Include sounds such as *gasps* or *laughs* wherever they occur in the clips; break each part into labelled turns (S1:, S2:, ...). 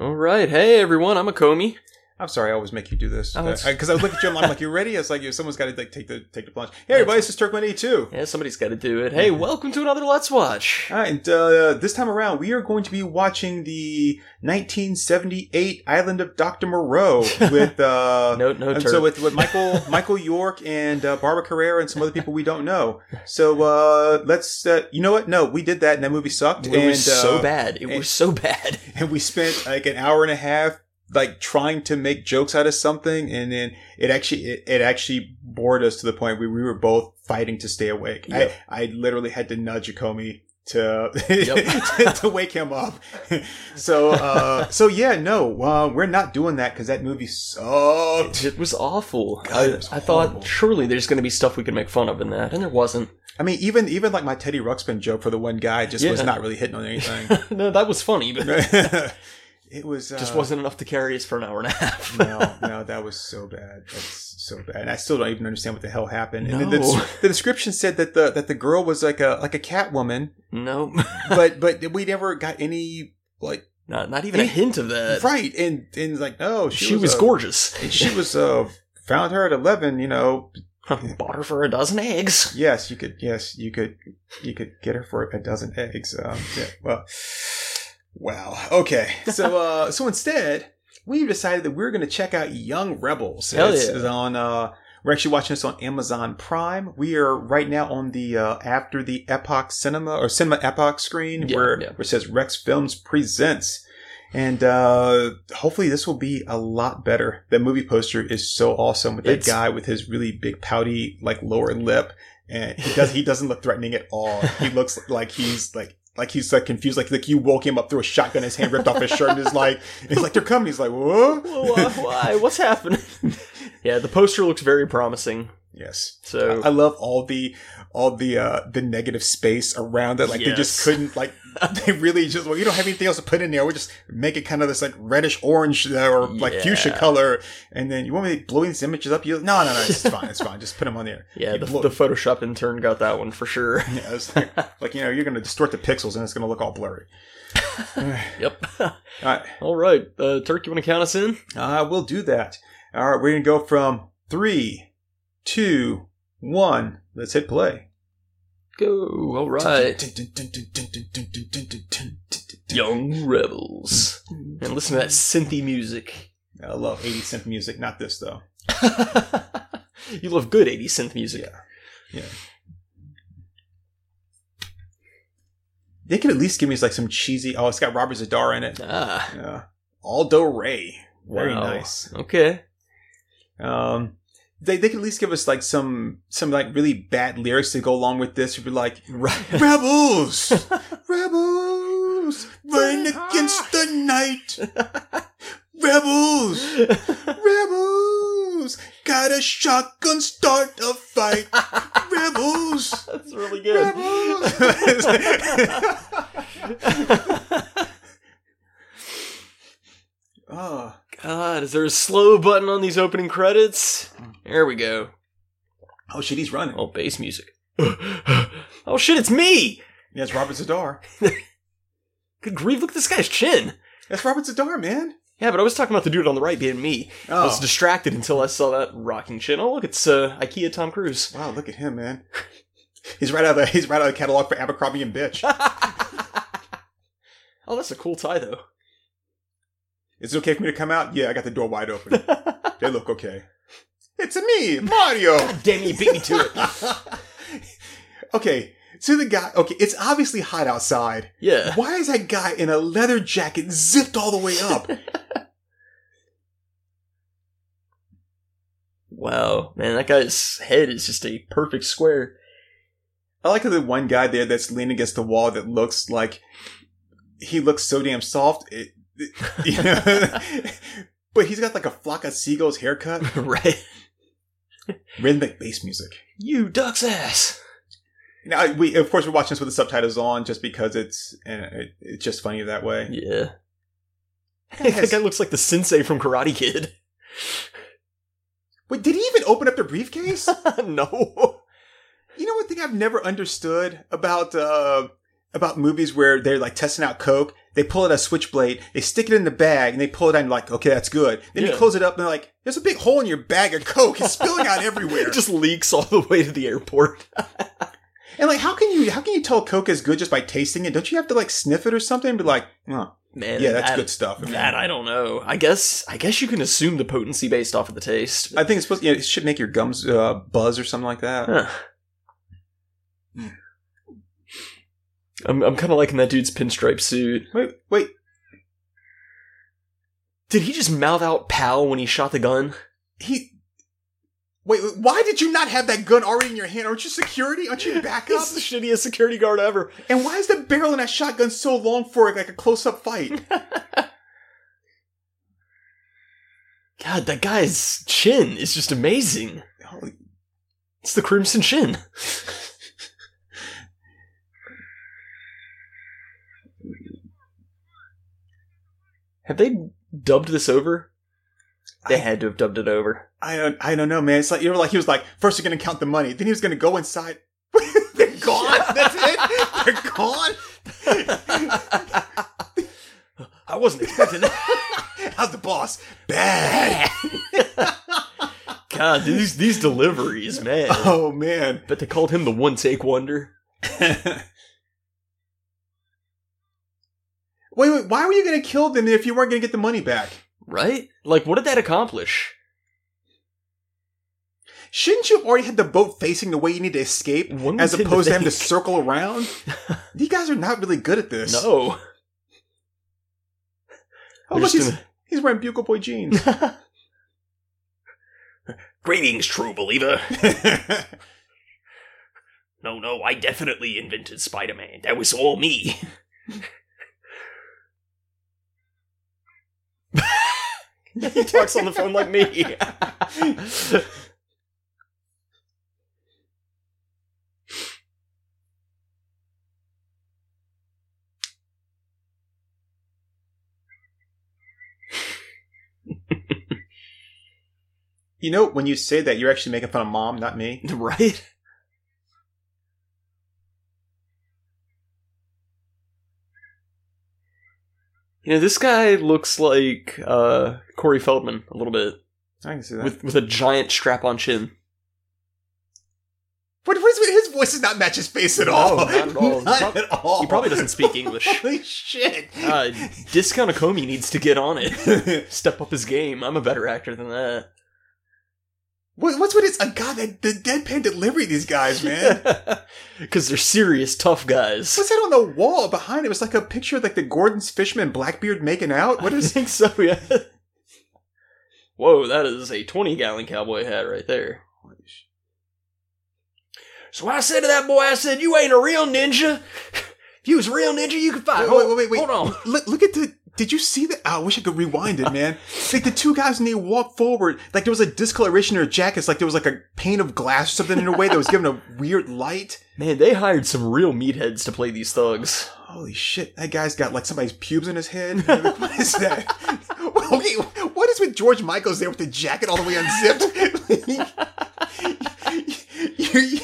S1: All right. Hey, everyone. I'm a Comey.
S2: I'm sorry, I always make you do this
S1: Oh, it's-
S2: because I look at you and I'm like, "You ready?" It's like you, someone's got to like take the take the plunge. Hey, everybody, this is E Turkman E2,
S1: Yeah, somebody's got to do it.
S2: Mm-hmm.
S1: Hey, welcome to another Let's Watch.
S2: All right, and uh, this time around, we are going to be watching the 1978 Island of
S1: *laughs*
S2: Doctor Moreau with uh,
S1: No, no
S2: and
S1: turd.
S2: so with,
S1: *laughs*
S2: with Michael Michael York and uh, Barbara Carrera and some other people we don't know. So uh, let's uh, you know what? No, we did that and that movie sucked.
S1: it
S2: and
S1: was so
S2: uh,
S1: bad. It
S2: and-
S1: was so bad. *laughs*
S2: and we spent like an hour and a half like trying to make jokes out of something and then it actually it, it actually bored us to the point where we were both fighting to stay awake
S1: Yep.
S2: i i literally had to nudge Akomi to,
S1: Yep.
S2: *laughs* to wake him up so uh so yeah no uh, we're not doing that because that movie sucked
S1: It was awful.
S2: God,
S1: I,
S2: it was
S1: I thought
S2: horrible.
S1: surely there's going to be stuff we could make fun of in that, and there wasn't. *laughs*
S2: i mean even even like my teddy ruxpin joke for the one guy just was
S1: Yeah.
S2: not really hitting
S1: *laughs*
S2: on anything *laughs*
S1: no, that was funny, but
S2: it was uh,
S1: just wasn't enough to carry us for an hour and a half. *laughs*
S2: no, no, that was so bad. That's so bad. And I still don't even understand what the hell happened. And the,
S1: No.
S2: the, the description said that the that the girl was like a like a cat woman,
S1: no,
S2: but but we never got any like
S1: not not even a
S2: It-
S1: hint of that.
S2: right. And and like oh, she,
S1: Uh, she, was,
S2: uh,
S1: gorgeous. *laughs*
S2: She was uh found her at eleven. You know,
S1: Bought her for a dozen
S2: *laughs*
S1: eggs.
S2: yes, you could, yes, you could, you could get her for a dozen eggs. Um, yeah, well, wow. Okay, so
S1: *laughs*
S2: uh, so instead, we've decided that we're going to check out Young Rebels.
S1: Hell
S2: It's-
S1: yeah.
S2: it's on. Uh, we're actually watching this on Amazon Prime. We are right now on the uh, after the Epoch Cinema or Cinema Epoch screen,
S1: Yeah,
S2: where
S1: yeah.
S2: where it says Rex Films presents. And uh, hopefully this will be a lot better. That movie poster is so awesome with that
S1: It's-
S2: guy with his really big pouty like lower lip, and he does he doesn't look threatening at all. He looks like he's like like he's like confused, like like you woke him up, threw a shotgun in his hand, ripped off his shirt, and is like he's like they're coming. He's like whoa.
S1: Whoa, why, why? What's happening? *laughs* yeah, the poster looks very promising.
S2: *laughs* Yes.
S1: So
S2: I love all the all the uh the negative space around it. Like they
S1: Yes.
S2: just couldn't like *laughs* they really just well you don't have anything else to put in there. We just make it kind of this like reddish orange uh, or like
S1: Yeah.
S2: fuchsia color, and then you want me to blow these images up? You no no no it's fine it's fine just put them on there.
S1: yeah,
S2: you
S1: the,
S2: blow-
S1: the Photoshop intern got that one for sure.
S2: *laughs* Yeah, it's like, like, you know you're gonna distort the pixels and it's gonna look all blurry.
S1: *laughs* Yep.
S2: *laughs* All right,
S1: *laughs* All right, uh, Turk, you want to count us in?
S2: uh, we'll do that. All right, we're gonna go from three, two, one. Let's hit play.
S1: Go. All right. Young rebels. And listen to that synthy *laughs* music.
S2: I love 80 synth music. Not this though.
S1: you love good 80s synth music.
S2: They could at least give me like some cheesy. Oh, it's got Robert Zadar in it.
S1: Ah.
S2: Yeah. Aldo Ray. Very
S1: Wow.
S2: nice.
S1: *laughs* Okay.
S2: Um, they they could at least give us like some some like really bad lyrics to go along with this. It'd be like
S1: Right.
S2: *laughs* rebels,
S1: *laughs*
S2: rebels, run against the night,
S1: *laughs*
S2: rebels, rebels, gotta shotgun start a fight, rebels.
S1: *laughs* That's really good.
S2: *laughs* oh,
S1: God, is there a slow button on these opening credits? There we go.
S2: oh shit, he's running.
S1: Oh, bass music. *gasps* oh shit, it's me!
S2: Yeah, it's Robert Zadar.
S1: Good grief, look at this guy's chin.
S2: That's Robert Zadar, man.
S1: Yeah, but I was talking about the dude on the right being me.
S2: Oh.
S1: I was distracted until I saw that rocking chin. Oh look, it's uh, IKEA Tom
S2: *laughs*
S1: Cruise.
S2: wow, look at him, man. He's right out of the he's right out of the catalog for Abercrombie and Bitch.
S1: Oh, that's a cool tie though.
S2: Is it okay for me to come out? Yeah, I got the door wide open. They look okay. It's me, Mario.
S1: *laughs* Damn, you beat me to
S2: *laughs*
S1: it.
S2: okay, so the guy. Okay, it's obviously hot outside.
S1: Yeah.
S2: Why is that guy in a leather jacket zipped all the way up?
S1: Wow, man, that guy's head is just a perfect
S2: *laughs*
S1: square.
S2: I like how the one guy there that's leaning against the wall that looks like he looks so damn soft. It, it- you know? *laughs* but he's got like a flock of seagulls haircut.
S1: right.
S2: Rhythmic bass music.
S1: You duck's ass.
S2: Now we, of course, we're watching this with the subtitles on, just because it's and it, it's just funny that way.
S1: Yeah. *laughs* that guy looks like the sensei from Karate Kid. *laughs*
S2: Wait, did he even open up the briefcase?
S1: no.
S2: You know one thing I've never understood about uh about movies where they're like testing out coke. They pull out a switchblade. They stick it in the bag and they pull it out and like, okay, that's good. Then you
S1: Yeah.
S2: close it up and they're like, there's a big hole in your bag of coke. It's
S1: *laughs*
S2: spilling out *laughs* everywhere.
S1: It just leaks all the way to the airport.
S2: and like, how can you how can you tell coke is good just by tasting it? Don't you have to like sniff it or something? And be like, oh,
S1: Man,
S2: yeah, that's
S1: that,
S2: good stuff.
S1: That I don't know. I guess I guess you can assume the potency based off of the taste.
S2: I think it's supposed. To, yeah, it should make your gums uh, buzz or something like that.
S1: Huh. I'm I'm kind of liking that dude's pinstripe suit.
S2: Wait, wait.
S1: Did he just mouth out "pal" when he shot the gun?
S2: He. Wait, wait, why did you not have that gun already in your hand? Aren't you security? Aren't
S1: *laughs*
S2: you backup?
S1: He's the shittiest security guard ever.
S2: and why is the barrel in that shotgun so long for like a close-up fight?
S1: God, that guy's chin is just amazing.
S2: Holy-
S1: It's the crimson chin. have they dubbed this over? They
S2: I-
S1: had to have dubbed it over.
S2: I don't, I don't know, man. It's like you know, like he was like, first you're gonna count the money, then he was gonna go inside. *laughs* They're gone. That's it. They're gone. *laughs*
S1: I wasn't expecting that.
S2: How's the boss? Bad.
S1: *laughs* God, these these deliveries, man.
S2: Oh man.
S1: But they called him the one take wonder.
S2: *laughs* wait, wait. Why were you gonna kill them if you weren't gonna get the money back?
S1: Right? Like what did that accomplish?
S2: Shouldn't you have already had the boat facing the way you need to escape,
S1: One would
S2: as
S1: tend to
S2: opposed
S1: *laughs*
S2: to having to
S1: think.
S2: circle around? you guys are not really good at this.
S1: No.
S2: Oh, look,
S1: They're just
S2: he's, he's wearing Bugle
S1: *laughs*
S2: Boy jeans. *laughs*
S1: Greetings, true believer.
S2: I
S1: No, no, I definitely invented Spider Man. That was all me. *laughs* he talks on the phone like me. *laughs*
S2: You know, when you say that, you're actually making fun of mom, not me.
S1: *laughs* right? You know, this guy looks like uh, Corey Feldman a little bit,
S2: I can see that.
S1: with with a giant strap on chin.
S2: but what is, his voice does not match his face at
S1: No,
S2: all.
S1: not
S2: *laughs*
S1: at all.
S2: Not
S1: He prob-
S2: at all.
S1: He probably doesn't
S2: *laughs*
S1: speak English.
S2: Holy shit.
S1: Uh, Discount Akomi needs to get on it.
S2: *laughs*
S1: Step up his game. I'm a better actor than that.
S2: what, what's with his? Uh, God, that, the deadpan delivery of these guys, man.
S1: *laughs* Because they're serious, tough guys.
S2: What's that on the wall behind him? It's like a picture of like the Gordon's Fishman and Blackbeard making out. What
S1: I *laughs*
S2: is?
S1: think so, yeah. Whoa, that is a 20 gallon cowboy hat right there. So I said to that boy, I said, You ain't a real ninja. *laughs* If you was a real ninja, you could fight.
S2: *laughs* Wait, wait, wait, wait, wait.
S1: Hold on.
S2: look, look at the. Did you see that? Oh, I wish I could rewind it, man. like the two guys, and they walked forward. Like there was a discoloration in their jackets. Like there was like a pane of glass or something in their way that was giving a weird light.
S1: *laughs* Man, they hired some real meatheads to play these thugs.
S2: Holy shit! That guy's got like somebody's pubes in his head. *laughs* Like, what is that? *laughs* okay, what is with George Michael's there with the jacket all the way unzipped? *laughs* you're,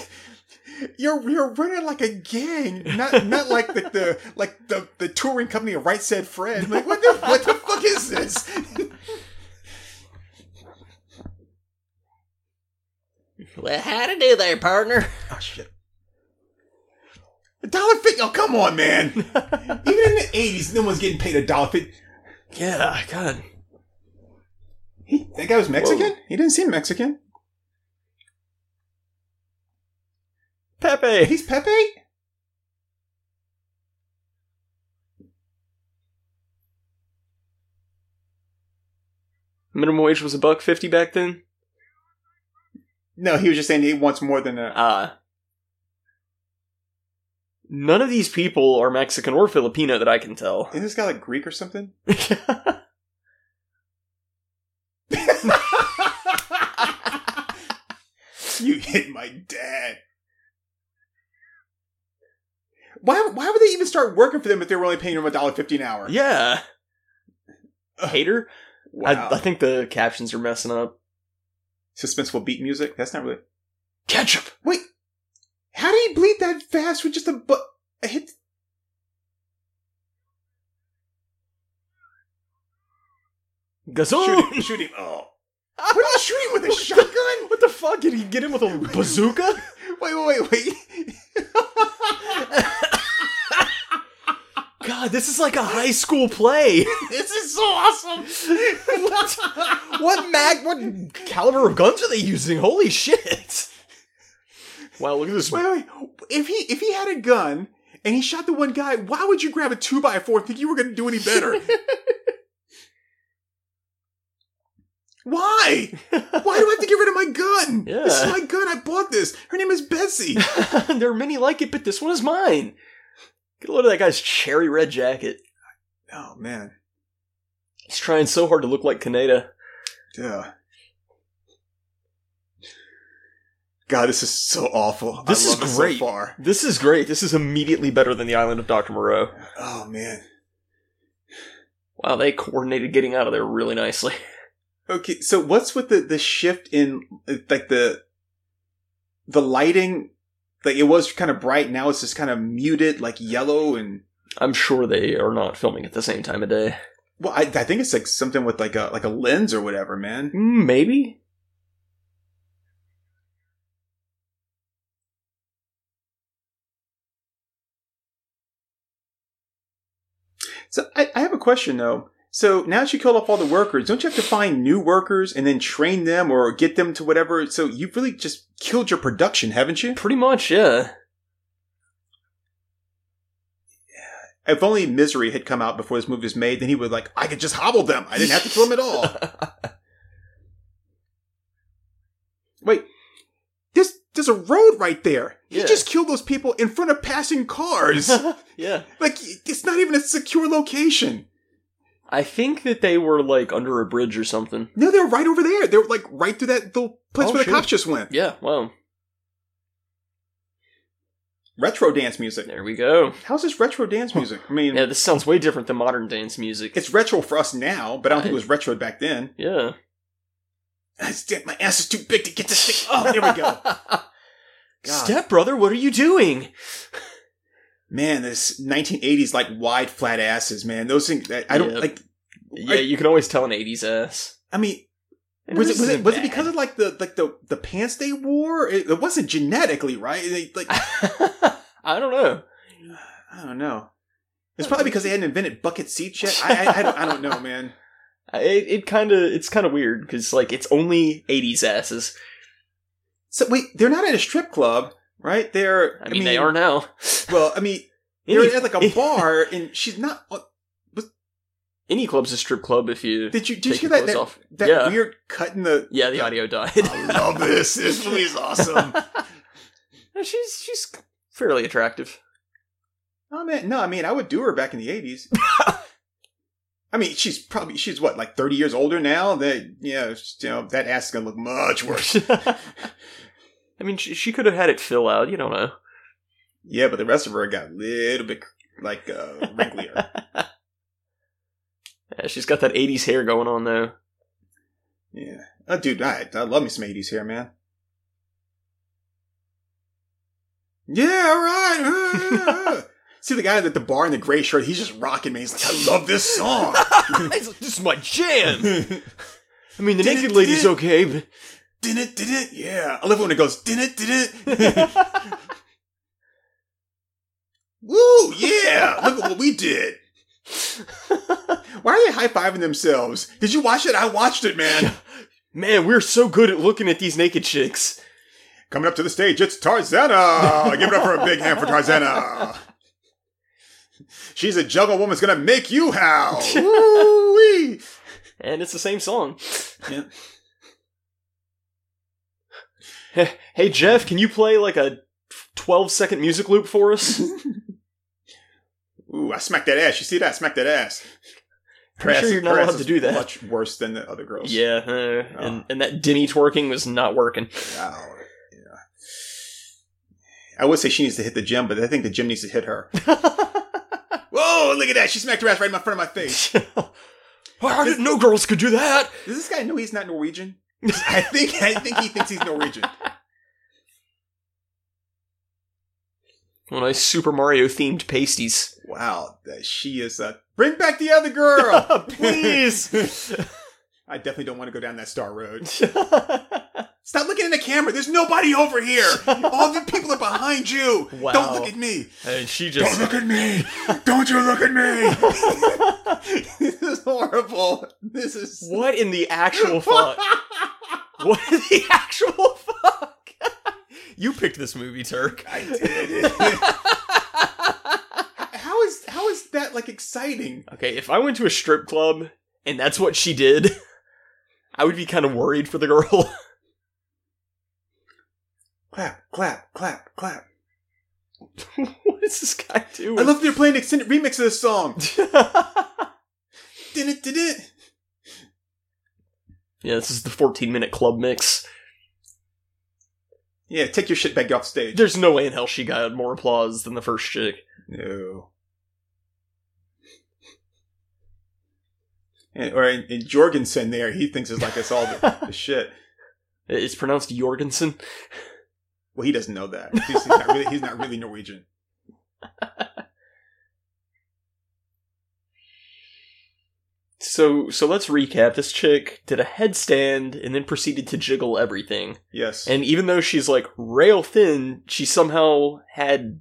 S2: you're you're running like a gang, not not like the, the like the, the touring company of Right Said Fred. Like what the what the fuck is this?
S1: Well, how to do there, partner?
S2: Oh shit! A dollar fifty. Oh come on, man! Even in the eighties, no one's getting paid a dollar fifty.
S1: Yeah, God.
S2: He, that guy was Mexican.
S1: Whoa.
S2: He didn't seem Mexican.
S1: Pepe.
S2: He's Pepe.
S1: Minimum wage was a buck fifty back then.
S2: No, he was just saying he wants more than a.
S1: Uh None of these people are Mexican or Filipino that I can tell. *laughs*
S2: Isn't this guy like Greek or something? *laughs* you hit my dad. Why? Why would they even start working for them if they were only paying him a dollar fifty an hour?
S1: yeah. Hater?
S2: Wow.
S1: I, I think the captions are messing up.
S2: Suspenseful beat music. That's not really.
S1: Ketchup!
S2: Wait.
S1: *laughs*
S2: How did he bleed that fast with just a bu- a hit?
S1: Gasol! *laughs*
S2: Shoot him! Shoot him! Oh, what are you shooting with a shotgun?
S1: What the fuck? Did he get him with a bazooka?
S2: Wait, wait, wait, wait! *laughs*
S1: God, this is like a high school play.
S2: This is so awesome! *laughs*
S1: What mag? What caliber of guns are they using? Holy shit! Wow, look at this.
S2: wait, wait! If he if he had a gun and he shot the one guy, why would you grab a two by four? and Think you were going to do
S1: *laughs*
S2: any better? Why? Why do I have to get rid of my gun? This is
S1: Yeah.
S2: my gun. I bought this. Her name is Bessie.
S1: *laughs* there are many like it, but this one is mine. Get a load of that guy's cherry red jacket.
S2: *laughs* Oh man.
S1: He's trying so hard to look like Kaneda.
S2: Yeah. God, this is so awful.
S1: This
S2: I
S1: is
S2: love it so
S1: great.
S2: far.
S1: This is great. This is immediately better than the island of Dr. Moreau.
S2: Oh man.
S1: Wow, they coordinated getting out of there really nicely.
S2: Okay, so what's with the the shift in uh, like the the lighting? Like it was kind of bright. Now it's just kind of muted, like yellow and.
S1: I'm sure they are not filming at the same time of day.
S2: Well, I, I think it's like something with like a like a lens or whatever, man.
S1: Mm, Maybe?
S2: So I, I have a question though. So now that you killed off all the workers, don't you have to find new workers and then train them or get them to whatever? So you've really just killed your production, haven't you?
S1: Pretty much, yeah.
S2: If only Misery had come out before this movie was made, then he would like, I could just hobble them. I didn't have to kill them at all. Wait, this there's a road right there. He
S1: Yeah.
S2: just killed those people in front of
S1: *laughs*
S2: passing cars.
S1: *laughs* yeah.
S2: like it's not even a secure location.
S1: I think that they were, like, under a bridge or something.
S2: No, they're right over there. They're like right through that little place
S1: Oh,
S2: where the
S1: shit.
S2: cops just went.
S1: Yeah, wow.
S2: Retro dance music.
S1: There we go.
S2: How's this retro dance music? I mean,
S1: Yeah, this sounds way different than modern dance music.
S2: it's retro for us now, but I don't think it was retro back then.
S1: *laughs* yeah.
S2: I st- My ass is too big to get this thing. *laughs* Oh, there
S1: *laughs*
S2: we go. God.
S1: Step brother, what are you doing?
S2: Man, this 1980s like wide flat asses, man. Those things I I don't
S1: Yeah.
S2: like.
S1: Yeah, you can always tell an '80s ass.
S2: I mean, was it was it was it because of like the like the the pants they wore? It, it wasn't genetically right. They, like
S1: *laughs* I don't know.
S2: I don't know. It's probably because they hadn't invented bucket seats yet. I I, I, don't, I don't know, man.
S1: I- It, it kind of it's kind of weird because like it's only '80s asses.
S2: So wait, they're not at a strip club, right? They're
S1: I mean, they are now.
S2: Well, I mean,
S1: Any,
S2: they're
S1: *laughs*
S2: at like a bar, and she's not.
S1: any club's a strip club if you
S2: Did you did
S1: take
S2: you
S1: your
S2: hear that
S1: clothes
S2: that,
S1: off.
S2: that
S1: yeah,
S2: weird cut in the?
S1: yeah. Um, The audio died. *laughs*
S2: I love this. This movie's awesome.
S1: she's she's fairly attractive.
S2: Oh man, no, I mean I would do her back in the eighties. I mean, she's probably she's what like thirty years older now. That yeah, it's- you know that ass is gonna look much worse.
S1: *laughs* I mean, she, she could have had it fill out. You don't know.
S2: yeah, but the rest of her got a little bit like uh, wrinklier.
S1: Yeah, she's got that '80s hair going on *laughs* though.
S2: yeah, oh, dude, I I love me some eighties hair, man. Yeah, all right. *laughs* uh, uh, uh. See the guy at the bar in the gray shirt. He's just rocking me. He's like, I love this song. *laughs*
S1: this is my jam.
S2: did
S1: I mean, the
S2: Did it-
S1: naked
S2: did
S1: lady's
S2: it-
S1: okay, but
S2: it? Did it? Yeah, I love it when it goes. Did it? Did
S1: *laughs*
S2: it?
S1: yeah,
S2: Woo! Yeah, look at what we did. Why are they high fiving themselves? Did you watch it? I watched it, man.
S1: *laughs* man, we're so good at looking at these naked chicks.
S2: Coming up to the stage, it's Tarzana. Give it up for a big hand for Tarzana. She's a juggle woman's gonna make
S1: *laughs*
S2: you howl. Woo-wee.
S1: And it's the same song.
S2: Yeah.
S1: Hey, hey, Jeff, can you play like a 12 second music loop for *laughs* us?
S2: Ooh, I smacked that ass. You see that? I smacked that ass.
S1: I'm
S2: Her ass-
S1: sure you're not
S2: her ass
S1: allowed to
S2: is
S1: do that.
S2: Much worse than the other girls.
S1: Yeah, uh, and, and that Denny twerking was not working.
S2: Wow. Yeah. I would say she needs to hit the gym, but I think the gym needs to
S1: *laughs*
S2: hit her. Whoa! Look at that. She smacked her ass right in my front of my face.
S1: *laughs* I didn't know girls could do that.
S2: Does this guy know he's not Norwegian? I think I think he thinks he's Norwegian.
S1: Well, nice Super Mario themed
S2: *laughs*
S1: pasties.
S2: uh, Wow, that she is a bring back the other girl.
S1: Please.
S2: I definitely don't want to go down that star road. Stop looking in the camera. There's nobody over here. All the people are behind you.
S1: Wow.
S2: Don't look at me.
S1: *laughs* and she
S2: Don't
S1: just
S2: *laughs* look at me. Don't you look at me. *laughs* this is horrible. This is
S1: What in the
S2: *laughs*
S1: actual fuck? what in the actual fuck? *laughs* you picked this movie, Turk. *laughs*
S2: I did. *laughs* how is how is that like exciting?
S1: Okay, if I went to a strip club and that's what she did, I would be kind of worried for the girl. *laughs*
S2: Clap, clap, clap, clap.
S1: what is this guy doing?
S2: I love that they're playing an extended remix of
S1: *laughs*
S2: this song. Did it, did it.
S1: yeah, this is the 14 minute club mix.
S2: Yeah, take your shit back off stage.
S1: There's no way in hell she got more applause than the first chick.
S2: No. And, or in, in Jorgensen there, he thinks it's like it's all the, the shit.
S1: It's pronounced Jorgensen.
S2: Well, he doesn't know that. He's, he's not really, he's not really Norwegian.
S1: So, so let's recap. This chick did a headstand and then proceeded to jiggle everything.
S2: Yes.
S1: And even though she's like rail thin, she somehow had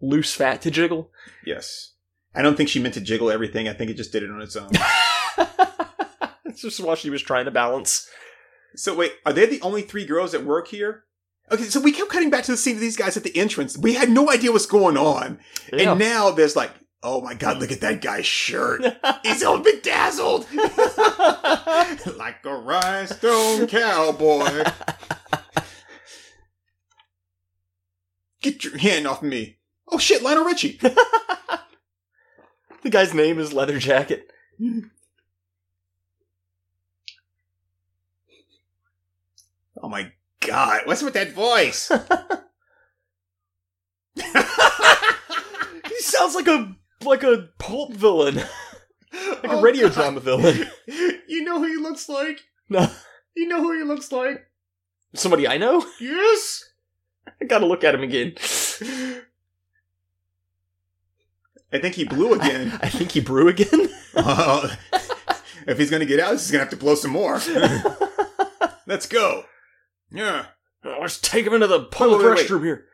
S1: loose fat to
S2: *laughs*
S1: jiggle.
S2: yes. I don't think she meant to jiggle everything. I think it just did it on its own.
S1: It's just while she was trying to balance.
S2: so wait, are they the only three girls that work here? Okay, so we kept cutting back to the scene of these guys at the entrance. We had no idea what's going on. And now there's like, oh my god, look at that guy's shirt.
S1: *laughs*
S2: He's all bedazzled. *laughs* like a rhinestone cowboy. Get your hand off me. Oh shit, Lionel Richie.
S1: the guy's name is Leather
S2: *laughs*
S1: Jacket.
S2: Oh my god, what's with
S1: *laughs*
S2: that voice?
S1: He sounds like a like a pulp villain, like a
S2: Oh,
S1: radio
S2: God.
S1: drama villain.
S2: you know who he looks like?
S1: No.
S2: You know who he looks like?
S1: Somebody I know. *laughs*
S2: Yes.
S1: I gotta look at him again.
S2: I think he
S1: *laughs*
S2: blew again.
S1: *laughs* I think he brew *laughs* again.
S2: Uh, *laughs* if he's gonna get out, he's gonna have to blow
S1: *laughs*
S2: some more. Let's go. Yeah.
S1: Oh, let's take him into the public
S2: wait, wait.
S1: restroom here.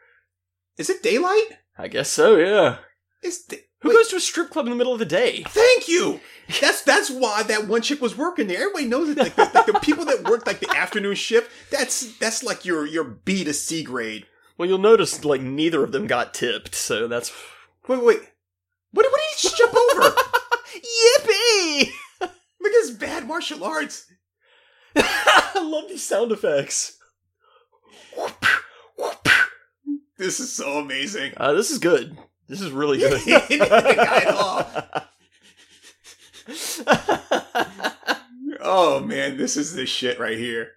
S2: Is it daylight?
S1: I guess so. Yeah.
S2: It's da-
S1: Who
S2: Wait.
S1: goes to a strip club in the middle of the day?
S2: Thank you. That's that's why that one chick was working there. Everybody knows it. Like, the- like the people that work like the afternoon shift. That's that's like your your B to C grade.
S1: Well, you'll notice like neither of them got tipped, so that's
S2: Wait wait. What what did he just jump over?
S1: yippee!
S2: Look at his bad martial arts.
S1: *laughs* I love these sound *laughs* effects.
S2: This is so amazing.
S1: Uh, this is good. This is *laughs* really good. *laughs*
S2: *laughs* He didn't hit the guy at all.
S1: that
S2: Oh man, this is the shit right here.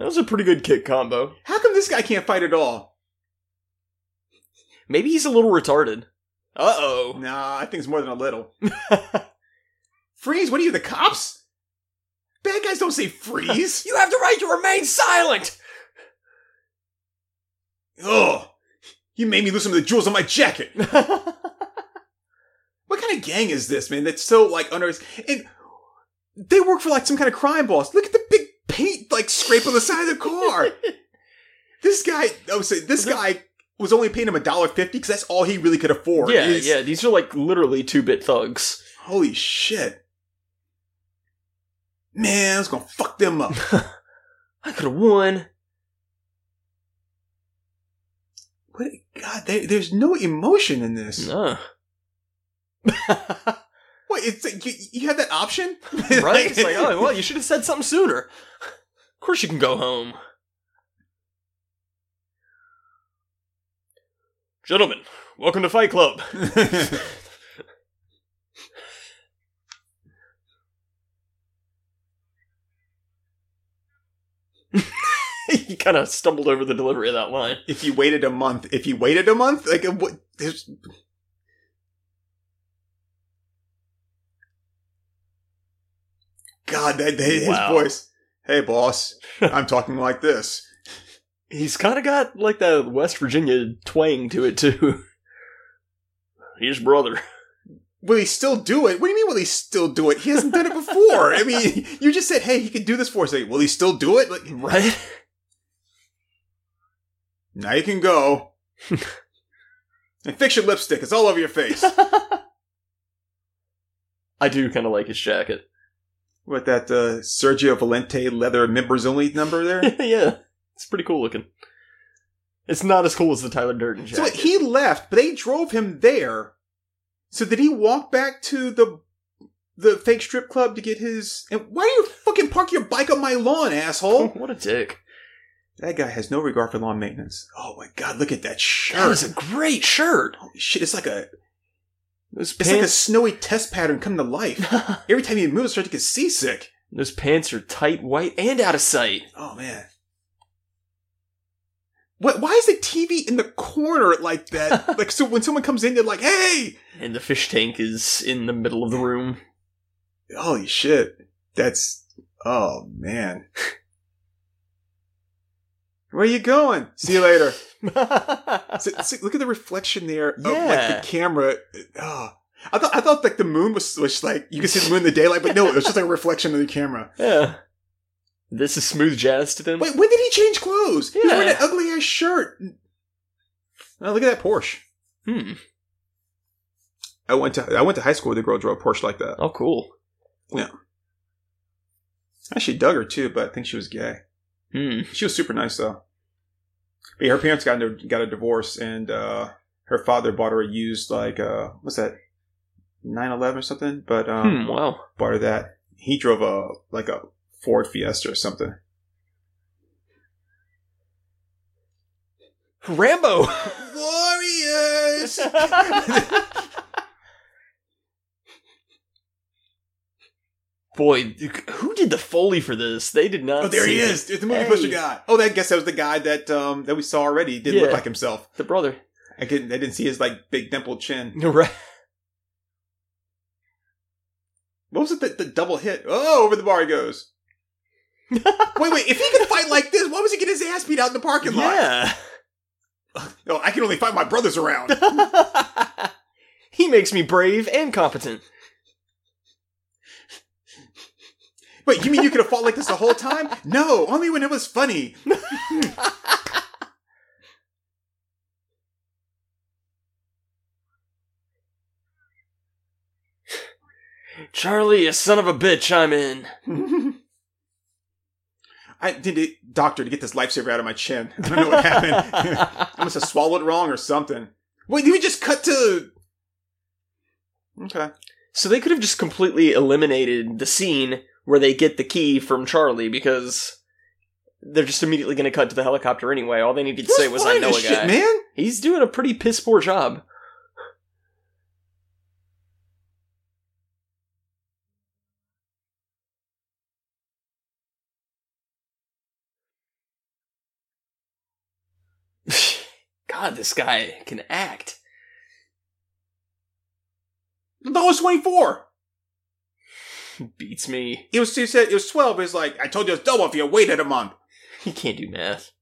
S1: was a pretty good kick combo.
S2: How come this guy can't fight at all?
S1: Maybe he's a little retarded. Uh oh.
S2: Nah, I think it's more than a
S1: *laughs*
S2: little. freeze? What are you, the cops? Bad guys don't say
S1: *laughs*
S2: freeze.
S1: You have the right to remain *laughs* silent.
S2: Ugh. You made me lose some of the jewels on my jacket. What kind of gang is this, man? That's so like under and they work for like some kind of crime boss. Look at the big paint like scrape on the side of the car.
S1: *laughs*
S2: this guy, oh, so this guy was only paying him a dollar fifty because that's all he really could afford.
S1: yeah,
S2: It's-
S1: yeah. These are like literally two bit thugs.
S2: Holy shit, man! I was gonna fuck them
S1: *laughs*
S2: up.
S1: I could have won.
S2: what? God, there, there's no emotion in this.
S1: *laughs* No.
S2: What? It's like, you, you had that option, *laughs*
S1: right? It's like, oh, well, you should have said something sooner. Of course, you can go home. Gentlemen, welcome to Fight Club. *laughs*
S2: *laughs*
S1: he kind of stumbled over the delivery of that line.
S2: if you waited a month, if you waited a month, like uh, what? There's God, that, that his
S1: Wow.
S2: voice.
S1: *laughs*
S2: Hey, boss, I'm talking like this.
S1: He's kind of got like that West Virginia twang to it too. His brother.
S2: Will he still do it? What do you mean? Will he still do it? He hasn't done it before. I mean, *laughs* you just said, "Hey, he could do this for us." Like, will he still do it? Like,
S1: *laughs* Right?
S2: now you
S1: *laughs*
S2: can go and fix your lipstick. It's all over
S1: *laughs*
S2: your face.
S1: I do kind of like his jacket. *laughs*
S2: With that uh, Sergio Valente leather members only number
S1: *laughs*
S2: there.
S1: yeah, it's pretty cool looking. It's not as cool as the Tyler Durden jacket.
S2: so wait, he left, but they drove him there. So did he walk back to the the fake strip club to get his? And why do you fucking park your bike on my lawn,
S1: *laughs*
S2: asshole?
S1: what a dick.
S2: *laughs* That guy has no regard for lawn maintenance. Oh my god, look at that
S1: That
S2: shirt!
S1: was a great shirt.
S2: Holy shit, it's like a
S1: Those
S2: it's like a
S1: pants,
S2: snowy test pattern come to *laughs* life. Every time you move, it's starting to get seasick.
S1: those pants are tight, white, and out of sight.
S2: Oh man, what? Why is the TV in the corner like *laughs* that? like so, when someone comes in, they're like, "Hey!"
S1: And the fish tank is in the middle of the room.
S2: *laughs* Holy shit, that's oh man. *laughs* Where you going? See you
S1: *laughs*
S2: later. So- so look at the reflection there of
S1: Yeah.
S2: like the camera. Ah. I thought I thought like the moon was, was like you could see the moon in the daylight, but no, it was
S1: *laughs*
S2: just like a reflection of the camera.
S1: yeah. This is smooth jazz to them.
S2: Wait, when did he change clothes? He was wearing
S1: Yeah.
S2: an ugly ass shirt. Oh, look at that Porsche.
S1: Hmm.
S2: I went to I went to high school with a girl who drove a Porsche like that.
S1: Oh, cool.
S2: I actually dug her too, but I think she was gay.
S1: Hmm.
S2: She was super nice though. But yeah, her parents got into, got a divorce, and uh, her father bought her a used like uh, what's that, nine eleven or something. But um,
S1: Hmm. Wow.
S2: bought her that. He drove a like a Ford Fiesta or something.
S1: Rambo. *laughs*
S2: Warriors.
S1: Boy, who did the foley for this? They did not.
S2: Oh, there he
S1: save
S2: is! It's the movie poster
S1: Hey.
S2: guy. Oh, that I guess that was the guy that um that we saw already. He didn't look
S1: Yeah.
S2: like himself.
S1: it. The brother.
S2: I didn't. I didn't see his like big dimpled chin.
S1: Right.
S2: What was it? The, the double hit. Oh, over the bar
S1: *laughs*
S2: he goes. wait, wait. If he could fight like this, why was he getting his ass beat out in the parking lot?
S1: Yeah.
S2: No, Oh, I can only find my brothers around.
S1: *laughs* he makes me brave and competent.
S2: Wait, you mean you could have fought like this the whole time? No, only when it was funny.
S1: Charlie, you son of a bitch, I'm in.
S2: I did it, doctor, to get this lifesaver out of my chin. I don't know what happened. *laughs*
S1: *laughs*
S2: I must have swallowed wrong or something. Wait, did we just cut to? Okay.
S1: so they could have just completely eliminated the scene where they get the key from Charlie because they're just immediately going to cut to the helicopter anyway. All they needed to say was, "I
S2: Fine
S1: know a
S2: as
S1: guy."
S2: shit, man.
S1: He's doing a pretty piss poor job. *laughs* God, this guy can act.
S2: No, it was twenty four.
S1: Beats me.
S2: It was. He said it was twelve. It was like I told you, it's double if you waited a month. *laughs*
S1: He can't do math.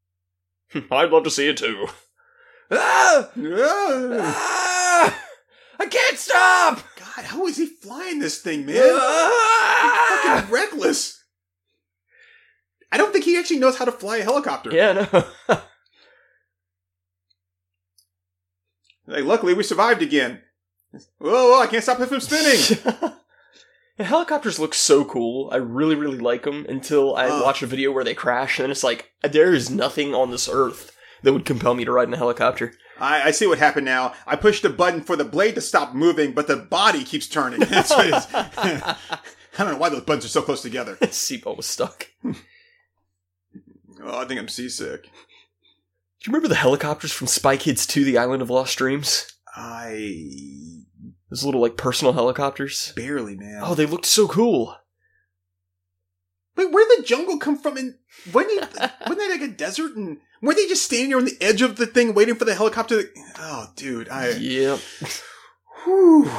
S1: *laughs* I'd love to see it too. Ah!
S2: Ah.
S1: Ah! I can't stop!
S2: God, how is he flying this thing, man?
S1: Ah!
S2: Fucking reckless. I don't think he actually knows how to fly a helicopter.
S1: Yeah, no.
S2: Like, luckily, we survived again. Whoa, whoa! I can't stop it from spinning.
S1: *laughs* The helicopters look so cool. I really, really like them until I
S2: Ugh.
S1: watch a video where they crash, and then it's like, there is nothing on this earth that would compel me to ride in a helicopter.
S2: I, I see what happened now. I pushed the button for the blade to stop moving, but the body keeps turning. *laughs* That's what it is. I don't know why those buttons are so close together.
S1: *laughs* Seatbelt was stuck.
S2: Oh, I think I'm seasick.
S1: Do you remember the helicopters from Spy Kids 2 The Island of Lost Dreams?
S2: I
S1: Those little, like, personal helicopters?
S2: barely, man.
S1: Oh, they looked so cool.
S2: Wait, where did the jungle come from? And when you, wasn't that like a desert? And weren't they just standing there on the edge of the thing waiting for the helicopter? to- Oh, dude, I.
S1: Yeah.
S2: Whew.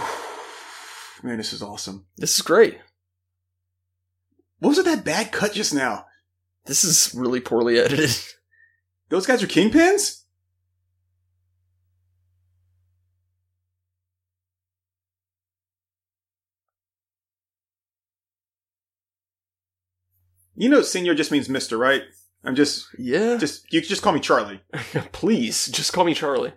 S2: Man, this is awesome.
S1: This is great.
S2: What was with that bad cut just now?
S1: This is really poorly edited. *laughs*
S2: Those guys are kingpins. You know, senior just means Mister, right? I'm just,
S1: Yeah.
S2: just you can just call me Charlie.
S1: *laughs* Please, just call me Charlie.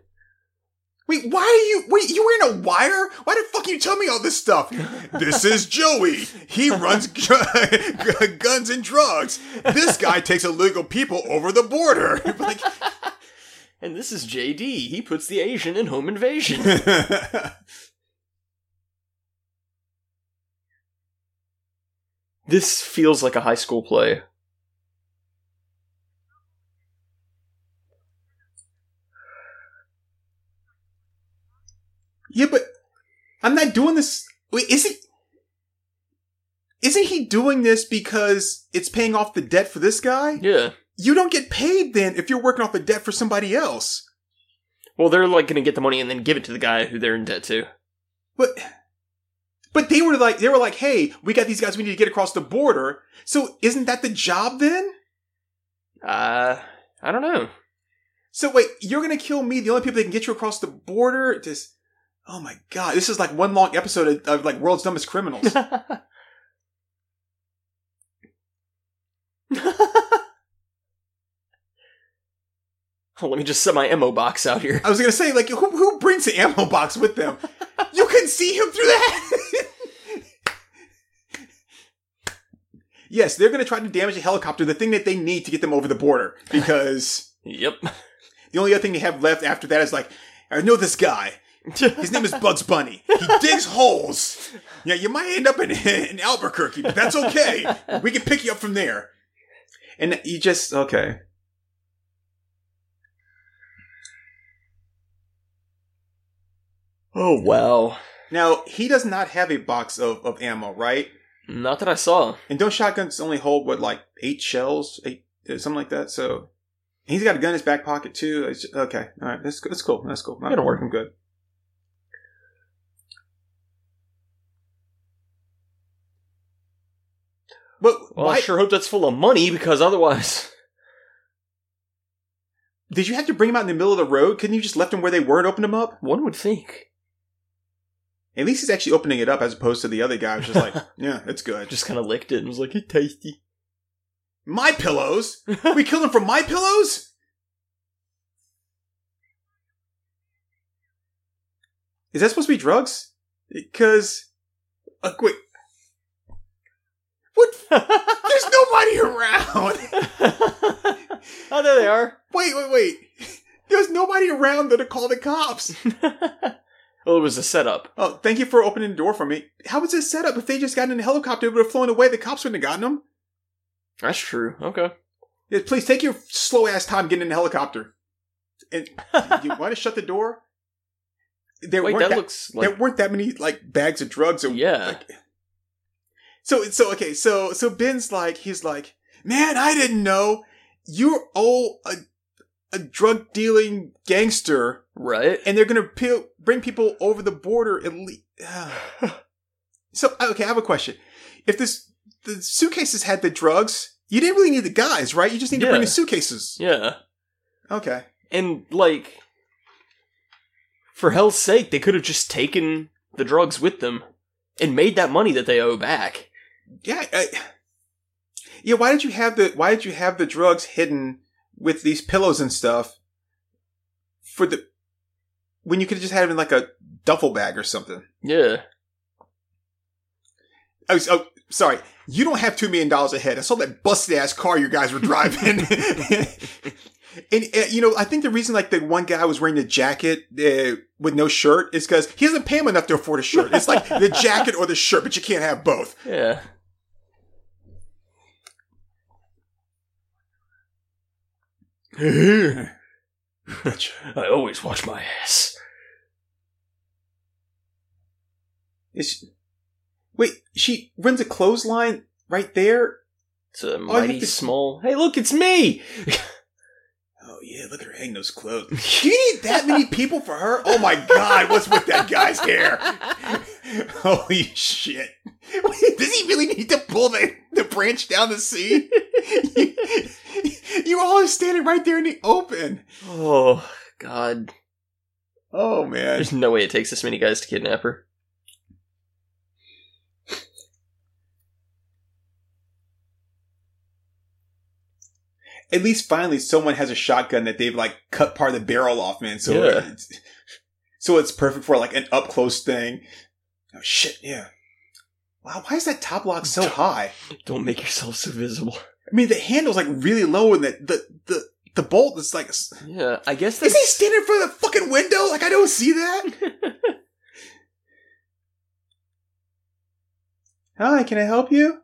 S2: Wait, why are you? Wait, you wearing a wire? Why the fuck you tell me all this stuff? this *laughs* is Joey. He runs *laughs* gu- guns and drugs. This guy takes illegal people over the border. *laughs* like,
S1: And this is JD. He puts the Asian in home invasion. *laughs* this feels like a high school play.
S2: yeah, but I'm not doing this. Wait, isn't isn't he doing this because it's paying off the debt for this guy?
S1: Yeah.
S2: You don't get paid then if you're working off a debt for somebody else.
S1: Well, they're like going to get the money and then give it to the guy who they're in debt to.
S2: But but they were like they were like, hey, we got these guys we need to get across the border. So isn't that the job then?
S1: Uh, I don't know. *laughs*
S2: So wait, you're gonna kill me? The only people that can get you across the border? Just oh my god, this is like one long episode of, of like world's
S1: *laughs*
S2: dumbest criminals.
S1: Let me just set my ammo box out here.
S2: I was gonna say like who who brings the ammo box with them? you can see him through that. yes, they're gonna try to damage the helicopter, the thing that they need to get them over the border, because
S1: *laughs* Yep.
S2: the only other thing they have left after that is like I know this guy. His name is Bugs Bunny. He digs holes. Yeah, you might end up in, in Albuquerque, but that's okay. We can pick you up from there. And you just okay.
S1: Oh wow.
S2: Now he does not have a box of, of ammo, right?
S1: Not that I saw.
S2: And don't shotguns only hold what like eight shells, eight uh, something like that. So he's got a gun in his back pocket too. It's ju- okay, all right, that's that's cool. That's cool. That'll work. I'm good. But
S1: Well,
S2: why
S1: I sure hope that's full of money because otherwise, *laughs*
S2: did you have to bring him out in the middle of the road? Couldn't you just left him where they were and opened him up?
S1: one would think.
S2: At least he's actually opening it up as opposed to the other guy who's just like, yeah, it's
S1: I
S2: good.
S1: just kind of licked it and was like, "It's tasty."
S2: My pillows? We killed him for my pillows? Is that supposed to be drugs? Because. Uh, wait. What?
S1: *laughs*
S2: There's nobody around! *laughs*
S1: oh, there they are.
S2: Wait, wait, wait. *laughs* There's nobody around there to call the cops.
S1: Well, it was a setup.
S2: Oh, thank you for opening the door for me. How was this set up? If they just got in a helicopter, it would have flown away. The cops wouldn't have gotten them.
S1: That's true. Okay.
S2: Yeah, please take your slow ass time getting in the helicopter.
S1: *laughs*
S2: And you want to shut the door? There
S1: Wait,
S2: weren't
S1: that
S2: that,
S1: looks
S2: there
S1: like
S2: weren't that many like bags of drugs. Or,
S1: yeah.
S2: So so okay. So so Ben's like he's like, man, I didn't know you're all a a drug dealing gangster,
S1: Right.
S2: and they're gonna pe- bring people over the border. At least. *sighs* so okay, I have a question. If this the suitcases had the drugs, you didn't really need the guys, right? You just need to bring
S1: Yeah.
S2: the suitcases.
S1: Yeah.
S2: Okay.
S1: And like, for hell's sake, they could have just taken the drugs with them and made that money that they owe back.
S2: Yeah, I, yeah. Why did you have the Why did you have the drugs hidden with these pillows and stuff for the when you could have just had it in like a duffel bag or something?
S1: Yeah.
S2: Oh, s- oh sorry. You don't have two million dollars ahead. I saw that busted ass car you guys were driving. *laughs* And uh, you know, I think the reason like the one guy was wearing the jacket uh, with no shirt is because he doesn't pay him enough to afford a shirt. It's like the jacket or the shirt, but you can't have both. *laughs*
S1: Yeah. I always wash my ass.
S2: Is wait, she runs a clothesline right there?
S1: It's a
S2: you
S1: mighty
S2: have to-
S1: small. Hey, look, it's me.
S2: Oh yeah, look at her hang those clothes. Do you need that many people for her? Oh my god, what's with that guy's hair? *laughs* Holy shit. *laughs* Does he really need to pull the, the branch down the sea? you, *laughs* you all are standing right there in the open.
S1: *laughs* Oh God!
S2: Oh man.
S1: There's no way it takes this many guys to kidnap her.
S2: at least finally someone has a shotgun that they've like cut part of the barrel off, man. So,
S1: Yeah.
S2: it's, so it's perfect for like an up close thing. Oh shit, yeah. Wow, why is that top lock so high?
S1: Don't make yourself so visible.
S2: I mean, the handle's like really low, and the the the, the bolt is like. Is
S1: Yeah, I guess
S2: he
S1: that's
S2: standing in front of the fucking window? Like I don't see that. *laughs* Hi, can I help *laughs* you?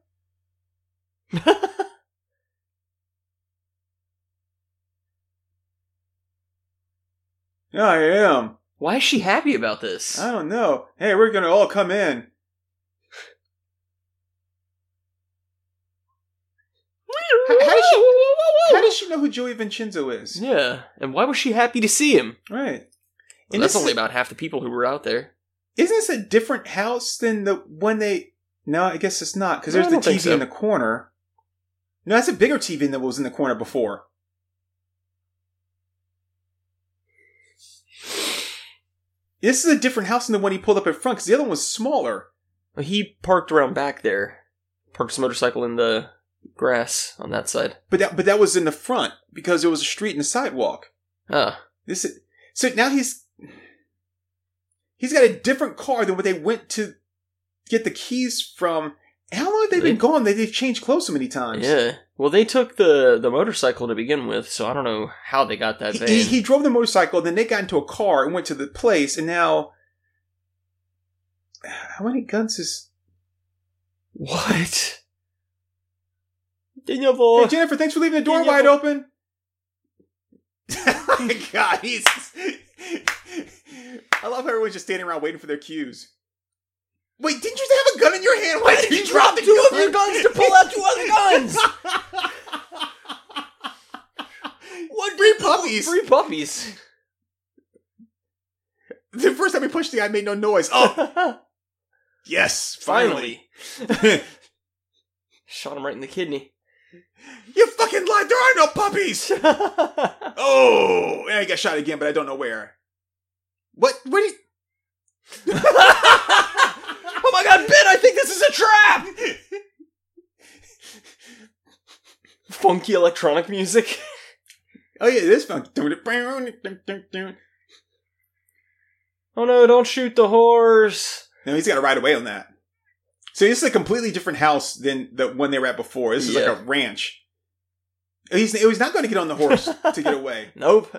S2: I am.
S1: why is she happy about this?
S2: I don't know. Hey, we're gonna all come in. how does How does she know who Joey Vincenzo is?
S1: yeah, and why was she happy to see him?
S2: Right.
S1: Well,
S2: And
S1: that's
S2: this
S1: only
S2: is-
S1: about half the people who were out there.
S2: Isn't this a different house than the one they? No, I guess it's not because
S1: No,
S2: there's
S1: I
S2: the
S1: don't think
S2: TV
S1: so.
S2: in the corner. No, that's a bigger TV than what was in the corner before. This is a different house than the one he pulled up in front because the other one was smaller.
S1: Oh, He parked around back there, parked his motorcycle in the grass on that side.
S2: But that but that was in the front because there was a street and a sidewalk.
S1: Ah,
S2: This is, so now he's he's got a different car than what they went to get the keys from. How long have they been
S1: They-
S2: gone? They, they've changed clothes so many times.
S1: yeah. Well, they took the the motorcycle to begin with, so I don't know how they got that
S2: He,
S1: van.
S2: he, he drove the motorcycle, then they got into a car and went to the place, and now how many guns is?
S1: *laughs* what?
S2: Hey
S1: Daniel,
S2: Jennifer, thanks for leaving the door
S1: Yeah, yeah,
S2: wide
S1: but-
S2: open. *laughs* My God, he's. *laughs* I love how everyone's just standing around waiting for their cues. Wait, didn't you have a gun in your hand? Why did you drop the
S1: two of
S2: gun?
S1: your guns to pull out two
S2: *laughs*
S1: other guns.
S2: what free puppies?
S1: Free puppies.
S2: The first time he pushed the guy made no noise. *laughs* Oh
S1: *laughs*
S2: yes, finally.
S1: Finally.
S2: *laughs*
S1: Shot him right in the kidney. *laughs*
S2: you fucking lied. There are no *laughs* puppies. Oh, and I got shot again, but I don't know where. What? What? Did...
S1: oh my god, Ben, I think this is a trap! Funky electronic music.
S2: *laughs* Oh yeah, this phone.
S1: Oh no, don't shoot the horse.
S2: No, he's got to ride away on that. So this is a completely different house than the one they were at before. This is like
S1: Yeah.
S2: a ranch. He's, he's not going to get on the
S1: *laughs*
S2: horse to get away.
S1: Nope.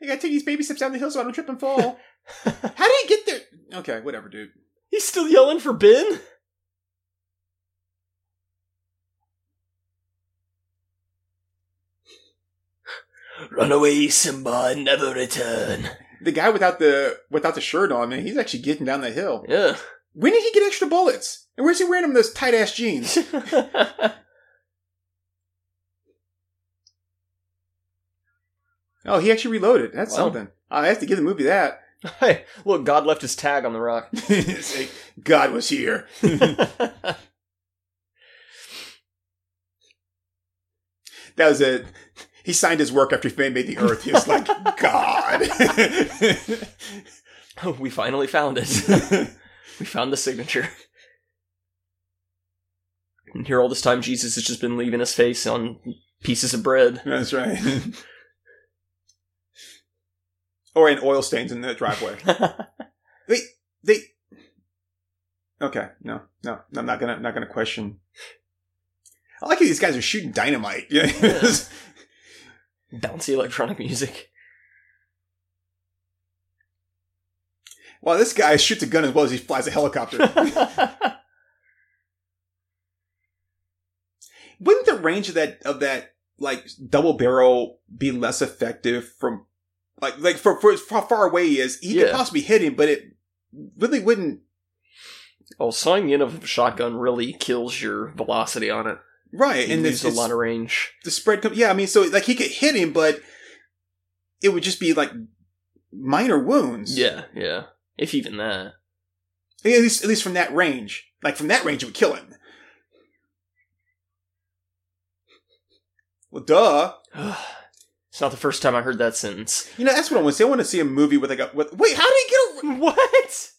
S2: I got to take these baby steps down the hill so I don't trip and
S1: *laughs*
S2: fall. How did he get there? Okay, whatever, dude.
S1: He's still yelling for Ben? Run away, Simba, and never return.
S2: The guy without the without the shirt on, man, he's actually getting down the hill.
S1: Yeah.
S2: When did he get extra bullets? And where's he wearing them in those tight ass jeans?
S1: *laughs*
S2: Oh, he actually reloaded. That's
S1: Wow.
S2: something. I have to give the movie that.
S1: *laughs* hey, look, God left his tag on the rock.
S2: *laughs* It's like, God was here. That was it. He signed his work after he made the Earth. He was like, *laughs* God.
S1: *laughs* we finally found it. *laughs* we found the signature. And here, all this time, Jesus has just been leaving his face on pieces of *laughs* bread.
S2: That's right. or in oil stains in the driveway. They. Okay, no, no, I'm not gonna, not gonna question. I like how these guys are shooting dynamite. *laughs*
S1: Bouncy electronic *laughs* music.
S2: well, this guy shoots a gun as well as he flies a helicopter. Wouldn't the range of that of that like double barrel be less effective from like like for for as far, far away he is he could
S1: Yeah.
S2: possibly hit him, but it really wouldn't.
S1: oh, sawing in of a shotgun really kills your velocity on it.
S2: Right,
S1: You
S2: and
S1: lose
S2: it's,
S1: a
S2: it's
S1: lot of range.
S2: the spread. Com- yeah, I mean, so like he could hit him, but it would just be like minor wounds.
S1: Yeah, yeah. If even that. *sighs*
S2: at least at least from that range. Like from that range, it would kill him. Well, duh.
S1: it's not the first time I heard that sentence.
S2: You know that's what I want to see. I want to see a movie with like a with, wait. How did he
S1: *laughs*
S2: get? over
S1: What?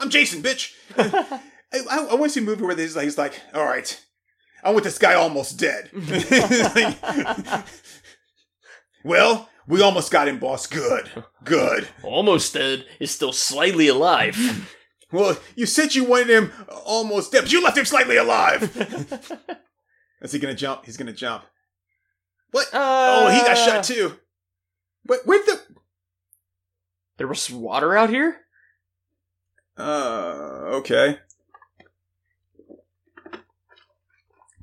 S2: I'm Jason, bitch. I, I, I want to see a movie where he's like, he's like, all right, I want this guy almost dead. *laughs* It's like, well, we almost got him, boss. Good, good.
S1: *laughs* Almost dead is still slightly alive. *laughs*
S2: Well, you said you wanted him almost dead, but you left him
S1: *laughs*
S2: slightly alive. Is he gonna jump? He's gonna jump. What? oh, he got shot
S1: Uh,
S2: too. But where the?
S1: There was water out here?
S2: Uh, okay.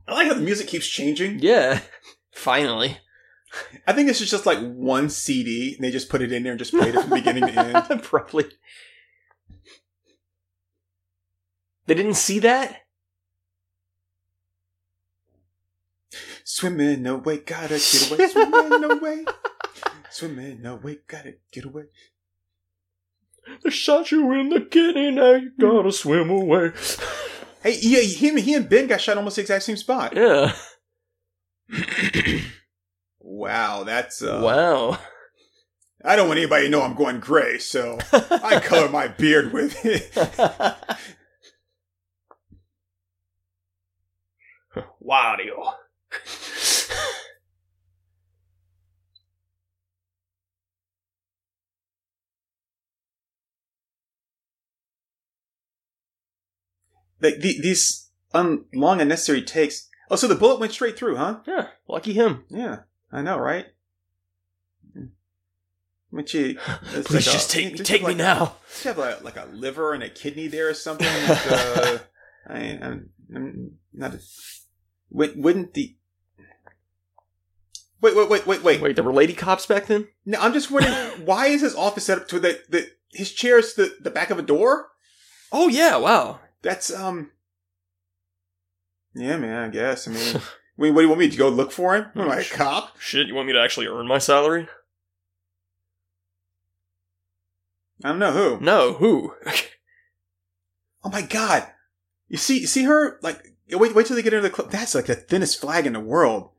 S2: I like how the music keeps changing.
S1: Yeah. Finally.
S2: I think this is just like one CD, and they just put it in there and just played it from beginning to
S1: *laughs*
S2: end.
S1: Probably. They didn't see that?
S2: Swimming away, gotta get away. Swimming
S1: *laughs*
S2: away. Swimming away, gotta get away.
S1: They shot you in the kidney, now you gotta swim away.
S2: Hey, yeah, him, he and Ben got shot almost the exact same spot.
S1: Yeah.
S2: Wow, that's uh,
S1: *laughs* wow.
S2: I don't want anybody to know I'm going gray, so
S1: *laughs*
S2: I color my beard with it.
S1: Wario.
S2: Like the, these un- long unnecessary takes. Oh, so the bullet went straight through, huh?
S1: Yeah, lucky him.
S2: Yeah, I know, right? Hmm. Which is, it's
S1: Please
S2: like
S1: just
S2: a-
S1: take me,
S2: it's
S1: take me
S2: like a-
S1: now.
S2: Does she have a, like a liver and a kidney there or something? Like, uh, I, I'm, I'm not. A, wou- wouldn't the wait wait wait wait wait?
S1: Wait, there were lady cops back then?
S2: No, I'm just wondering why is his office set up to the, the his chair's the the back of a door?
S1: Oh yeah, wow.
S2: That's um. Yeah, man. I guess. I mean, wait, what do you want me to go look for him? Am I a cop?
S1: Shit, you want me to actually earn my salary?
S2: I don't know who.
S1: No, who?
S2: Oh my god! You see, you see her like wait, wait till they get into the club. That's like the thinnest flag in the world.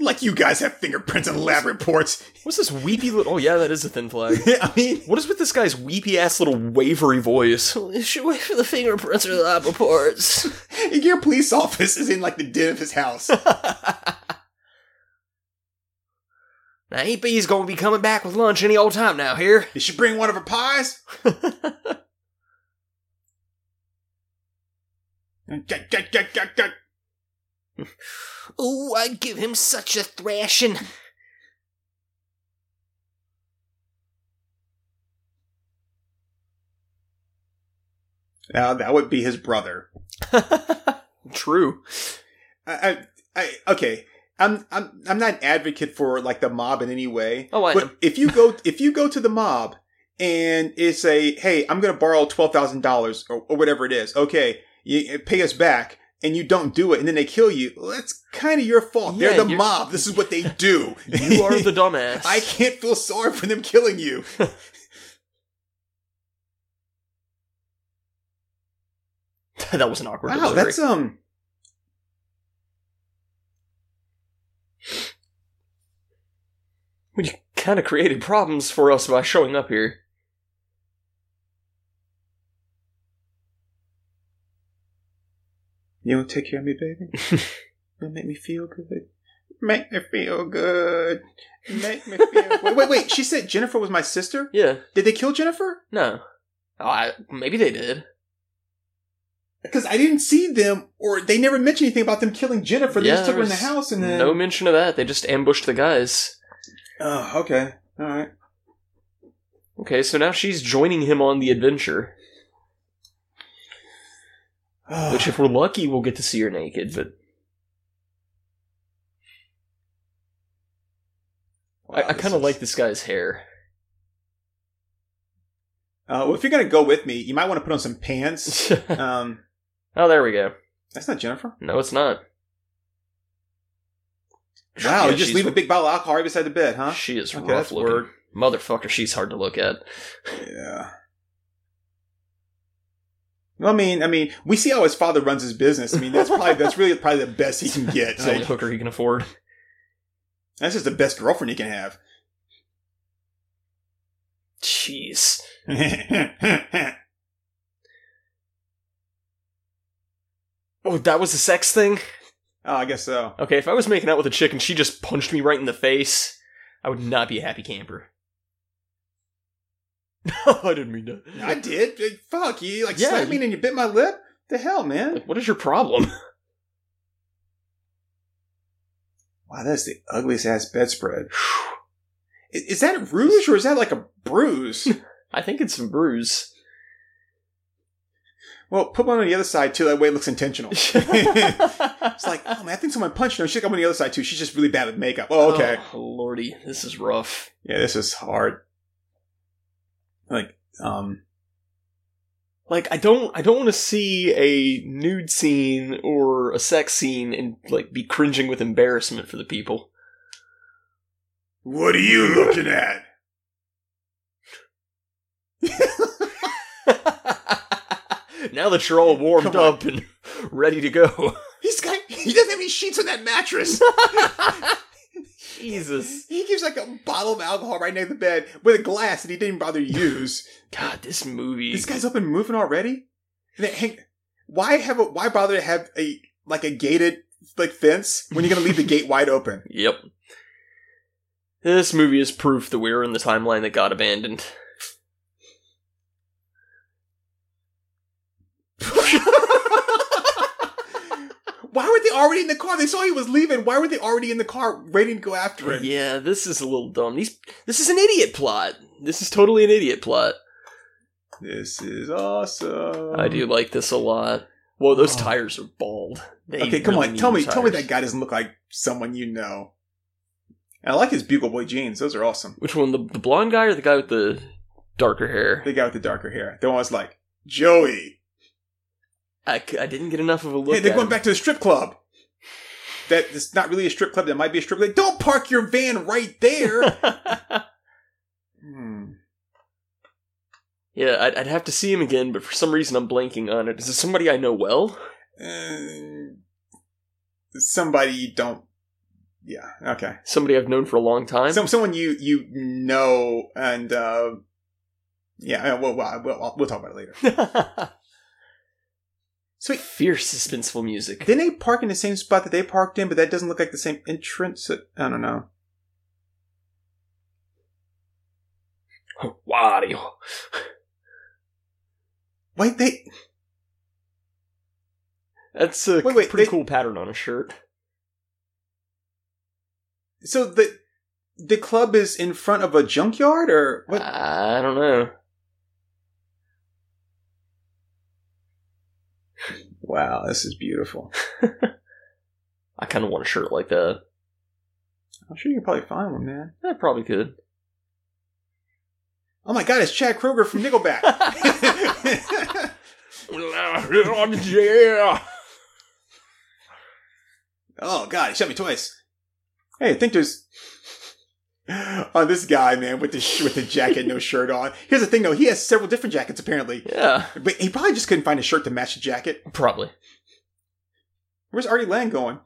S2: Like you guys have fingerprints and lab reports. *laughs*
S1: What's this weepy little Oh yeah, that is a thin *laughs* flag.
S2: I mean,
S1: What is with this guy's weepy ass little wavery *laughs* voice? Should wait for the fingerprints or the lab reports.
S2: your police office is in like the den of his house.
S1: Now AP's gonna be coming back with lunch any old time now. Here,
S2: Did she bring one of her pies? Gah, gah, gah, gah, gah.
S1: ooh, I'd give him such a thrashing.
S2: Now that would be his brother.
S1: *laughs* True.
S2: I, I, I okay. I'm, I'm, I'm not an advocate for like the mob in any way.
S1: Oh, I
S2: but
S1: am.
S2: if you go, if you go to the mob and it's a, hey, I'm going to borrow twelve thousand dollars or or whatever it is. Okay, you pay us back, and you don't do it, and then they kill you. Well, that's kind of your fault.
S1: Yeah,
S2: They're the
S1: you're-
S2: mob. This is what they do.
S1: *laughs* You are the *laughs* dumbass.
S2: *laughs* I can't feel sorry for them killing you.
S1: that was an awkward.
S2: Wow,
S1: delivery.
S2: that's um.
S1: Well, you kind of created problems for us by showing up here.
S2: You want to take care of me,
S1: *laughs*
S2: baby? You'll make me feel good. Make me feel good.
S1: *laughs*
S2: Make me feel good. Wait, wait, wait. She said Jennifer was my sister?
S1: Yeah.
S2: Did they kill Jennifer?
S1: No. Oh, I, maybe they did.
S2: Because I didn't see them, or they never mentioned anything about them killing Jennifer. They
S1: Yeah,
S2: just took her in the
S1: there's
S2: house and then.
S1: No mention of that. They just ambushed the guys.
S2: Oh, *sighs* okay. All right.
S1: Okay, so now she's joining him on the adventure. Which,
S2: *sighs*
S1: if we're lucky, we'll get to see her naked. But
S2: Wow,
S1: I, I
S2: this
S1: kind of
S2: is-
S1: like this guy's hair. *laughs*
S2: Uh, well, if you're gonna go with me, you might want to put on
S1: *laughs*
S2: some pants. um,
S1: oh, there we go.
S2: that's not Jennifer.
S1: No, it's not. *laughs*
S2: Wow,
S1: Yeah,
S2: you just
S1: she's-
S2: leave a big bottle of alcohol right beside the bed, huh?
S1: She is
S2: Okay,
S1: rough
S2: that's
S1: looking.
S2: word.
S1: Motherfucker, she's hard to look at.
S2: Yeah. Well, I mean, I mean, we see how his father runs his business. I mean, that's probably that's really probably the best he can
S1: *laughs*
S2: get.
S1: It's the
S2: So
S1: only hooker he can afford.
S2: that's just the best girlfriend he can have. *laughs*
S1: Jeez. Oh, that was a sex thing?
S2: Oh, I guess so.
S1: Okay, if I was making out with a chick and she just punched me right in the face, I would not be a happy camper. *laughs* I didn't mean that.
S2: I did. Like, Fuck you! Like
S1: Yeah,
S2: slapped me and you bit my lip. The hell, man!
S1: Like, what is your problem?
S2: Wow, that's the ugliest ass *sighs* bedspread. Is, is that rouge or is that like a *laughs* bruise?
S1: I think it's some bruise.
S2: well, put one on the other side too. That way it looks intentional. *laughs* *laughs* it's
S1: it's
S2: like, oh man, I think someone punched her. She's like, I'm on the other side too. She's just really bad with makeup. Oh, okay.
S1: Oh, lordy, this is rough.
S2: Yeah, this is hard. Like, um,
S1: Like I don't I don't want to see a nude scene or a sex scene and like be cringing with embarrassment for the people.
S2: what are you looking at?
S1: *laughs* now that you're all warmed
S2: Come on.
S1: up and *laughs* ready to
S2: *laughs*
S1: go.
S2: He's got. He doesn't have any sheets on that *laughs* mattress.
S1: Jesus.
S2: He keeps like a bottle of alcohol right next to the bed with a glass that he didn't bother to use.
S1: God, this movie.
S2: this guy's up and moving already. And then, Hank, why have a why bother to have a like a gated like fence when you're gonna leave
S1: *laughs*
S2: the gate wide open?
S1: Yep. This movie is proof that we are in the timeline that got abandoned.
S2: Why were they already in the car? They saw he was leaving. Why were they already in the car waiting to go after him?
S1: Yeah, this is a little dumb. These this is an idiot plot. This is totally an idiot plot.
S2: This is awesome.
S1: I do like this a lot. Whoa, those
S2: Um, Oh.
S1: tires are bald. They
S2: Okay, come
S1: really
S2: on,
S1: need
S2: tell me,
S1: new
S2: tell me
S1: tires.
S2: that guy doesn't look like someone you know. And I like his bugle boy jeans; those are awesome.
S1: Which one, the, the blonde guy or the guy with the darker hair?
S2: The guy with the darker hair. The one was like, Joey.
S1: I, c- I didn't get enough of a look.
S2: hey, they're
S1: at
S2: going
S1: him.
S2: back to the strip club. That it's not really a strip club. That might be a strip club. Don't park your van
S1: *laughs*
S2: right there. Hmm.
S1: yeah, I'd, I'd have to see him again, but for some reason I'm blanking on it. Is it somebody I know well?
S2: Uh, somebody you don't. Yeah. Okay.
S1: Somebody I've known for a long time? *laughs*
S2: Some someone you you know and uh, yeah. uh, We'll, we'll we'll we'll talk about it later. Sweet.
S1: Fierce suspenseful music.
S2: Didn't they park in the same spot that they parked in, but that doesn't look like the same entrance? Uh, I don't know.
S1: Wario.
S2: Wait, they
S1: That's a
S2: Wait, wait,
S1: pretty
S2: they-
S1: cool pattern on a shirt.
S2: so the the club is in front of a junkyard or
S1: Uh,
S2: what?
S1: I don't know.
S2: wow, this is beautiful.
S1: I kind of want a shirt like that.
S2: I'm sure you can probably find one, man.
S1: I probably
S2: *laughs*
S1: could.
S2: Oh my god, it's Chad Kroger from Nickelback. *laughs*
S1: yeah.
S2: oh god, he shot me twice. Hey, I think there's oh this guy, man, with the sh- with the jacket, *laughs* no shirt on. Here's the thing, though, he has several different jackets apparently,
S1: Yeah.
S2: but he probably just couldn't find a shirt to match the jacket.
S1: Probably.
S2: Where's Artie Lang going?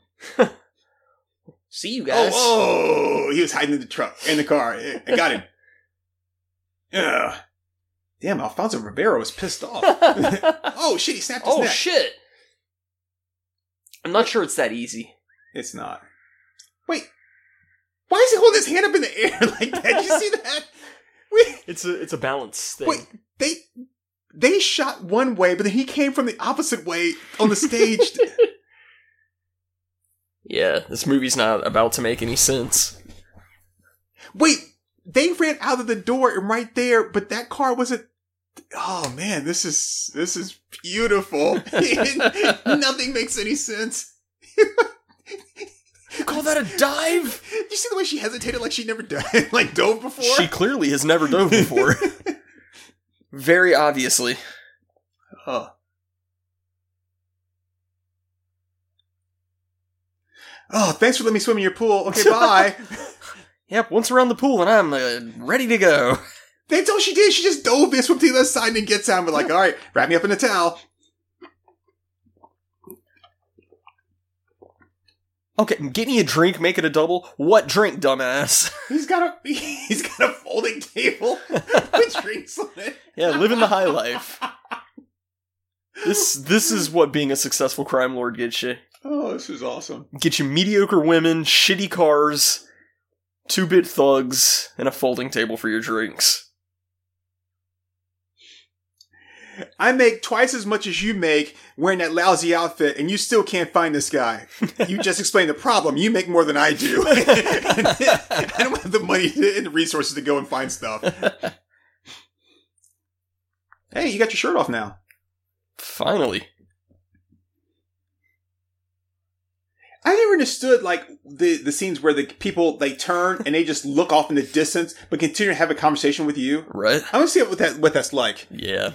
S1: See you
S2: Oh, oh, he was hiding in the truck in the car. I I got him. Ugh. Damn, Alfonso Rivero is pissed off.
S1: *laughs*
S2: oh shit, he snapped his
S1: oh
S2: neck.
S1: shit. I'm not sure it's that easy.
S2: It's not. Wait, why is he holding his hand up in the air *laughs* like that? Did you see that? *laughs* We,
S1: It's a it's a balance thing.
S2: Wait. they they shot one way, but then he came from the opposite way on the *laughs* stage.
S1: Yeah, this movie's not about to make any sense.
S2: Wait, they ran out of the door and right there, but that car wasn't. Oh man, this is this is beautiful. *laughs* Nothing makes any sense.
S1: Call that a dive?
S2: You see the way she hesitated, like she never *laughs* died, like dove before.
S1: She clearly has never dove *laughs* before. Very obviously.
S2: Oh. Oh, thanks for letting me swim in your pool. Okay, *laughs* bye.
S1: Yep, once around the pool and I'm uh, ready to go.
S2: That's all she did. She just dove and swam to the other side and then gets out and be like, all right, wrap me up in a towel.
S1: Okay, get me a drink, make it a double. What drink, dumbass? *laughs*
S2: He's got a *laughs* he's got a folding *laughs* table with drinks on it.
S1: yeah, living the high life. This this is what being a successful crime lord gets you.
S2: Oh, this is awesome.
S1: Get you mediocre women, shitty cars, two bit thugs, and a folding table for your drinks. *laughs*
S2: I make twice as much as you make wearing that lousy outfit, and you still can't find this guy. You just explained the problem. You make more than I do. *laughs* I don't have the money to- and the resources to go and find *laughs* stuff. Hey, you got your shirt off now.
S1: Finally.
S2: I never understood like the the scenes where the people they turn and they just look off in the distance, but continue to have a conversation with you.
S1: Right?
S2: I want to see what that what that's like.
S1: Yeah.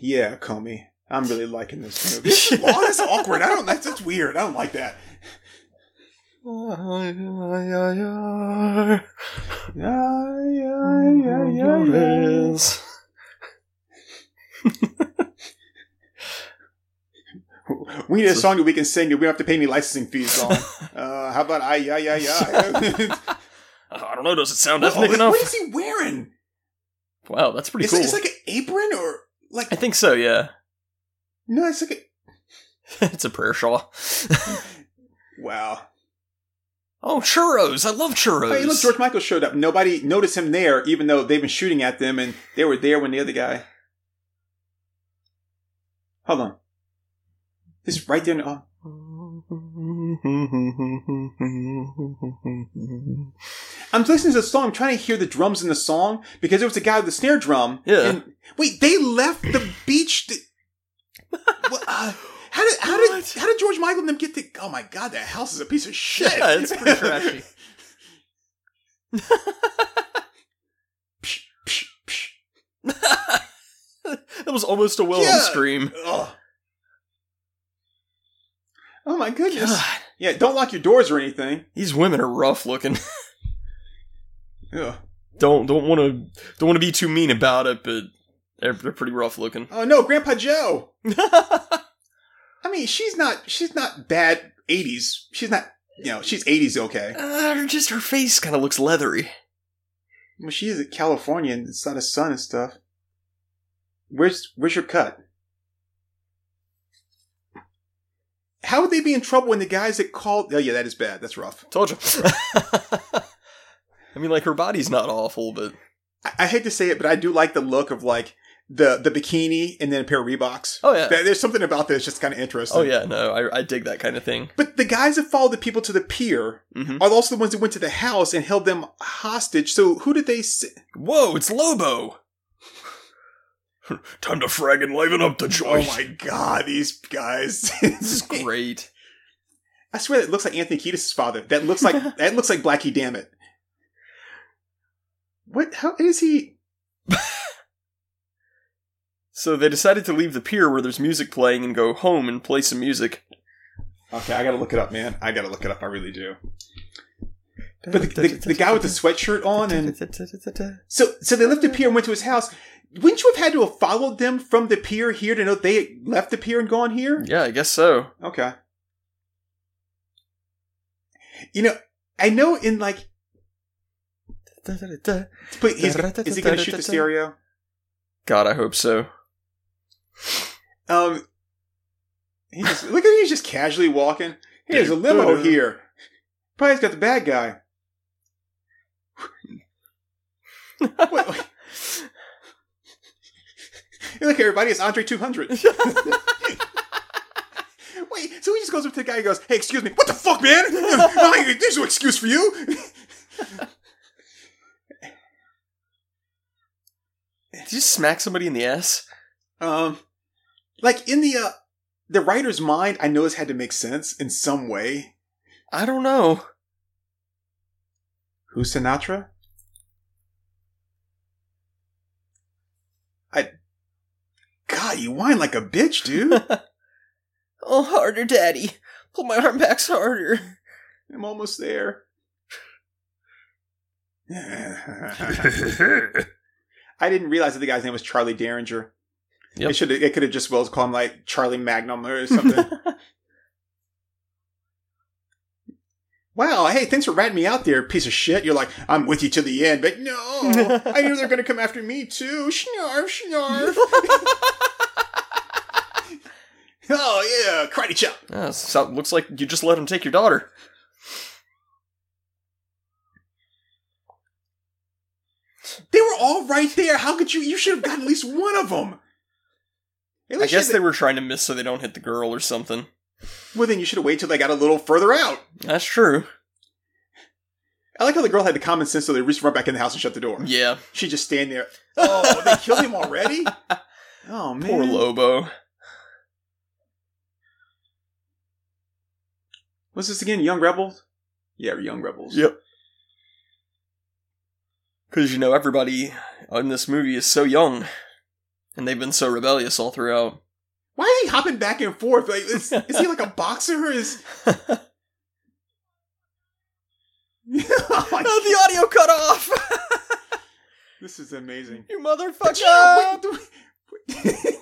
S2: Yeah, Comey. I'm really liking this
S1: *laughs*
S2: movie. oh, that's awkward. I don't. That's, that's weird. I don't like that. We need a song that we can sing that we don't have to pay any licensing
S1: *laughs*
S2: fees on. Uh, how about I, yeah, yeah, *laughs* yeah?
S1: I don't know, does it sound
S2: What
S1: ethnic
S2: is-
S1: enough?
S2: what is he wearing?
S1: Wow, that's pretty
S2: It's,
S1: cool.
S2: it's like an apron or like
S1: I think so, yeah. *laughs*
S2: no, it's like a
S1: it's a prayer shawl.
S2: wow.
S1: Oh, churros! I love churros.
S2: Hey, look, George Michael showed up. Nobody noticed him there, even though they've been shooting at them and they were there when the other guy. Hold on, it's right there. In the, oh, I'm listening to the song, I'm trying to hear the drums in the song because there was a guy with a snare drum.
S1: Yeah.
S2: And, wait, they left the beach.
S1: *laughs*
S2: To, What, uh, how did how did
S1: What?
S2: how did George Michael and them get the? Oh my God, that house is a piece of shit.
S1: Yeah, it's pretty
S2: *laughs*
S1: trashy.
S2: Psh, psh, psh.
S1: that was almost a Wilhelm
S2: Yeah.
S1: scream.
S2: Ugh. Oh my goodness.
S1: God,
S2: Yeah, don't lock your doors or anything.
S1: *sighs* these women are rough looking. *laughs*
S2: Ugh.
S1: don't don't want to don't want to be too mean about it, but they're, they're pretty rough looking.
S2: Oh no,
S1: *laughs*
S2: Grandpa Joe.
S1: yeah,
S2: I mean, she's not she's not bad '80s. She's not you know she's '80s okay.
S1: Uh, just her face kind of looks leathery.
S2: Well, she is a Californian. It's not a sun and stuff. Where's where's your cut? How would they be in trouble when the guys that called? Oh yeah, that is bad. That's rough.
S1: Told you. *laughs* I mean, like her body's not awful, but
S2: I, I hate to say it, but I do like the look of like the the bikini and then a pair of Reeboks.
S1: oh yeah,
S2: There- There's something about that that's just kind of interesting.
S1: oh yeah. No, I I dig that kind of thing.
S2: But the guys that followed the people to the pier
S1: hmm
S2: are also the ones that went to the house and held them hostage. So who did they? s
S1: Whoa, it's Lobo. *laughs* Time to frag and liven up the
S2: *laughs* Oh
S1: joint.
S2: my god, these guys!
S1: *laughs*
S2: *laughs*
S1: this is great.
S2: I swear that looks like Anthony Kiedis' father. That looks *laughs* like that looks like Blackie Dammit. What? How is he?
S1: So they decided to leave the pier where there's music playing and go home and play some music.
S2: Okay, I gotta look it up, man. I gotta look it up. I really do. But the, the, the guy with the sweatshirt on and so so they left the pier and went to his house. Wouldn't you have had to have followed them from the pier here to know they had left the pier and gone here?
S1: *laughs* Yeah, I guess so. *laughs*
S2: Okay. You know, I know in like,
S1: God,
S2: but he's, is he gonna shoot the stereo?
S1: I hope so.
S2: Um, he just, look at him, he's just casually walking. Hey, there's a limo here. Probably he's got the bad guy. Wait, wait. Hey, look, everybody, it's Andre 200. *laughs* wait, so he just goes up to the guy and goes, Hey, excuse me. What the fuck, man? *laughs* I ain't- There's no excuse for
S1: *laughs*
S2: you. *laughs*
S1: Did you smack somebody in the ass?
S2: Um, like in the uh, the writer's mind, I know this had to make sense in some way.
S1: I don't know.
S2: Who's Sinatra? I. God, you whine like a bitch, dude.
S1: Oh, harder, daddy. Pull my arm back harder.
S2: I'm almost there.
S1: Ah,
S2: *laughs* I didn't realize that the guy's name was Charlie Derringer.
S1: Yep.
S2: It should it could have just well called him like Charlie Magnum or something.
S1: *laughs*
S2: wow, hey, thanks for ratting me out there, piece of shit. You're like, I'm with you to the end, but no, I knew they *laughs* were gonna come after me too. Snarf, snarf. uh, karate chop.
S1: Ah, so looks like you just let him take your daughter.
S2: They were all right there. How could you? You should have gotten at least one of them. At
S1: I
S2: least you
S1: guess
S2: had
S1: they
S2: to-
S1: were trying to miss so they don't hit the girl or something.
S2: Well, then you should have waited till they got a little further out.
S1: That's true.
S2: I like how the girl had the common sense, so they reached right back in the house and shut the door.
S1: Yeah,
S2: She just stand there. Oh, they killed
S1: *laughs*
S2: him already. Oh man,
S1: poor Lobo.
S2: What's this again? Young Rebels. Yeah, Young Rebels.
S1: Yep. Because you know everybody in this movie is so young, and they've been so rebellious all throughout.
S2: Why is he hopping back and forth? Like, is, is he like a boxer?
S1: *laughs*
S2: Or is *laughs* Oh, my
S1: Oh, the audio cut off. *laughs*
S2: This is amazing.
S1: you motherfucker!
S2: Yeah, wait, do- *laughs*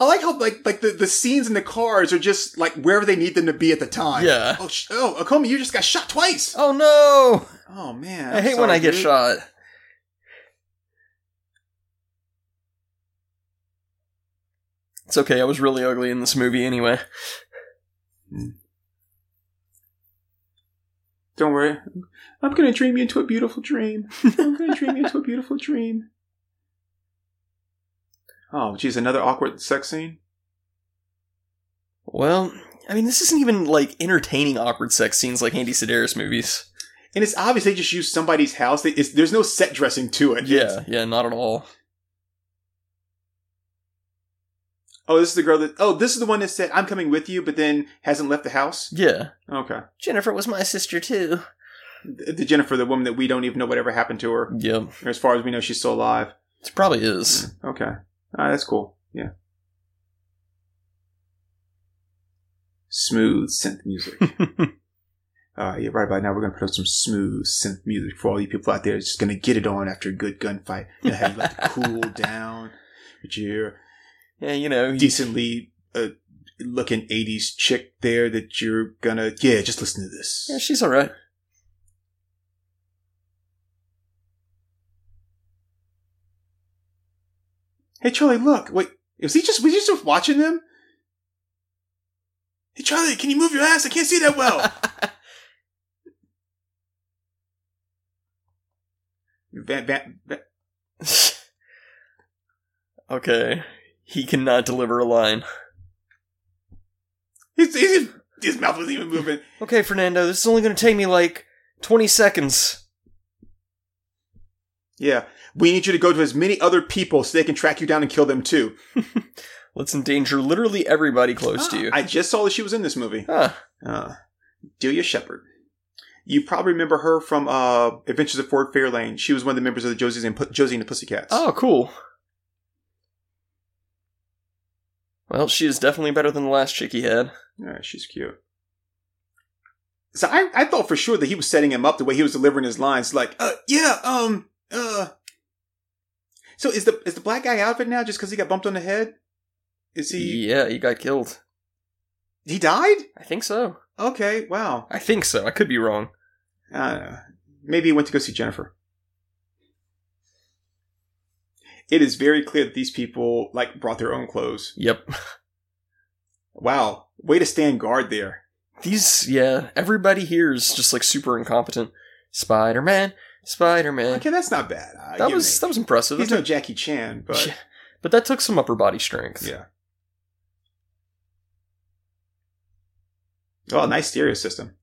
S2: I like how like like the, the scenes in the cars are just like wherever they need them to be at the time.
S1: Yeah.
S2: Oh, sh- oh, Akoma, you just got shot twice.
S1: Oh no!
S2: Oh man,
S1: I
S2: I'm
S1: hate when
S2: sorry,
S1: I get
S2: dude.
S1: shot. It's okay, I was really ugly in this movie anyway.
S2: Don't worry, I'm gonna dream you into a beautiful dream. I'm gonna dream you into a beautiful dream. *laughs* Oh, geez, another awkward sex scene.
S1: Well, I mean, this isn't even like entertaining awkward sex scenes like Andy Sedaris movies.
S2: And it's obvious they just used somebody's house. They, it's, there's no set dressing to it.
S1: Yeah, yeah, not at all.
S2: Oh, this is the girl that. Oh, this is the one that said, "I'm coming with you," but then hasn't left the house.
S1: Yeah.
S2: Okay,
S1: Jennifer was my sister too.
S2: the, the Jennifer, the woman that we don't even know whatever happened to her.
S1: Yeah,
S2: As far as we know, she's still alive.
S1: it probably
S2: *laughs*
S1: is.
S2: Okay, Ah, that's cool. Yeah. Smooth synth
S1: *laughs*
S2: music. uh, yeah, right about now we're gonna put up some smooth synth music for all you people out there. It's just gonna get it on after a good gunfight. You know, have you like to cool down with your
S1: Yeah, you know, you-
S2: decently uh, looking 80s chick there that you're gonna yeah just listen to this
S1: yeah, she's alright. *laughs*
S2: hey charlie look wait was he just was he just watching them hey charlie can you move your ass i can't see
S1: *laughs*
S2: that well Van, Van, Van-
S1: okay. He cannot deliver a line.
S2: his, his, his mouth wasn't even moving
S1: Okay, Fernando, this is only going to take me like 20 seconds.
S2: yeah we need you to go to as many other people so they can track you down and kill them too
S1: Let's endanger literally everybody close to
S2: Ah,
S1: you.
S2: i just saw that she was in this movie
S1: Huh.
S2: Uh, Delia Shepard. You probably remember her from uh, Adventures of Ford Fairlane. She was one of the members of the Josies and Pu- Josie and the Pussycats.
S1: Oh, cool. Well, she is definitely better than the last chick he had.
S2: Yeah, she's cute. So I, I thought for sure that he was setting him up the way he was delivering his lines. Like, uh, yeah, um, uh. So is the is the black guy out of it now just because he got bumped on the head? Is he?
S1: Yeah, he got killed.
S2: He died?
S1: I think so.
S2: Okay, wow.
S1: I think so. I could be wrong.
S2: Uh, maybe he went to go see Jennifer. It is very clear that these people like brought their own clothes.
S1: Yep.
S2: Wow, way to stand guard there.
S1: These, yeah, everybody here is just like super incompetent. Spider Man, Spider Man.
S2: Okay, that's not bad. I
S1: That
S2: give
S1: was
S2: it.
S1: that was impressive.
S2: he's
S1: That
S2: no Jackie Chan,
S1: took- *laughs*
S2: but
S1: Yeah. but that took some upper body strength.
S2: yeah. Oh, nice stereo system.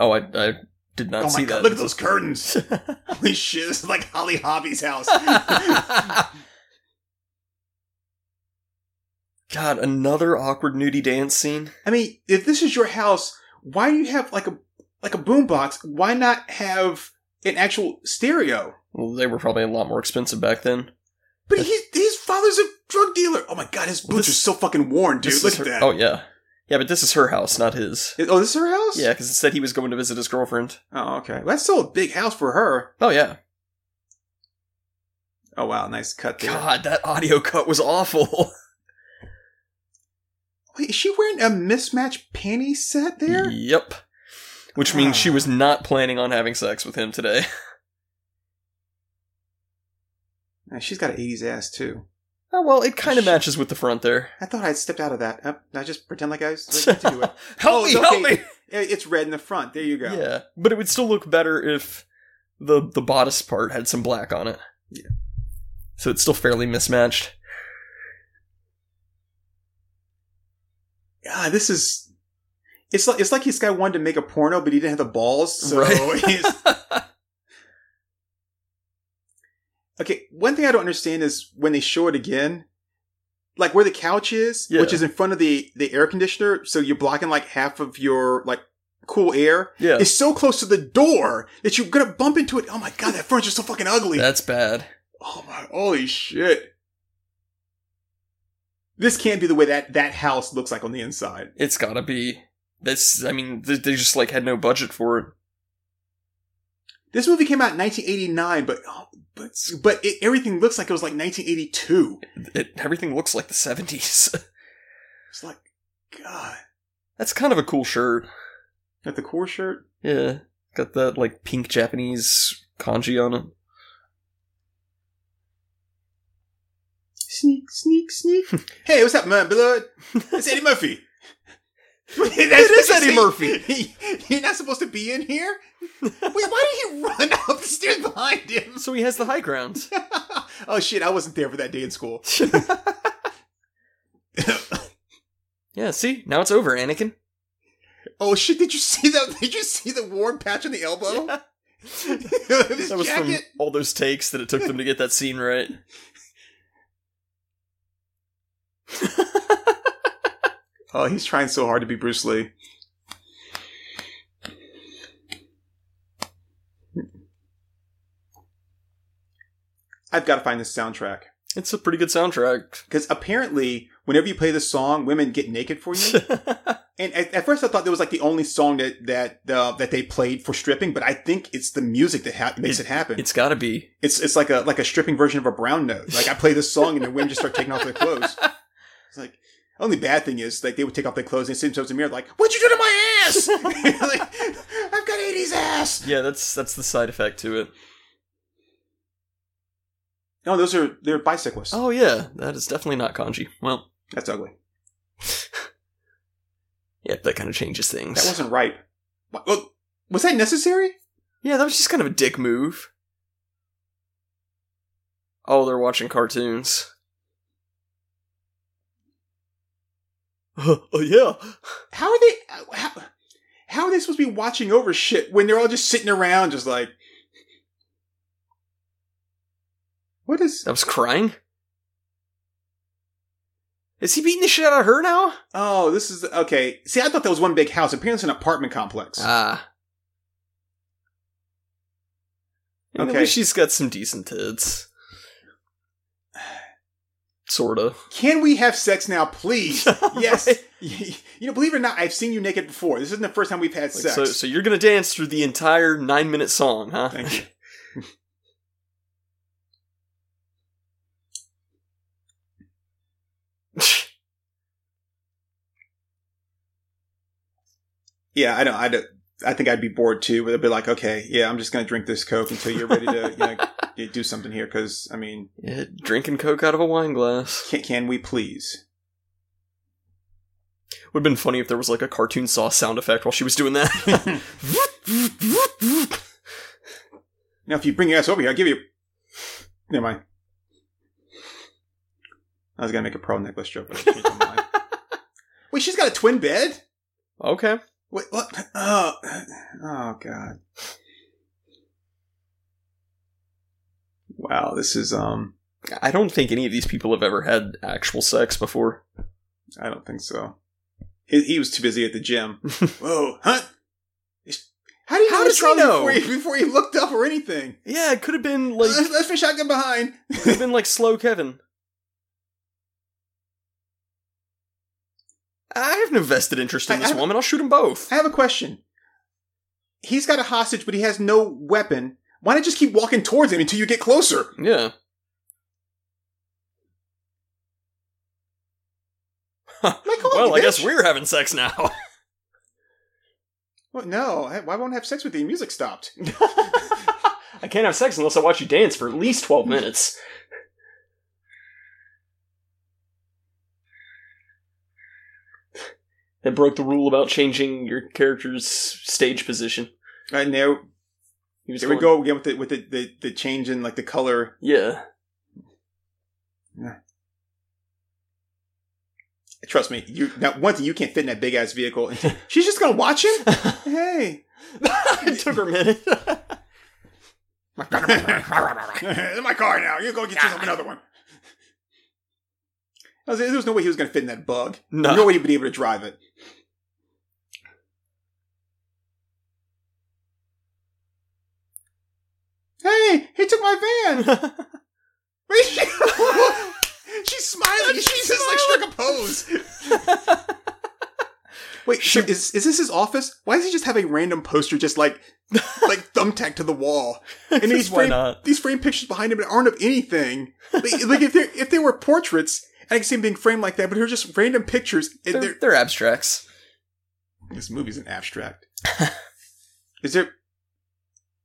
S1: Oh, I, I did not
S2: oh my
S1: see
S2: god,
S1: that.
S2: look at
S1: *laughs*
S2: those curtains! Holy shit, this is like Holly Hobby's *laughs* house.
S1: *laughs* God, another awkward nudie dance scene.
S2: I mean, if this is your house, why do you have like a like a boombox? Why not have an actual stereo?
S1: Well, they were probably a lot more expensive back then.
S2: But he's his father's a drug dealer. Oh my god, his
S1: Well,
S2: boots
S1: this-
S2: are so fucking worn, dude.
S1: This
S2: Look
S1: is
S2: at
S1: her-
S2: that.
S1: Oh yeah, yeah, but this is her house, not his.
S2: oh, this is her house.
S1: Yeah, because it said he was going to visit his girlfriend.
S2: Oh, okay. Well, that's still a big house for her.
S1: Oh yeah.
S2: Oh wow, nice cut there.
S1: God, that audio cut was awful.
S2: Wait, is she wearing a mismatched panty set there?
S1: Yep. Which means she was not planning on having sex with him today.
S2: Uh, She's got an 80s ass too.
S1: *laughs* Oh, well, it kind of matches with the front there.
S2: I thought I'd stepped out of that. Uh, I just pretend like I was ready to do it.
S1: *laughs* Help
S2: Oh,
S1: me!
S2: it's
S1: Help
S2: okay.
S1: me!
S2: It- It's red in the front. There you go.
S1: Yeah, but it would still look better if the the bodice part had some black on it.
S2: Yeah.
S1: So it's still fairly mismatched.
S2: God, Ah, this is. It's like it's like this guy wanted to make a porno, but he didn't have the balls. So
S1: Right.
S2: *laughs*
S1: *laughs*
S2: he's- okay, one thing I don't understand is when they show it again, like where the couch is,
S1: Yeah.
S2: which is in front of the the air conditioner, so you're blocking like half of your like cool air.
S1: Yeah,
S2: It's so close to the door that you're gonna bump into it. Oh my god, that furniture's so fucking ugly.
S1: that's bad.
S2: Oh my, holy shit. This can't be the way that that house looks like on the inside.
S1: It's gotta be. This, I mean, th- they just like had no budget for it.
S2: This movie came out in 1989, but oh, but but it, everything looks like it was like 1982.
S1: it everything looks like the seventies. *laughs*
S2: It's like, God,
S1: that's kind of a cool shirt.
S2: got the core shirt.
S1: Yeah, got that like pink Japanese kanji on it.
S2: Sneak, sneak, sneak. hey, what's up, man, blood? It's Eddie Murphy. *laughs* That's
S1: is
S2: what you
S1: Eddie
S2: say. *laughs* You're not supposed to be in here. Wait, why did he *laughs* run up the stairs behind
S1: *laughs*
S2: him? *laughs*
S1: So he has the high ground.
S2: oh shit, I wasn't there for that day in school.
S1: yeah, see, now it's over, Anakin.
S2: Oh shit, did you see that? Did you see the warm patch on the elbow? *laughs*
S1: Yeah.
S2: His
S1: That was from
S2: jacket.
S1: all those takes that it took them to get that scene right.
S2: Oh, he's trying so hard to be Bruce Lee. I've got to find this soundtrack
S1: It's a pretty good soundtrack.
S2: because apparently, whenever you play this song, women get naked for *laughs* you. and at, at first, I thought that was like the only song that that uh, that they played for stripping, but I think it's the music that ha- makes it, happen.
S1: *laughs*
S2: It's,
S1: it's gotta be.
S2: it's like a like a stripping version of a brown note. Like I play this song, and the women just start taking off their clothes. It's like only bad thing is like they would take off their clothes and see themselves in the mirror like, "What'd you do to my ass?" *laughs* like, I've got '80s ass.
S1: Yeah, that's that's the side effect to it.
S2: No, those are they're bicyclists.
S1: Oh yeah, that is definitely not kanji. Well,
S2: That's ugly.
S1: yeah, that kind of changes things.
S2: That wasn't right. What- what- Was that necessary?
S1: Yeah, that was just kind of a dick move. Oh, they're watching cartoons. *laughs* oh yeah.
S2: How are they? How, how are they supposed to be watching over shit when they're all just sitting around, just like, what is?
S1: That was crying. Is he beating the shit out of her now?
S2: Oh, this is okay. See, I thought that was one big house. Apparently, it's an apartment complex.
S1: Ah. Okay. At
S2: Okay.
S1: least she's got some decent tits. Sorta.
S2: Can we have sex now,
S1: *laughs*
S2: please? Yes. *laughs* you know, believe it or not, I've seen you naked before. This isn't the first time we've had
S1: Like,
S2: sex.
S1: so, so you're gonna dance through the entire nine minute song, huh?
S2: *laughs* Thank you. yeah, I don't. I don't. I think I'd be bored too, but I'd be like, okay, yeah, I'm just gonna drink this coke until you're ready to
S1: *laughs*
S2: you know, you do something here. Because I mean,
S1: *laughs* Yeah, drinking coke out of a wine glass.
S2: can, can
S1: *laughs*
S2: we please?
S1: Would have been funny if there was like a cartoon saw sound effect while she was doing that.
S2: Now, if you bring your ass over here, I'll give you. Never mind. I was gonna make a pearl necklace joke, but I changed my mind.
S1: *laughs*
S2: Wait, she's got a twin bed.
S1: *laughs* okay.
S2: Wait, what? Oh, oh God. Wow, this is, um,
S1: I don't think any of these people have ever had actual sex before.
S2: I don't think so. He, he was too busy at
S1: *laughs*
S2: the gym. Whoa, huh? It's- How do you
S1: How
S2: know
S1: does
S2: it's
S1: he
S2: Charlie
S1: know?
S2: Before he, before he looked up or anything?
S1: Yeah, it could have been like
S2: let's, let's be shotgun behind.
S1: could have been like slow Kevin. I have no vested interest in
S2: I-
S1: this
S2: I-
S1: woman. I'll shoot them both.
S2: I have a question. He's got a hostage, but he has no weapon. Why not just keep walking towards him until you get closer?
S1: Yeah.
S2: Like, come on,
S1: well,
S2: you
S1: I guess
S2: bitch.
S1: we're having sex now. *laughs*
S2: What? No, I, I won't have sex with you. Music stopped.
S1: I can't have sex unless I watch you dance for at least 12 minutes. that broke the rule about changing your character's stage position.
S2: And there,
S1: He was
S2: there we
S1: going-
S2: go again with the with the, the, the change in like the color.
S1: *laughs* Yeah.
S2: Trust me, you now one thing you can't fit in that big ass vehicle. And she's just gonna watch him. Hey, *laughs*
S1: it took her a minute.
S2: in my car now. You go get yourself another one. I was- There was no way he was gonna fit in that bug.
S1: no. *laughs*
S2: No way he'd be able to drive it. Hey, he took my van. Wait, *laughs* she- she's smiling. She's, just like struck a pose. *laughs* Wait,
S1: She-
S2: so is is this his office? Why does he just have a random poster just like *laughs* like thumbtacked to the wall? And he's
S1: why
S2: frame,
S1: not?
S2: these frame pictures behind him that aren't of anything. Like, like if they if they were portraits, I can see him being framed like that. But they're just random pictures. And
S1: They're,
S2: they're,
S1: they're abstracts.
S2: this movie's an abstract. is there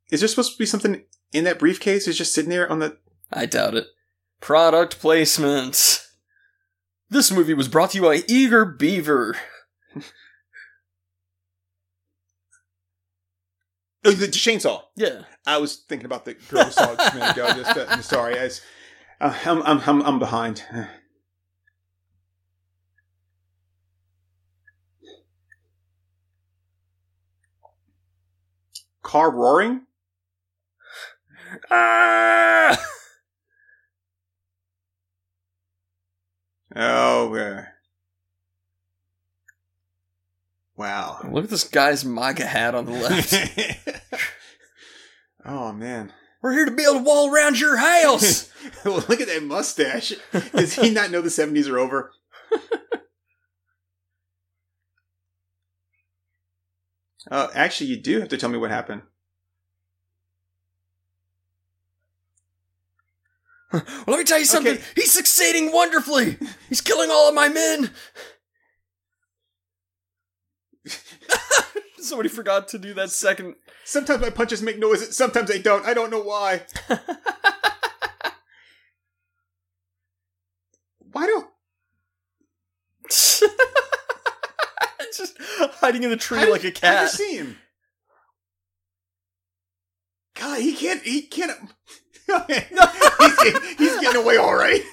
S2: is there supposed to be something in that briefcase? Is just sitting there on the
S1: I doubt it. Product placement. This movie was brought to you by Eager Beaver.
S2: oh, the chainsaw.
S1: Yeah.
S2: I was thinking about the girl who saw it just a minute ago. I Just, uh, I'm sorry, I was, uh, I'm, I'm I'm I'm behind. Car roaring.
S1: Ah!
S2: Oh, uh, wow.
S1: Look at this guy's MAGA hat on the
S2: *laughs*
S1: left.
S2: oh man,
S1: We're here to build a wall around your
S2: *laughs*
S1: house.
S2: well, look at that mustache. Does he not know the '70s
S1: *laughs*
S2: are over? Uh, actually, you do have to tell me what happened.
S1: well, let me tell you something.
S2: Okay.
S1: He's succeeding wonderfully. He's killing all of my men. *laughs* Somebody forgot to do that second. *laughs*
S2: Sometimes my punches make noise. Sometimes they don't. I don't know
S1: *laughs*
S2: why. why don't?
S1: Just hiding in the tree
S2: how
S1: like a
S2: did- how did you
S1: cat.
S2: see him? God, he can't. He
S1: *laughs*
S2: can't. *laughs* he's, he's getting away all right. *laughs*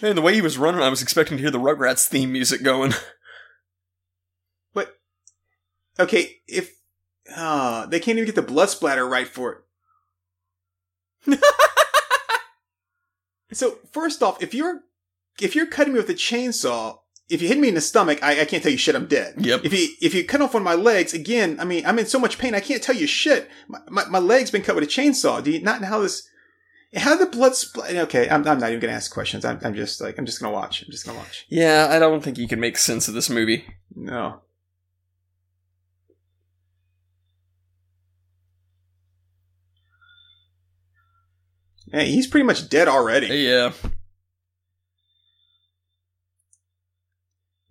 S1: And the way he was running, I was expecting to hear the Rugrats theme music going. *laughs*
S2: okay, if uh, they can't even get the blood splatter right for it. So first off, if you're if you're cutting me with a chainsaw, if you hit me in the stomach, I, I can't tell you shit. I'm dead.
S1: Yep.
S2: If you if you cut off one of my legs again, I mean I'm in so much pain I can't tell you shit. My my, my leg's been cut with a chainsaw. Do you not know how this? How did the blood splat? Okay, I'm, I'm not even gonna ask questions. I'm, I'm just like I'm just gonna watch. I'm just gonna watch.
S1: Yeah, I don't think you can make sense of this movie.
S2: No. Yeah, he's pretty much dead already.
S1: *laughs* Yeah.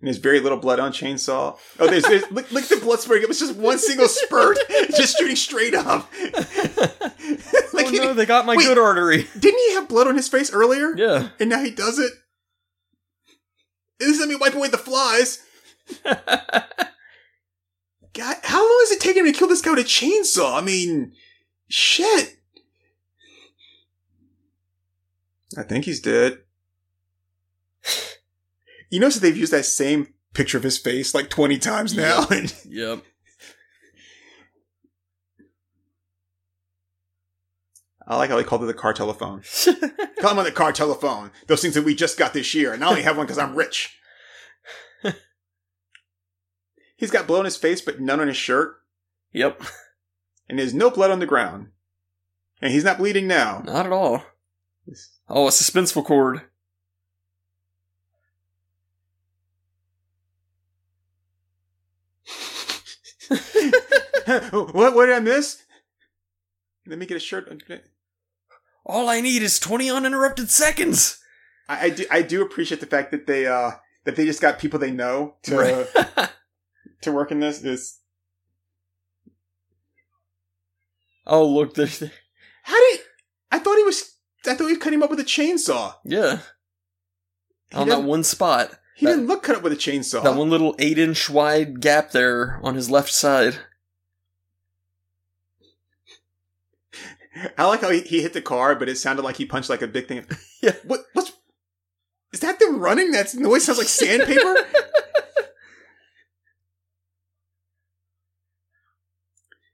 S2: And there's very little blood on Chainsaw. Oh, there's, there's look, look at the blood spurting. It was just one single
S1: *laughs*
S2: spurt, just shooting straight up. like,
S1: oh no, they got my
S2: Wait.
S1: good artery.
S2: didn't he have blood on his face earlier?
S1: *laughs* Yeah.
S2: And now he does it. This let me wipe away the flies. God, how long is it taking him to kill this guy with a chainsaw? I mean, shit. I think he's dead. You notice that they've used that same picture of his face like 20 times now. *laughs* And
S1: yep. *laughs*
S2: I like how they called it the car telephone. Call him on the car telephone. Those things that we just got this year, and I only have one because I'm
S1: *laughs*
S2: rich. He's got blood on his face, but none on his shirt,
S1: yep.
S2: and there's no blood on the ground. And he's not bleeding now.
S1: Not at all. Oh, a suspenseful chord.
S2: *laughs* what? What did I miss? Let me get a shirt.
S1: All I need is 20 uninterrupted seconds.
S2: I, I do. I do appreciate the fact that they uh that they just got people they know to
S1: Right.
S2: *laughs* to work in this. Is
S1: oh, look. There's,
S2: how did I thought he was? I thought we cut him up with a chainsaw.
S1: yeah.
S2: He
S1: On that
S2: doesn't-
S1: one spot.
S2: He
S1: That-
S2: didn't look cut up with a chainsaw.
S1: That one little eight inch wide gap there on his left side.
S2: *laughs* I like how he, he hit the car, but it sounded like he punched like a big *laughs* thing.
S1: Yeah.
S2: What? What's? Is that them running? That noise sounds like sandpaper. *laughs*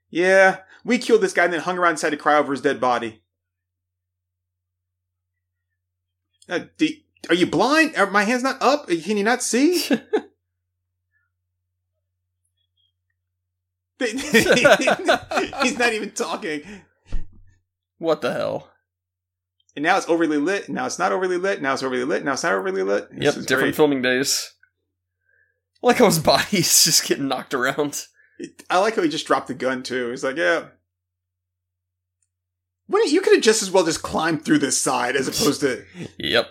S2: yeah, we killed this guy and then hung around inside to cry over his dead body. Uh, do, are you blind? Are my hands not up? Can you not *laughs* see? He's not even talking.
S1: What the hell?
S2: and now it's overly lit. Now it's not overly lit. Now it's overly lit. Now it's not overly lit. This
S1: yep,
S2: is
S1: different
S2: great.
S1: filming days. I like how *laughs* his body is just getting knocked around.
S2: It- I like how he just dropped the gun too. He's like, yeah. Wouldn't you could have just as well just climbed through this side as opposed to *laughs*
S1: Yep.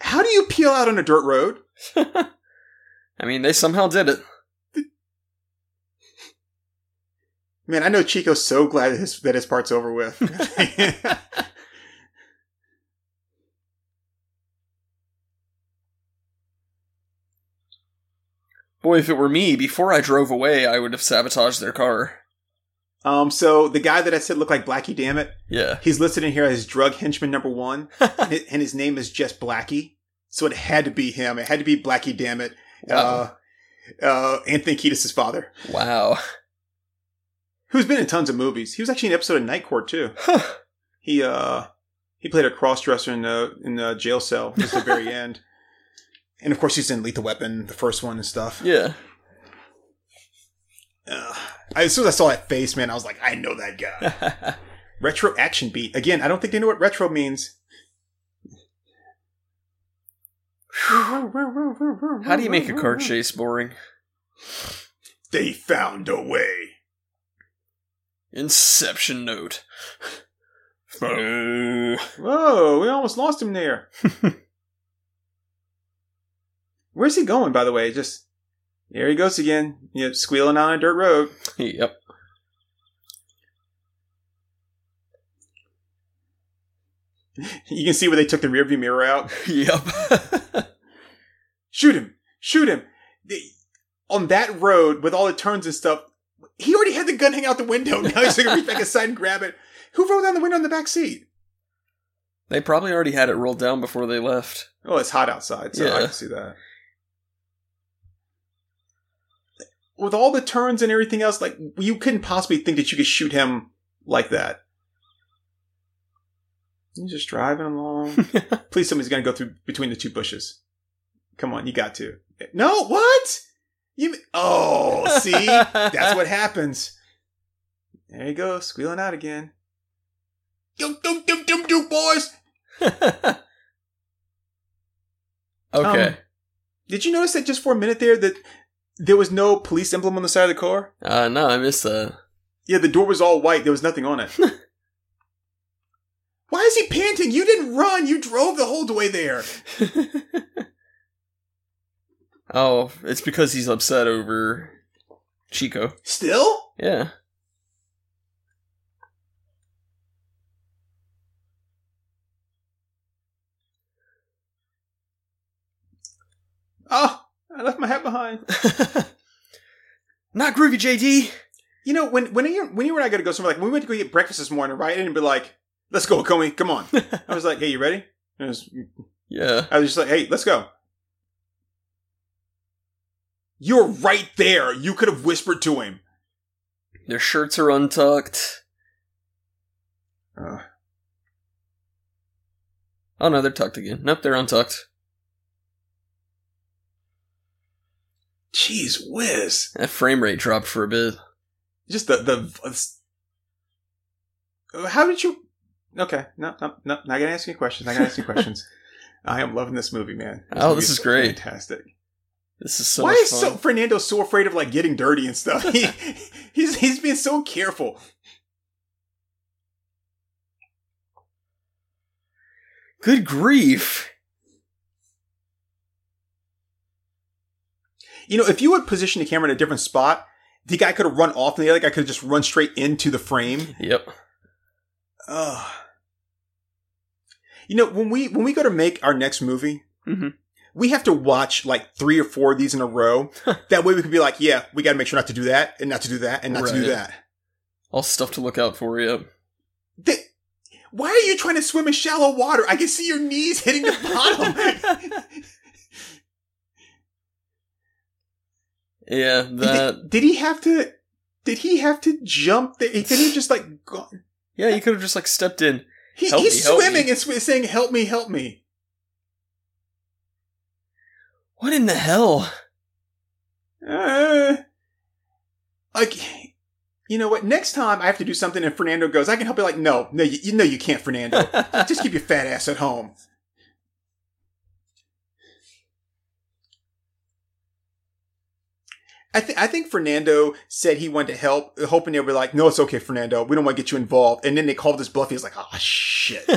S2: how do you peel out on a dirt road?
S1: I mean, they somehow did it.
S2: Man, I know Chico's so glad that his, that his part's
S1: *laughs*
S2: over with.
S1: Boy, if it were me, before I drove away, I would have sabotaged their car.
S2: *laughs* um, so the guy that I said looked like Blackie, damn it,
S1: Yeah.
S2: he's listed in here as drug henchman
S1: *laughs*
S2: number one, and hi- and his name is just Blackie. So it had to be him. It had to be Blackie, damn it.
S1: Wow.
S2: Uh, uh, Anthony Kiedis' father.
S1: wow.
S2: who's been in tons of movies. He was actually in an episode of Night Court too.
S1: Huh.
S2: He uh he played a crossdresser in the in the jail cell at the
S1: *laughs*
S2: very end. And of course, he's in Lethal Weapon, the first one and stuff. *laughs*
S1: Yeah.
S2: Ugh. I, as soon as I saw that face, man, I was like, I know that guy. retro action beat again. I don't think they know what retro means.
S1: How
S2: How
S1: do you make a car chase boring?
S2: They found a way.
S1: Inception
S2: *laughs*
S1: note. Oh.
S2: Whoa, we almost lost him there. Where's he going, by the way? Just there he goes again. You know, squealing on a dirt road. *laughs*
S1: Yep.
S2: You can see where they took the rearview mirror out.
S1: Yep.
S2: Shoot him! Shoot him! The- on that road with all the turns and stuff, he already had the gun hang out the window. Now he's gonna reach back inside and grab it. Who rolled down the window in the back seat?
S1: they probably already had it rolled down before they left.
S2: Oh, it's hot outside, so I
S1: Yeah.
S2: can see that. With all the turns and everything else, like you couldn't possibly think that you could shoot him like that. He's just driving along. Please, somebody's gonna go through between the two bushes. Come on, you got to. No, what? You? Oh,
S1: *laughs*
S2: see, that's what happens. There you go, squealing out again. Doop doop doop doop doop, boys.
S1: okay.
S2: Um, Did you notice that just for a minute there that there was no police emblem on the side of the car?
S1: uh, no, I missed that.
S2: Yeah, the door was all white. There was nothing on it. *laughs* Why is he panting? You didn't run. You drove the whole way there.
S1: *laughs* oh, it's because he's upset over Chico.
S2: Still?
S1: Yeah.
S2: Oh, I left my hat behind.
S1: *laughs* Not groovy, JD.
S2: You know, when when you when you and I got to go somewhere, like when we went to go get breakfast this morning, right? And be like, "Let's go, Comey. Come on." I was like, "Hey, you ready?" And it was-
S1: *laughs* Yeah.
S2: I was just like, "Hey, let's go." You're right there. You could have whispered to him.
S1: Their shirts are untucked.
S2: Uh,
S1: Oh no, they're tucked again. Nope, they're untucked.
S2: Jeez, whiz.
S1: That frame rate dropped for a bit.
S2: just the the how did you okay no no no not gonna ask you questions not gonna ask
S1: *laughs*
S2: you questions i am loving this movie man
S1: Oh,
S2: movie
S1: this is great.
S2: fantastic
S1: This is so
S2: why
S1: much
S2: is
S1: fun.
S2: so fernando so afraid of like getting dirty and stuff he, *laughs* he's he's being so careful
S1: Good grief.
S2: you know if you would position the camera in a different spot the guy could have run off and the other guy could have just run straight into the frame
S1: Yep.
S2: Ugh. You know, when we when we go to make our next movie,
S1: Mhm.
S2: we have to watch like three or four of these in a row. that way, we could be like, yeah, we got to make sure not to do that, and not to do that, and not to do
S1: Right.
S2: that.
S1: All stuff to look out for. Yep.
S2: Th- why are you trying to swim in shallow water? I can see your knees hitting the
S1: *laughs*
S2: bottom.
S1: *laughs* yeah. That.
S2: did, did he have to? Did he have to jump? There? He didn't just like go.
S1: Yeah. You could have just like stepped in.
S2: He,
S1: Help
S2: he's
S1: me, help
S2: swimming
S1: me.
S2: and sw- saying, "Help me, help me."
S1: What in the *laughs* hell?
S2: Uh, like, you know what? Next time I have to do something, and Fernando goes, "I can help you." Like, no, no, you, you know you can't,
S1: *laughs*
S2: Fernando. Just keep your fat ass at home. I, th- I think Fernando said he wanted to help, hoping they would be like, "No, it's okay, Fernando. We don't want to get you involved." And then they called this bluff. He's like, "Ah, shit."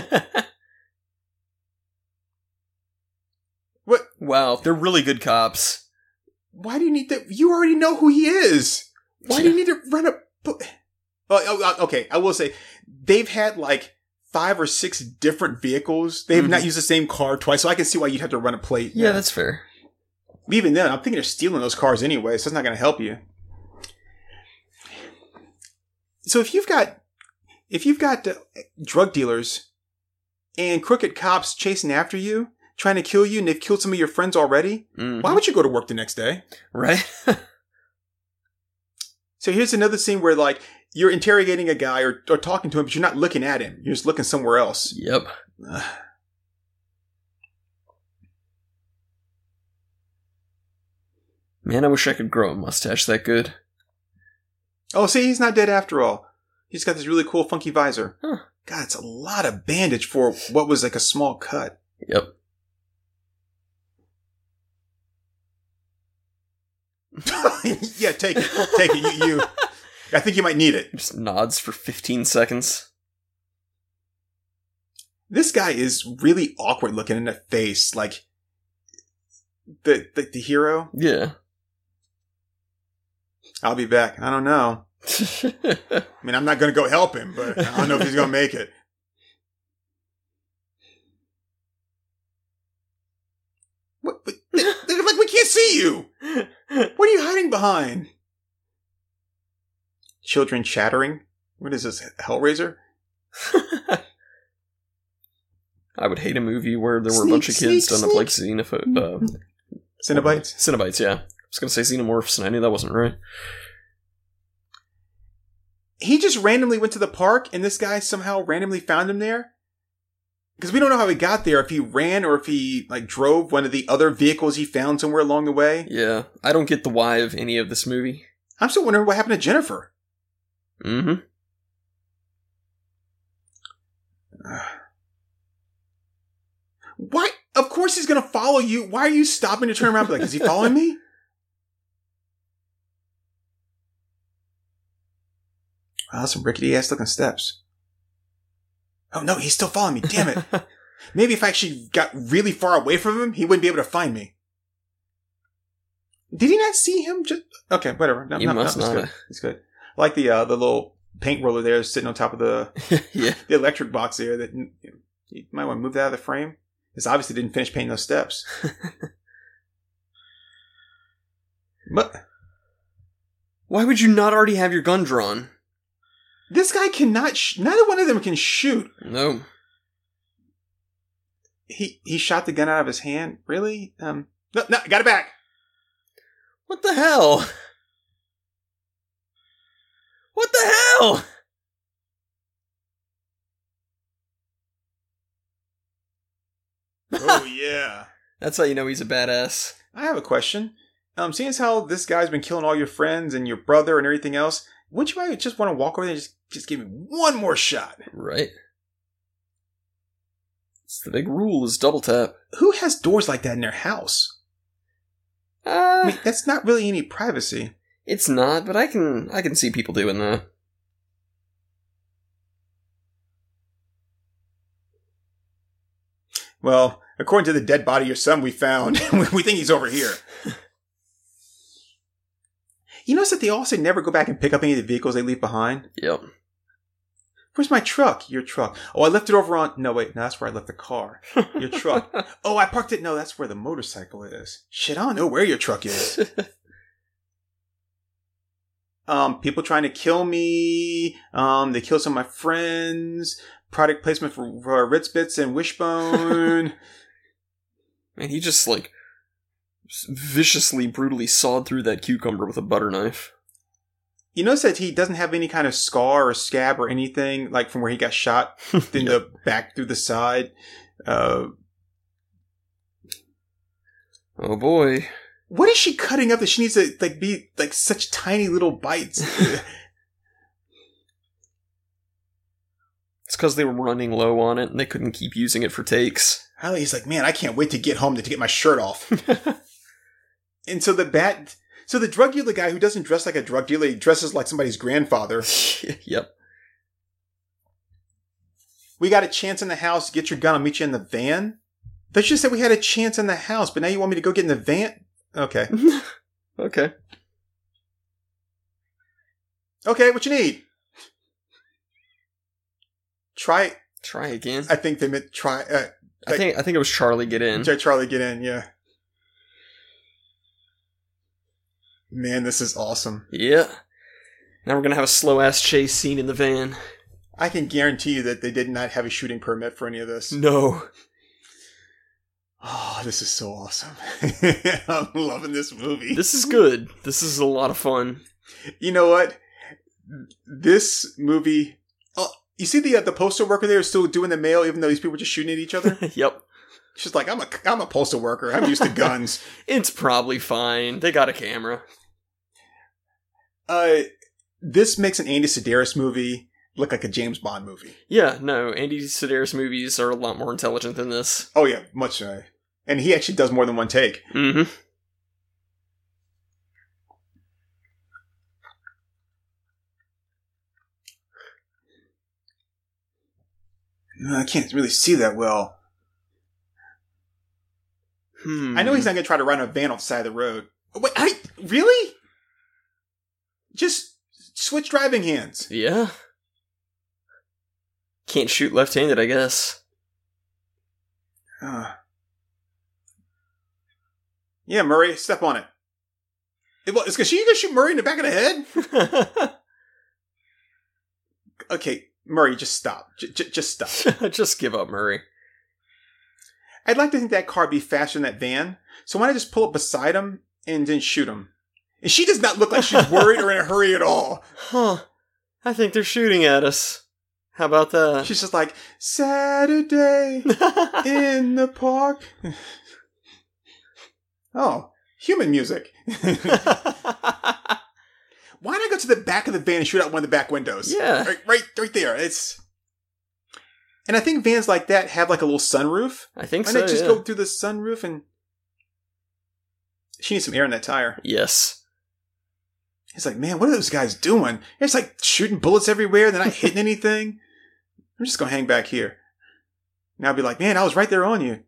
S2: What?
S1: Wow. They're really good cops.
S2: why do you need to? You already know who he is. Why do you need to run up? Oh, oh, oh, okay, I will say they've had like five or six different vehicles. They have not used the same car twice, so I can see why you'd have to run a plate.
S1: Mhm. Yeah, that's fair.
S2: even then, I'm thinking they're stealing those cars anyway, so it's not going to help you. So if you've got if you've got uh, drug dealers and crooked cops chasing after you, trying to kill you, and they've killed some of your friends already,
S1: Mhm.
S2: why would you go to work the next day?
S1: Right.
S2: So here's another scene where like you're interrogating a guy or, or talking to him, but you're not looking at him. You're just looking somewhere else.
S1: yep. *sighs* Man, I wish I could grow a mustache that good.
S2: Oh, see, he's not dead after all. He's got this really cool funky visor.
S1: Huh.
S2: God, it's a lot of bandage for what was like a small cut.
S1: Yep.
S2: *laughs* yeah, take it, take it. You, you, I think you might need it.
S1: Just nods for 15 seconds.
S2: This guy is really awkward looking in the face, like the the, the hero.
S1: Yeah.
S2: I'll be back. I don't know. I mean, I'm not going to go help him, but I don't know if he's going to make it. What? what- *laughs* they're like, we can't see you. What are you hiding behind? Children chattering. What is this? Hellraiser?
S1: *laughs* I would hate a movie where there were
S2: Sneak,
S1: a bunch of kids
S2: sneak,
S1: done up like xenopho- uh,
S2: Cenobites?
S1: Cenobites, yeah. I was gonna say xenomorphs, and I knew that wasn't right.
S2: He just randomly went to the park, and this guy somehow randomly found him there. Because we don't know how he got there. If he ran or if he like drove one of the other vehicles he found somewhere along the way.
S1: Yeah, I don't get the why of any of this movie.
S2: I'm still wondering what happened to Jennifer.
S1: Mm-hmm.
S2: Why? Of course he's gonna follow you. Why are you stopping to turn around? and be Like, is he following me? *laughs* Wow, that's some rickety ass looking steps. Oh no, he's still following me. Damn *laughs* it. Maybe if I actually got really far away from him, he wouldn't be able to find me. Did he not see him? Just okay, whatever. No,
S1: You
S2: no,
S1: must
S2: no, it's
S1: not.
S2: good. It's good. I like the uh, the little paint roller there sitting on top of the
S1: *laughs* yeah.
S2: the electric box there that you might want to move that out of the frame. This obviously didn't finish painting those steps. *laughs* but
S1: Why would you not already have your gun drawn?
S2: this guy cannot. Sh- neither one of them can shoot.
S1: No.
S2: He he shot the gun out of his hand. Really? Um. No, no, got it back.
S1: What the hell? What the hell?
S2: *laughs* oh yeah.
S1: That's how you know he's a badass.
S2: I have a question. Um, seeing as how this guy's been killing all your friends and your brother and everything else, wouldn't you might just want to walk over there and just just give me one more shot?
S1: Right. It's the big rule is double tap.
S2: Who has doors like that in their house? I
S1: Uh,
S2: mean, that's not really any privacy.
S1: it's not, but I can I can see people doing that.
S2: Well, according to the dead body of your son we found, *laughs* we think he's over here. you notice that they also never go back and pick up any of the vehicles they leave behind?
S1: Yep.
S2: Where's my truck? Your truck. Oh, I left it over on. No, wait. No, that's where I left the car. Your truck. oh, I parked it. No, that's where the motorcycle is. Shit, I don't know where your truck is. um, people trying to kill me. Um, they killed some of my friends. Product placement for, for Ritz Bits and Wishbone.
S1: *laughs* Man, he just like s- viciously, brutally sawed through that cucumber with a butter knife.
S2: you notice that he doesn't have any kind of scar or scab or anything like from where he got shot in the back through the side. Uh,
S1: Oh boy.
S2: what is she cutting up that she needs to like be like such tiny little bites?
S1: It's because they were running low on it and they couldn't keep using it for takes. *laughs*
S2: Harley is like, man, I can't wait to get home to, to get my shirt off. and so the bat, so the drug dealer guy who doesn't dress like a drug dealer, he dresses like somebody's grandfather.
S1: yep. *laughs*
S2: We got a chance in the house. Get your gun. I'll meet you in the van. They just said we had a chance in the house, but now you want me to go get in the van? Okay.
S1: okay.
S2: Okay, what you need? Try.
S1: Try again.
S2: I think they meant try. Uh,
S1: I think I think it was Charlie get in.
S2: try Charlie, get in. Yeah. Man, this is awesome.
S1: Yeah. Now we're gonna have a slow ass chase scene in the van.
S2: I can guarantee you that they did not have a shooting permit for any of this.
S1: No.
S2: Oh, this is so awesome. *laughs* I'm loving this movie.
S1: This is good. This is a lot of fun. *laughs*
S2: you know what? This movie. Oh, you see the uh, the postal worker there is still doing the mail, even though these people are just shooting at
S1: *laughs*
S2: each other.
S1: yep.
S2: She's like, I'm a I'm a postal worker. I'm
S1: *laughs*
S2: used to guns.
S1: It's probably fine. They got a camera.
S2: Uh, this makes an Andy Sedaris movie look like a James Bond movie.
S1: Yeah, no, Andy Sedaris movies are a lot more intelligent than this.
S2: Oh yeah, much. Uh, and he actually does more than one take.
S1: Mm-hmm.
S2: I can't really see that well. I know he's not going to try to run a van off the side of the road. Wait, I really? Just switch driving hands.
S1: Hmm. Yeah. Can't shoot left handed, I guess. *laughs*
S2: Uh. Yeah, Murray, step on it. It- well, Is she going to shoot Murray in the back of the head? Okay, Murray, just stop. J- j- just stop.
S1: Just give up, Murray.
S2: I'd like to think that car be faster than that van, so why not just pull up beside him and then shoot him? And she does not look like she's worried or in a hurry
S1: *laughs*
S2: at all.
S1: Huh. I think they're shooting at us. How about that?
S2: She's just like, Saturday. *laughs* in the park. *laughs* Oh, human music. Why not go to the back of the van and shoot out one of the back windows?
S1: *laughs* yeah.
S2: Right, right, right there. It's. And I think vans like that have like a little sunroof.
S1: I think
S2: Why
S1: so.
S2: not just
S1: yeah.
S2: go through the sunroof and? She needs some air in that tire.
S1: Yes.
S2: He's like, man, what are those guys doing? It's like shooting bullets everywhere. They're not hitting anything. I'm just gonna hang back here. And I'll be like, man, I was right there on you.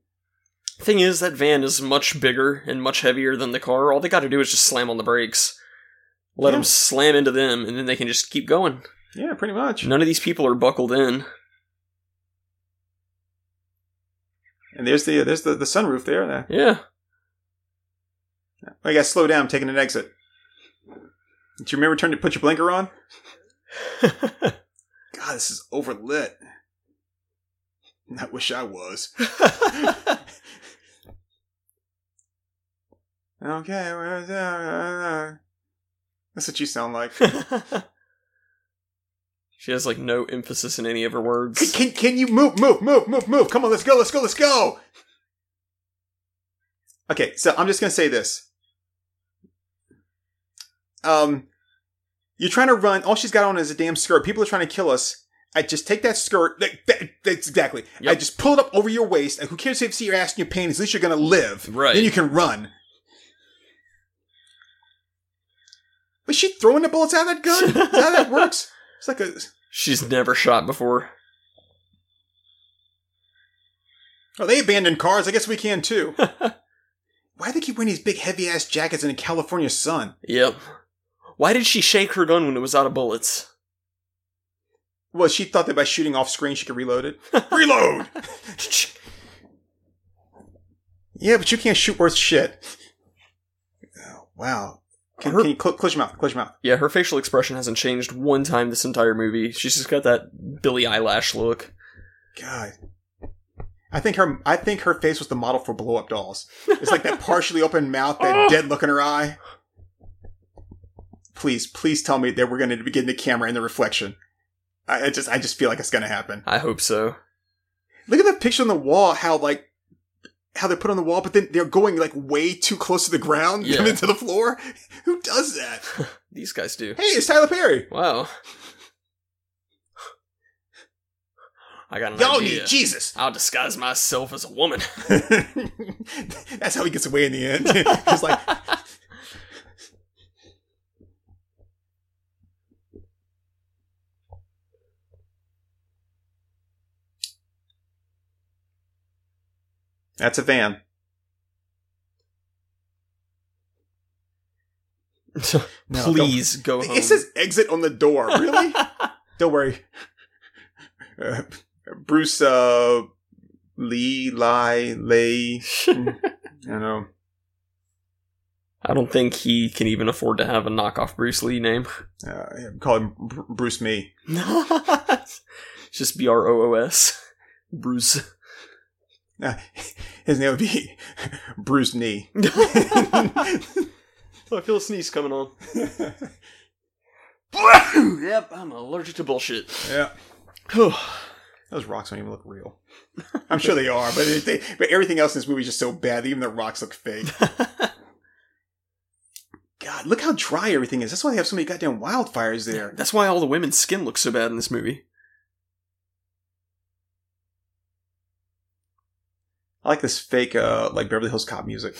S1: Thing is, that van is much bigger and much heavier than the car. All they got to do is just slam on the brakes. Let
S2: Yeah.
S1: them slam into them, and then they can just keep going.
S2: Yeah, pretty much.
S1: None of these people are buckled in.
S2: And there's the uh, there's the, the sunroof there. There.
S1: Yeah.
S2: I got slow down. I'm taking an exit. Did you remember turn to put your blinker on? God, this is overlit. I wish I was. Okay, where's uh, that? uh. That's what you sound like.
S1: *laughs* she has like no emphasis in any of her
S2: Can,
S1: words.
S2: can, can you move, move, move, move, move? Come on, let's go, let's go, let's go. Okay, so I'm just gonna say this. Um, you're trying to run. All she's got on is a damn skirt. People are trying to kill us. I just take that skirt. That, that- that's exactly. I
S1: Yep.
S2: just pull it up over your waist. Like, who cares if you see your ass and your panties? At least you're gonna live.
S1: Right.
S2: Then you can run. Was she throwing the bullets out of that gun? Is that how
S1: *laughs*
S2: that works? It's like a.
S1: She's never shot before.
S2: Oh, they abandoned cars. I guess we can too. Why do they keep wearing these big heavy ass jackets in the California sun?
S1: Yep. Why did she shake her gun when it was out of bullets?
S2: Well, she thought that by shooting off screen she could reload it. reload. yeah, but you can't shoot worth shit. Oh, wow. Can,
S1: Her-
S2: can you cl- close your mouth? Close your mouth.
S1: Yeah, her facial expression hasn't changed one time this entire movie. She's just got that Billy eyelash look.
S2: God. I think her I think her face was the model for blow up dolls. It's like that partially open mouth, that dead look in her eye. Please, please tell me that we're gonna begin the camera and the reflection. I, I just I just feel like it's gonna happen.
S1: I hope so.
S2: Look at that picture on the wall, how like how they put on the wall, but then they're going like way too close to the ground
S1: Yeah.
S2: and into the floor. Who does that?
S1: These guys do.
S2: Hey, it's Tyler Perry.
S1: Wow. I got an
S2: Y'all
S1: idea.
S2: need Jesus. *laughs*
S1: I'll disguise myself as a woman.
S2: That's how he gets away in the end. *laughs* He's like, That's a van.
S1: *laughs*
S2: No,
S1: Please go home.
S2: It says exit on the door. Really? don't worry. Uh, Bruce uh, Lee, Lai, Lay. I don't know.
S1: I don't think he can even afford to have a knockoff Bruce Lee name.
S2: Uh, yeah, call him Br- Bruce Me.
S1: It's *laughs* Just B R O O S.
S3: *laughs*
S1: Bruce.
S2: Uh, *laughs* his name would be *laughs* Bruce *laughs* Knee.
S3: I feel a sneeze coming on.
S2: yeah.
S3: yep, I'm allergic to
S1: *sighs*
S3: bullshit.
S2: Those rocks don't even look real. I'm sure they are, but it, they, but everything else in this movie is just so bad. that Even the rocks look fake. God, look how dry everything is. That's why they have so many goddamn wildfires there.
S1: That's why all the women's skin looks so bad in this movie.
S2: I like this fake, uh, like Beverly Hills Cop music.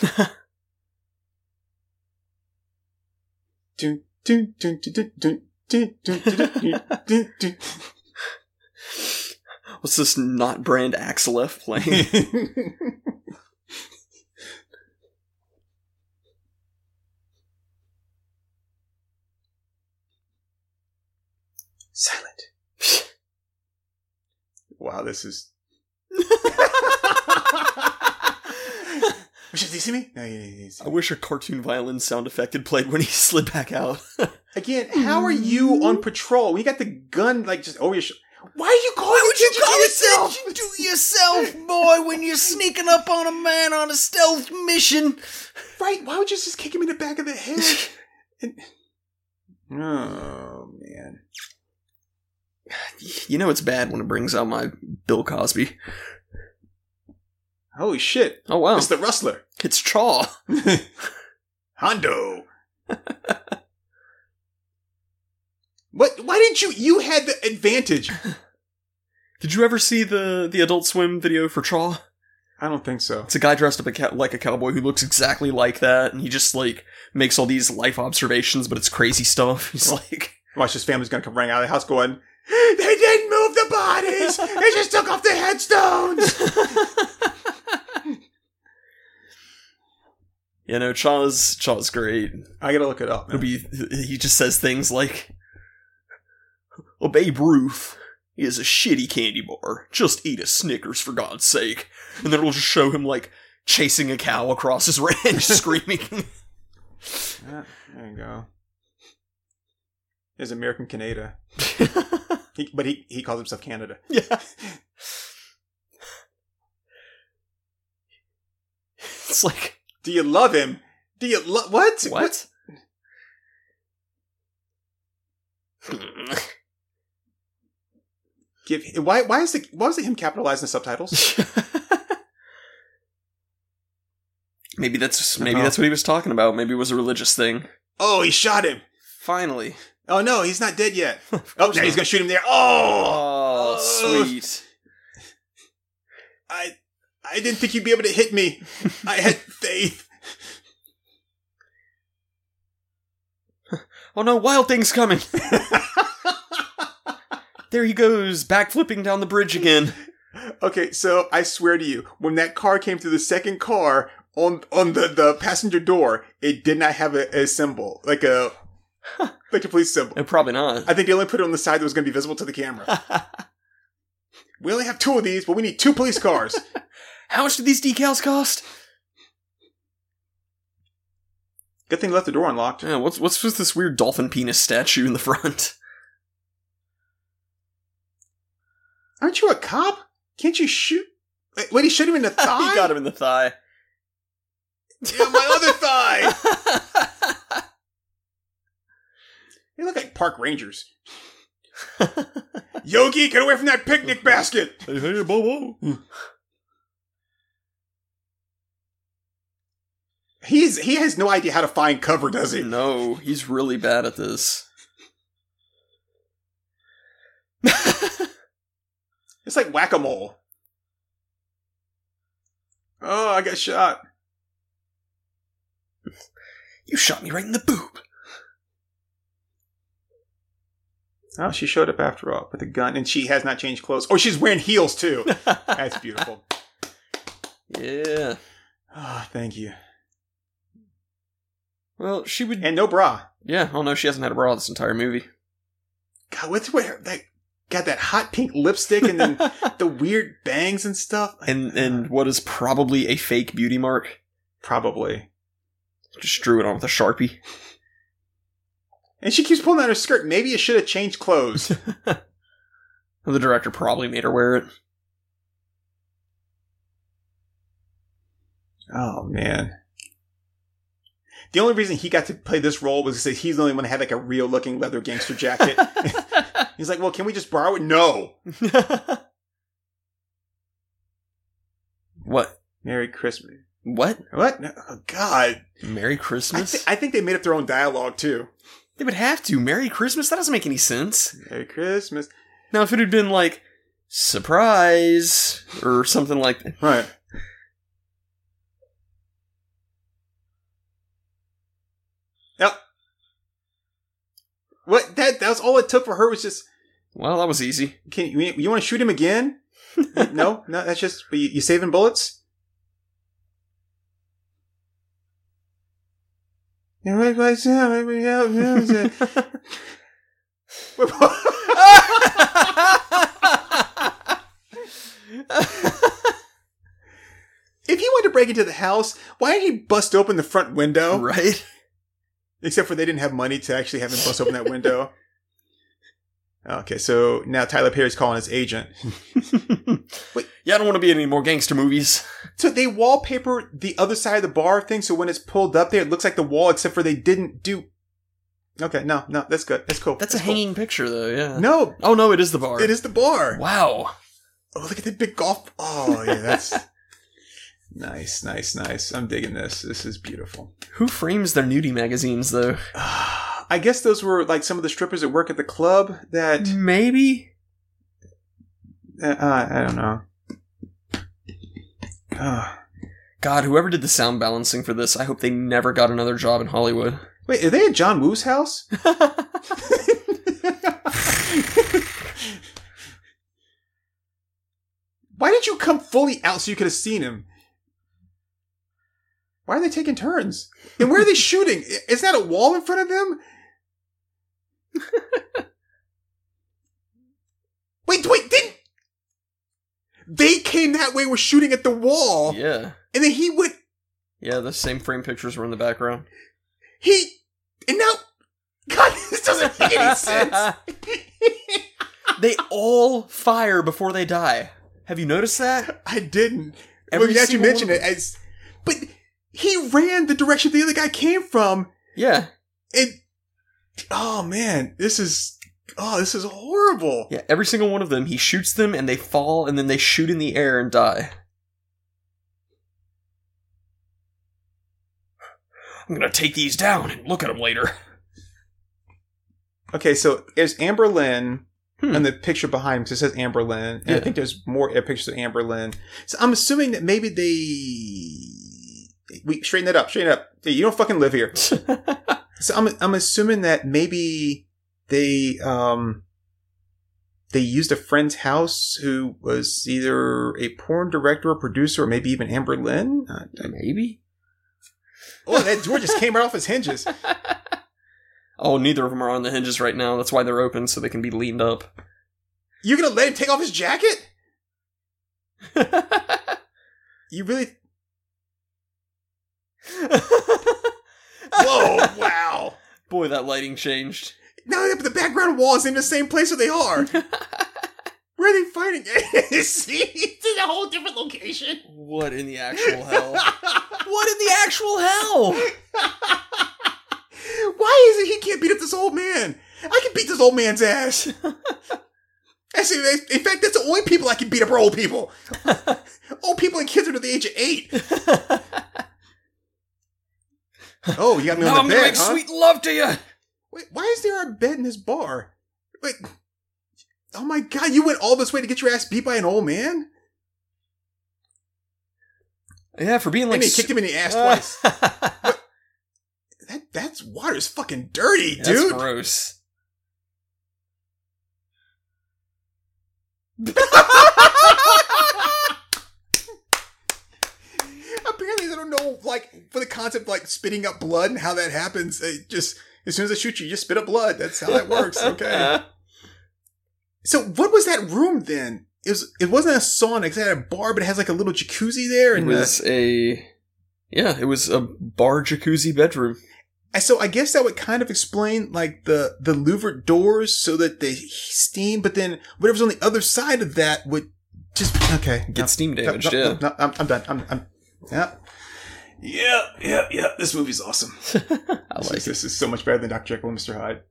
S2: Dun, dun, dun, dun, dun, dun, dun, dun, dun, dun, dun, dun,
S1: What's this not brand Axel F
S3: *laughs*
S1: playing?
S2: dun. Silent. Wow, this is. Richard, do you see me? No, you- you- you see
S1: I
S2: me.
S1: wish a cartoon violin sound effect had played when he slid back out.
S2: Again, how are you on patrol? You got the gun like just over your shoulder. Why are you calling attention to yourself?
S1: Do yourself, boy, when you're sneaking up on a man on a stealth mission.
S2: Right? Why would you just kick him in the back of the *laughs* head? And- oh man.
S1: You know it's bad when it brings out my Bill Cosby.
S2: Holy shit!
S1: Oh wow,
S2: It's the rustler,
S1: it's Chaw.
S2: Hondo. *laughs* what? Why didn't you? You had the advantage.
S1: Did you ever see the the Adult Swim video for Chaw?
S2: I don't think so.
S1: It's a guy dressed up a cow- like a cowboy who looks exactly like that, and he just like makes all these life observations, but it's crazy stuff. *laughs* He's like,
S2: Watch this family's gonna come running out of the house going, They didn't move the bodies! they just took off the *laughs* headstones!
S1: you know, Chaw's Chaw's great.
S2: I gotta look it up.
S1: It'll
S2: Man.
S1: be he just says things like, "A Babe Ruth is a shitty candy bar. Just eat a Snickers for God's sake." And then it'll just show him like chasing a cow across his ranch, *laughs* screaming.
S2: Ah, there you go. There's American Canada. He, but he, he calls himself Canada.
S1: yeah. It's like
S2: Do you love him? Do you love what?
S1: what? Hmm.
S2: Give why why is the why was it him capitalizing the
S1: *laughs*
S2: subtitles?
S1: *laughs* maybe that's maybe
S2: Oh.
S1: that's what he was talking about. Maybe it was a religious thing.
S2: Oh, he shot him.
S1: Finally.
S2: Oh no, he's not dead yet. Oh, now he's gonna shoot him there. Oh,
S1: Oh,
S2: Oh.
S1: sweet.
S2: I I didn't think you'd be able to hit me. I had faith.
S1: Oh no, Wild Thing's coming. *laughs* there he goes, backflipping down the bridge again.
S2: Okay, so I swear to you, when that car came through the second car on on the, the passenger door, it did not have a, a symbol like a Like a police symbol.
S1: Uh, Probably not.
S2: I think they only put it on the side that was going to be visible to the camera. *laughs* We only have two of these, but we need two police cars.
S1: How much do these decals cost?
S2: *laughs* Good thing they left the door unlocked.
S1: Yeah, what's what's with this weird dolphin penis statue in the front? *laughs*
S2: Aren't you a cop? Can't you shoot? Wait, wait, *laughs* he shoot him in the thigh?
S1: he got him in the thigh.
S2: Yeah, my other *laughs* thigh! They look like park rangers. *laughs* Yogi, get away from that picnic basket!
S1: *laughs* hey, hey, Bobo.
S2: He's he has no idea how to find cover, does he?
S1: No, he's really bad at this.
S2: It's like whack a mole. Oh, I got shot.
S1: *laughs* You shot me right in the boob.
S2: Oh, she showed up after all with a gun, and she has not changed clothes. Oh, she's wearing heels *laughs* too. That's beautiful.
S1: *laughs* yeah.
S2: Oh, thank you.
S1: Well, she would.
S2: And no bra.
S1: yeah. Oh no, she hasn't had a bra this entire *laughs* movie.
S2: God, what's with her? That got that hot pink lipstick
S1: *laughs*
S2: and then the weird bangs and stuff.
S1: and and what is probably a fake beauty mark.
S2: probably.
S1: Just drew it on with a sharpie.
S2: And she keeps pulling out her skirt. Maybe it should have changed clothes.
S1: The director probably made her wear it.
S2: oh man. The only reason he got to play this role was because he's the only one that had like a real looking leather
S1: *laughs*
S2: gangster jacket. he's like, well, can we just borrow it? No.
S1: what?
S2: Merry Christmas.
S1: What?
S2: What? No. Oh, God.
S1: Merry
S2: I,
S1: Christmas?
S2: thi- I think they made up their own dialogue too.
S1: they would have to. Merry Christmas? That doesn't make any sense.
S2: Merry Christmas.
S1: Now, if it had been like surprise or something like that.
S2: Right. Yep. What that that was all it took for her was just
S1: Well, that was easy.
S2: can you, you want to shoot him again? no, no, that's just but you, you saving bullets. Yeah, right, right, yeah, right, right, yeah, yeah, yeah. Wait,
S1: *laughs*
S2: what? if he wanted to break into the house, why did he bust open the front window? *laughs*
S1: right?
S2: Except for they didn't have money to actually have him bust open that window. Okay, so now Tyler Perry's calling his agent.
S1: yeah, I don't want to be in any more gangster movies.
S2: So they wallpaper the other side of the bar thing, so when it's pulled up there, it looks like the wall, except for they didn't do. Okay, no, no, that's good. That's cool.
S1: That's a
S2: cool.
S1: hanging picture, though, yeah.
S2: No,
S1: Oh, no, it is the bar.
S2: it is the bar.
S1: Wow.
S2: Oh, look at the big golf. Oh, yeah, that's *laughs* nice, nice, nice. I'm digging this. This is beautiful. *sighs*
S1: Who frames their nudie magazines, though?
S2: I guess those were like some of the strippers that work at the club that
S1: Mm-hmm. Maybe?
S2: uh, uh, I don't know. Uh,
S1: God, whoever did the sound balancing for this, I hope they never got another job in
S2: *laughs*
S1: Hollywood.
S2: wait, are they at John Woo's house? *laughs* Why did you come fully out so you could have seen him? Why are they taking turns? And where are they *laughs* shooting? I- Is that a wall in front of them? *laughs* wait, wait, didn't they came that way? Were shooting at the wall,
S1: yeah.
S2: and then he went.
S1: Yeah, the same frame pictures were in the background.
S2: He and now, God, *laughs* this doesn't make any sense.
S1: *laughs* they all fire before they die. Have you noticed that?
S2: I didn't.
S1: Every
S2: well, now that you
S1: single
S2: mention
S1: one
S2: it,
S1: of them.
S2: as but he ran the direction the other guy came from,
S1: Yeah.
S2: and oh man, this is oh this is horrible.
S1: Yeah, every single one of them, he shoots them and they fall and then they shoot in the air and die. I'm gonna take these down and look at them
S2: *laughs*
S1: later.
S2: Okay, so there's Amber Lynn
S1: Hmm.
S2: and the picture behind him 'cause it says Amber Lynn, and I
S1: Yeah.
S2: think there's more uh, pictures of Amber Lynn. So I'm assuming that maybe they we straighten that up, straighten up. Hey, you don't fucking live here. So I'm I'm assuming that maybe they um they used a friend's house who was either a porn director or producer or maybe even Amber Lynn. Uh,
S1: Maybe.
S2: oh, that door just came right off his hinges.
S1: Oh, neither of them are on the hinges right now. That's why they're open, so they can be leaned up.
S2: *laughs* You're gonna let him take off his jacket? You really? Whoa! wow!
S1: Boy, that lighting changed.
S2: Now that the background wall is in the same place where they are. Where are they fighting? *laughs* See, it's in a whole different location. *laughs*
S1: What in the actual hell? what in the actual *laughs* hell?
S2: Why is it he can't beat up this old man? I can beat this old
S1: *laughs*
S2: man's ass. That's, in fact, that's the only people I can beat up are
S1: *laughs*
S2: old people. old people and kids under the age of eight. Oh, you got me
S1: now
S2: on
S1: I'm gonna
S2: the bed,
S1: make
S2: huh?
S1: sweet love to you.
S2: Wait, why is there a bed in this bar? Wait, oh my god, you went all this way to get your ass beat by an old man?
S1: Yeah, for being like
S2: and they
S1: s-
S2: kicked him in the ass
S1: Uh,
S2: twice.
S1: *laughs*
S2: That that's water's fucking dirty,
S1: That's
S2: dude.
S1: gross.
S2: Apparently, they don't know like for the concept like spitting up blood and how that happens. It just as soon as I shoot you, you just spit up blood. That's how that works.
S1: *laughs*
S2: Okay. so what was that room then? It was. It wasn't a sauna. 'cause It had a bar, but it has like a little jacuzzi there.
S1: It
S2: And uh,
S1: was a yeah, it was a bar jacuzzi bedroom.
S2: And so I guess that would kind of explain like the the louvered doors so that they steam, but then whatever's on the other side of that would just okay.
S1: Get steam
S2: no,
S1: damaged,
S2: no,
S1: yeah.
S2: no, no, I'm, I'm done. I'm, I'm yeah. Yeah, yeah, yeah. This movie's awesome.
S1: *laughs* I
S2: This,
S1: like
S2: is,
S1: it.
S2: this is so much better than Dr. Jekyll and Mr. Hyde.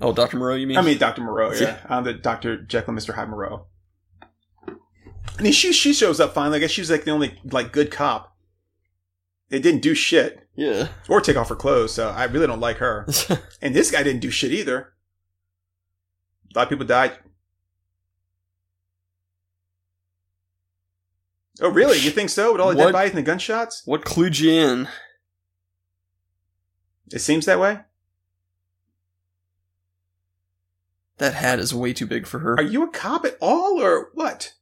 S1: Oh, Dr. Moreau, you mean?
S2: I mean, Dr.
S1: *laughs*
S2: Moreau. Yeah,
S1: Yeah.
S2: I'm the Dr. Jekyll and Mr. Hyde Moreau. And then she she shows up finally. I guess she's like the only like good cop. They didn't do shit
S1: yeah. *laughs*
S2: or take off her clothes, so I really don't like her. And this guy didn't do shit either. A lot of people died. Oh, really? You think so? With all the
S1: What?
S2: dead bodies and the gunshots?
S1: what clued you in?
S2: It seems that way.
S1: That hat is way too big for her.
S2: Are you a cop at all, or what?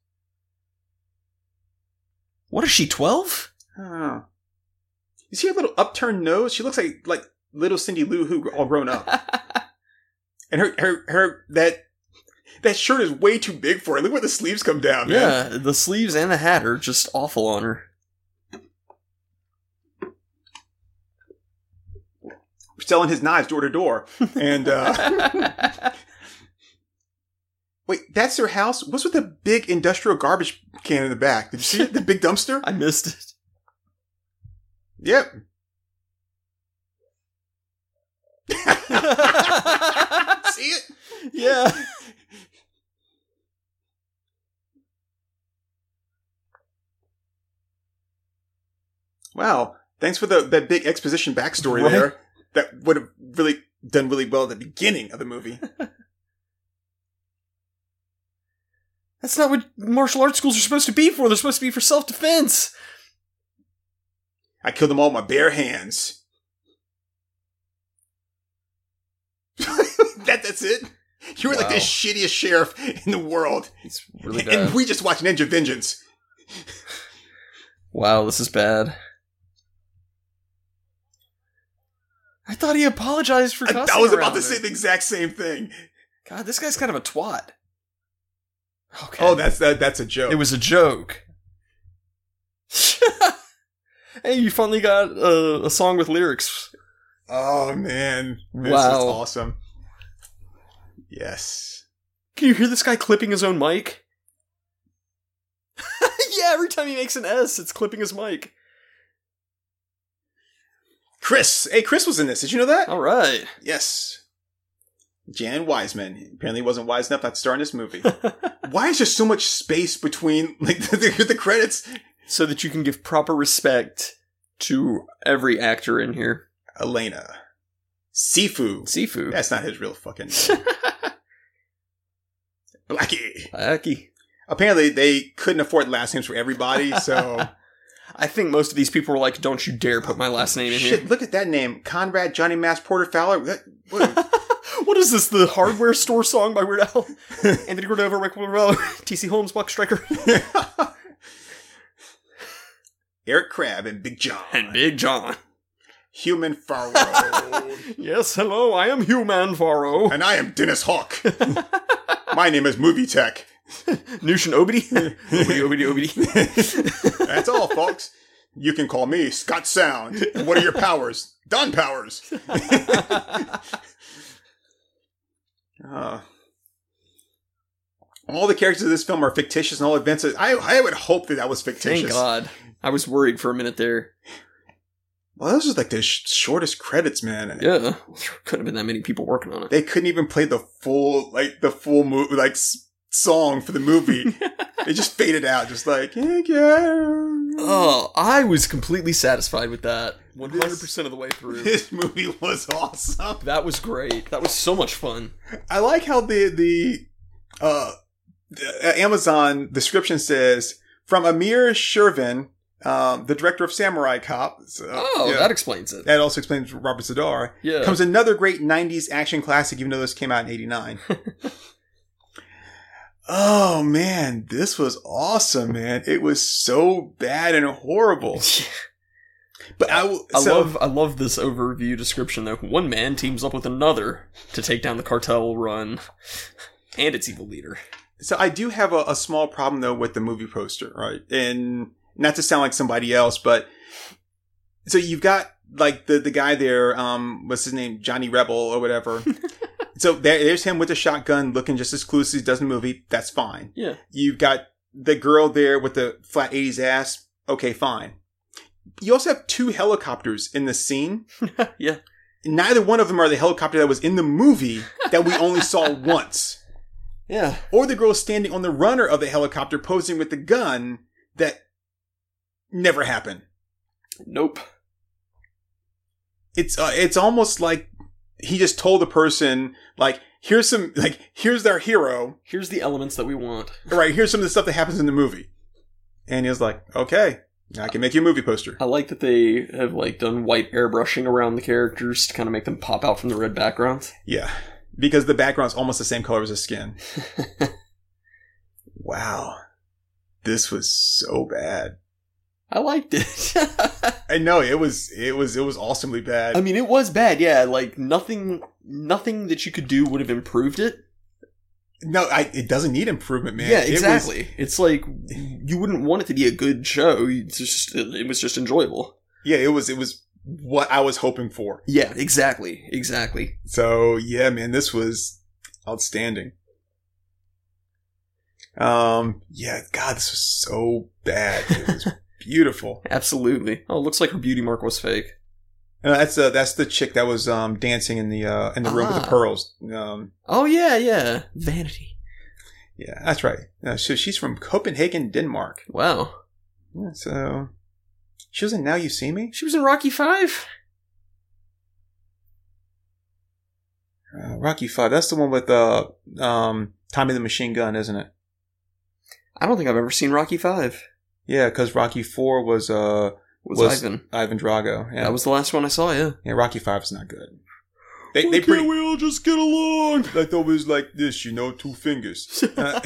S1: what is she, 12?
S2: Huh. You see her little upturned nose? She looks like like little Cindy Lou Who all grown up.
S1: *laughs*
S2: And her her her that that shirt is way too big for her. Look where the sleeves come down. man.
S1: Yeah, the sleeves and the hat are just awful on her.
S2: *laughs*
S1: *laughs*
S2: selling his knives door to door.
S1: *laughs*
S2: And uh, Wait, that's their house? What's with the big industrial garbage can in the back? Did you see it? The big dumpster?
S1: *laughs* I missed it.
S2: Yep. *laughs* see it?
S1: *laughs* yeah.
S2: Wow. Thanks for the that big exposition backstory
S1: Right.
S2: there. That would have really done really well at the beginning of the movie.
S1: That's not what martial arts schools are supposed to be for. They're supposed to be for self defense.
S2: I killed them all with my bare hands. *laughs* that that's it? You were like the
S1: Wow.
S2: shittiest sheriff in the world.
S1: It's really
S2: and we just watched Ninja Vengeance.
S1: *laughs* wow, this is bad. I thought he apologized for
S2: I,
S1: cussing
S2: I was about
S1: around
S2: to
S1: it.
S2: say the exact same thing.
S1: God, this guy's kind of a twat. Okay.
S2: Oh, that's that, that's a joke.
S1: It was a joke. *laughs* hey, you finally got a, a song with lyrics.
S2: Oh man, this
S1: Wow.
S2: is awesome. Yes.
S1: Can you hear this guy clipping his own mic? *laughs* yeah, every time he makes an S, it's clipping his mic.
S2: Chris, hey, Chris was in this. Did you know that?
S1: All right.
S2: Yes. Jan Wiseman apparently wasn't wise enough not to star in this
S1: *laughs*
S2: movie. Why is there so much space between like *laughs* the, the, the credits?
S1: so that you can give proper respect to every actor in here.
S2: Elena, Sifu.
S1: Sifu.
S2: That's not his real *laughs* fucking name. Blackie.
S1: Aki.
S2: Apparently, they couldn't afford last names for *laughs* everybody, so
S1: I think most of these people were like, "Don't you dare put my last name in
S2: shit.
S1: here."
S2: Look at that name: Conrad, Johnny Mass, Porter Fowler. That, what,
S1: *laughs* What is this? The hardware store song by Weird Al, Anthony Cordova, Rick *laughs* Willow, T.C. Holmes, Buck *laughs* Striker,
S2: Eric Crab and Big John.
S1: and Big John.
S2: Human *laughs* Farrow.
S1: Yes, hello, I am Human Faro.
S2: and I am Dennis Hawk. My name is Movie Tech.
S1: Nushin Obidi. Obidi, Obidi, Obidi.
S2: That's all, folks. You can call me Scott Sound. And what are your powers? Don Powers. Uh, all the characters of this film are fictitious and all events. I, I would hope that that was
S1: Thank
S2: fictitious.
S1: God. I was worried for a minute there.
S2: Well, those was like the sh- shortest credits, man. And
S1: Yeah. *laughs* There couldn't have been that many people working on it.
S2: They couldn't even play the full, like the full movie, like s- song for
S1: *laughs*
S2: the movie. it just faded out, just like yeah, yeah.
S1: Oh, I was completely satisfied with that. 100% of the way through.
S2: This movie was awesome.
S1: *laughs* That was great. That was so much fun.
S2: I like how the the uh the Amazon description says from Amir Shervin, um, the director of Samurai Cop. So,
S1: Oh,
S2: yeah.
S1: that explains it.
S2: That also explains Robert Zadar.
S1: Yeah. *laughs*
S2: comes another great 90s action classic, even though this came out
S1: *laughs*
S2: in 89. oh, man. This was awesome, man. It was so bad and horrible. But I, will-
S1: I
S2: so-
S1: love I love this overview description though. One man teams up with another to take down the cartel run and its evil leader.
S2: So I do have a, a small problem though with the movie poster, right? And not to sound like somebody else, but so you've got like the the guy there, um, what's his name, Johnny Rebel or whatever.
S1: *laughs*
S2: so there, there's him with the shotgun, looking just as clueless as he does in the movie. That's fine.
S1: Yeah.
S2: You've got the girl there with the flat '80s ass. Okay, fine. You also have two helicopters in the scene.
S1: *laughs* Yeah.
S2: Neither one of them are the helicopter that was in the movie that we
S1: *laughs*
S2: only saw once
S1: Yeah.
S2: or the girl standing on the runner of the helicopter posing with the gun that never happened.
S1: Nope.
S2: It's uh, it's almost like he just told the person like here's some like here's our hero
S1: Here's the elements that we want.
S2: right here's some of the stuff that happens in the movie, and he was like okay I can make you a movie poster.
S1: I like that they have like done white airbrushing around the characters to kind of make them pop out from the red backgrounds.
S2: Yeah, because the background's almost the same color as
S1: *laughs*
S2: his skin. wow, this was so bad.
S1: I liked it. *laughs*
S2: I know it was it was it was awesomely bad.
S1: I mean, it was bad. Yeah, like nothing nothing that you could do would have improved it.
S2: no, I, it doesn't need improvement, man.
S1: yeah,
S2: It was-
S1: exactly. it's
S2: *laughs*
S1: like you wouldn't want it to be a good show. It's just it was just enjoyable.
S2: yeah it was it was what i was hoping for
S1: Yeah, exactly,
S2: *laughs*
S1: exactly.
S2: so yeah man this was outstanding um yeah god this was so bad it
S1: *laughs*
S2: was beautiful
S1: Absolutely. Oh, it looks like her beauty mark was fake.
S2: and that's uh that's the chick that was um dancing in the uh in the room with
S1: Ah.
S2: the pearls um
S1: Oh yeah, yeah. Vanity.
S2: yeah that's right Uh, so she's from copenhagen denmark
S1: Wow.
S2: Yeah, so she was in now you see me
S1: She was in Rocky Five.
S2: uh, rocky five that's the one with uh um tommy the machine gun isn't it
S1: I don't think I've ever seen Rocky Five.
S2: yeah because rocky four was uh
S1: Was,
S2: Was-
S1: Ivan?
S2: ivan drago yeah
S1: That was the last one I saw. Yeah.
S2: Yeah, Rocky Five is not good. They, they pretty
S1: we all just get
S2: *laughs*
S1: along? *laughs*
S2: like always like this, you know, two fingers. *laughs* Uh,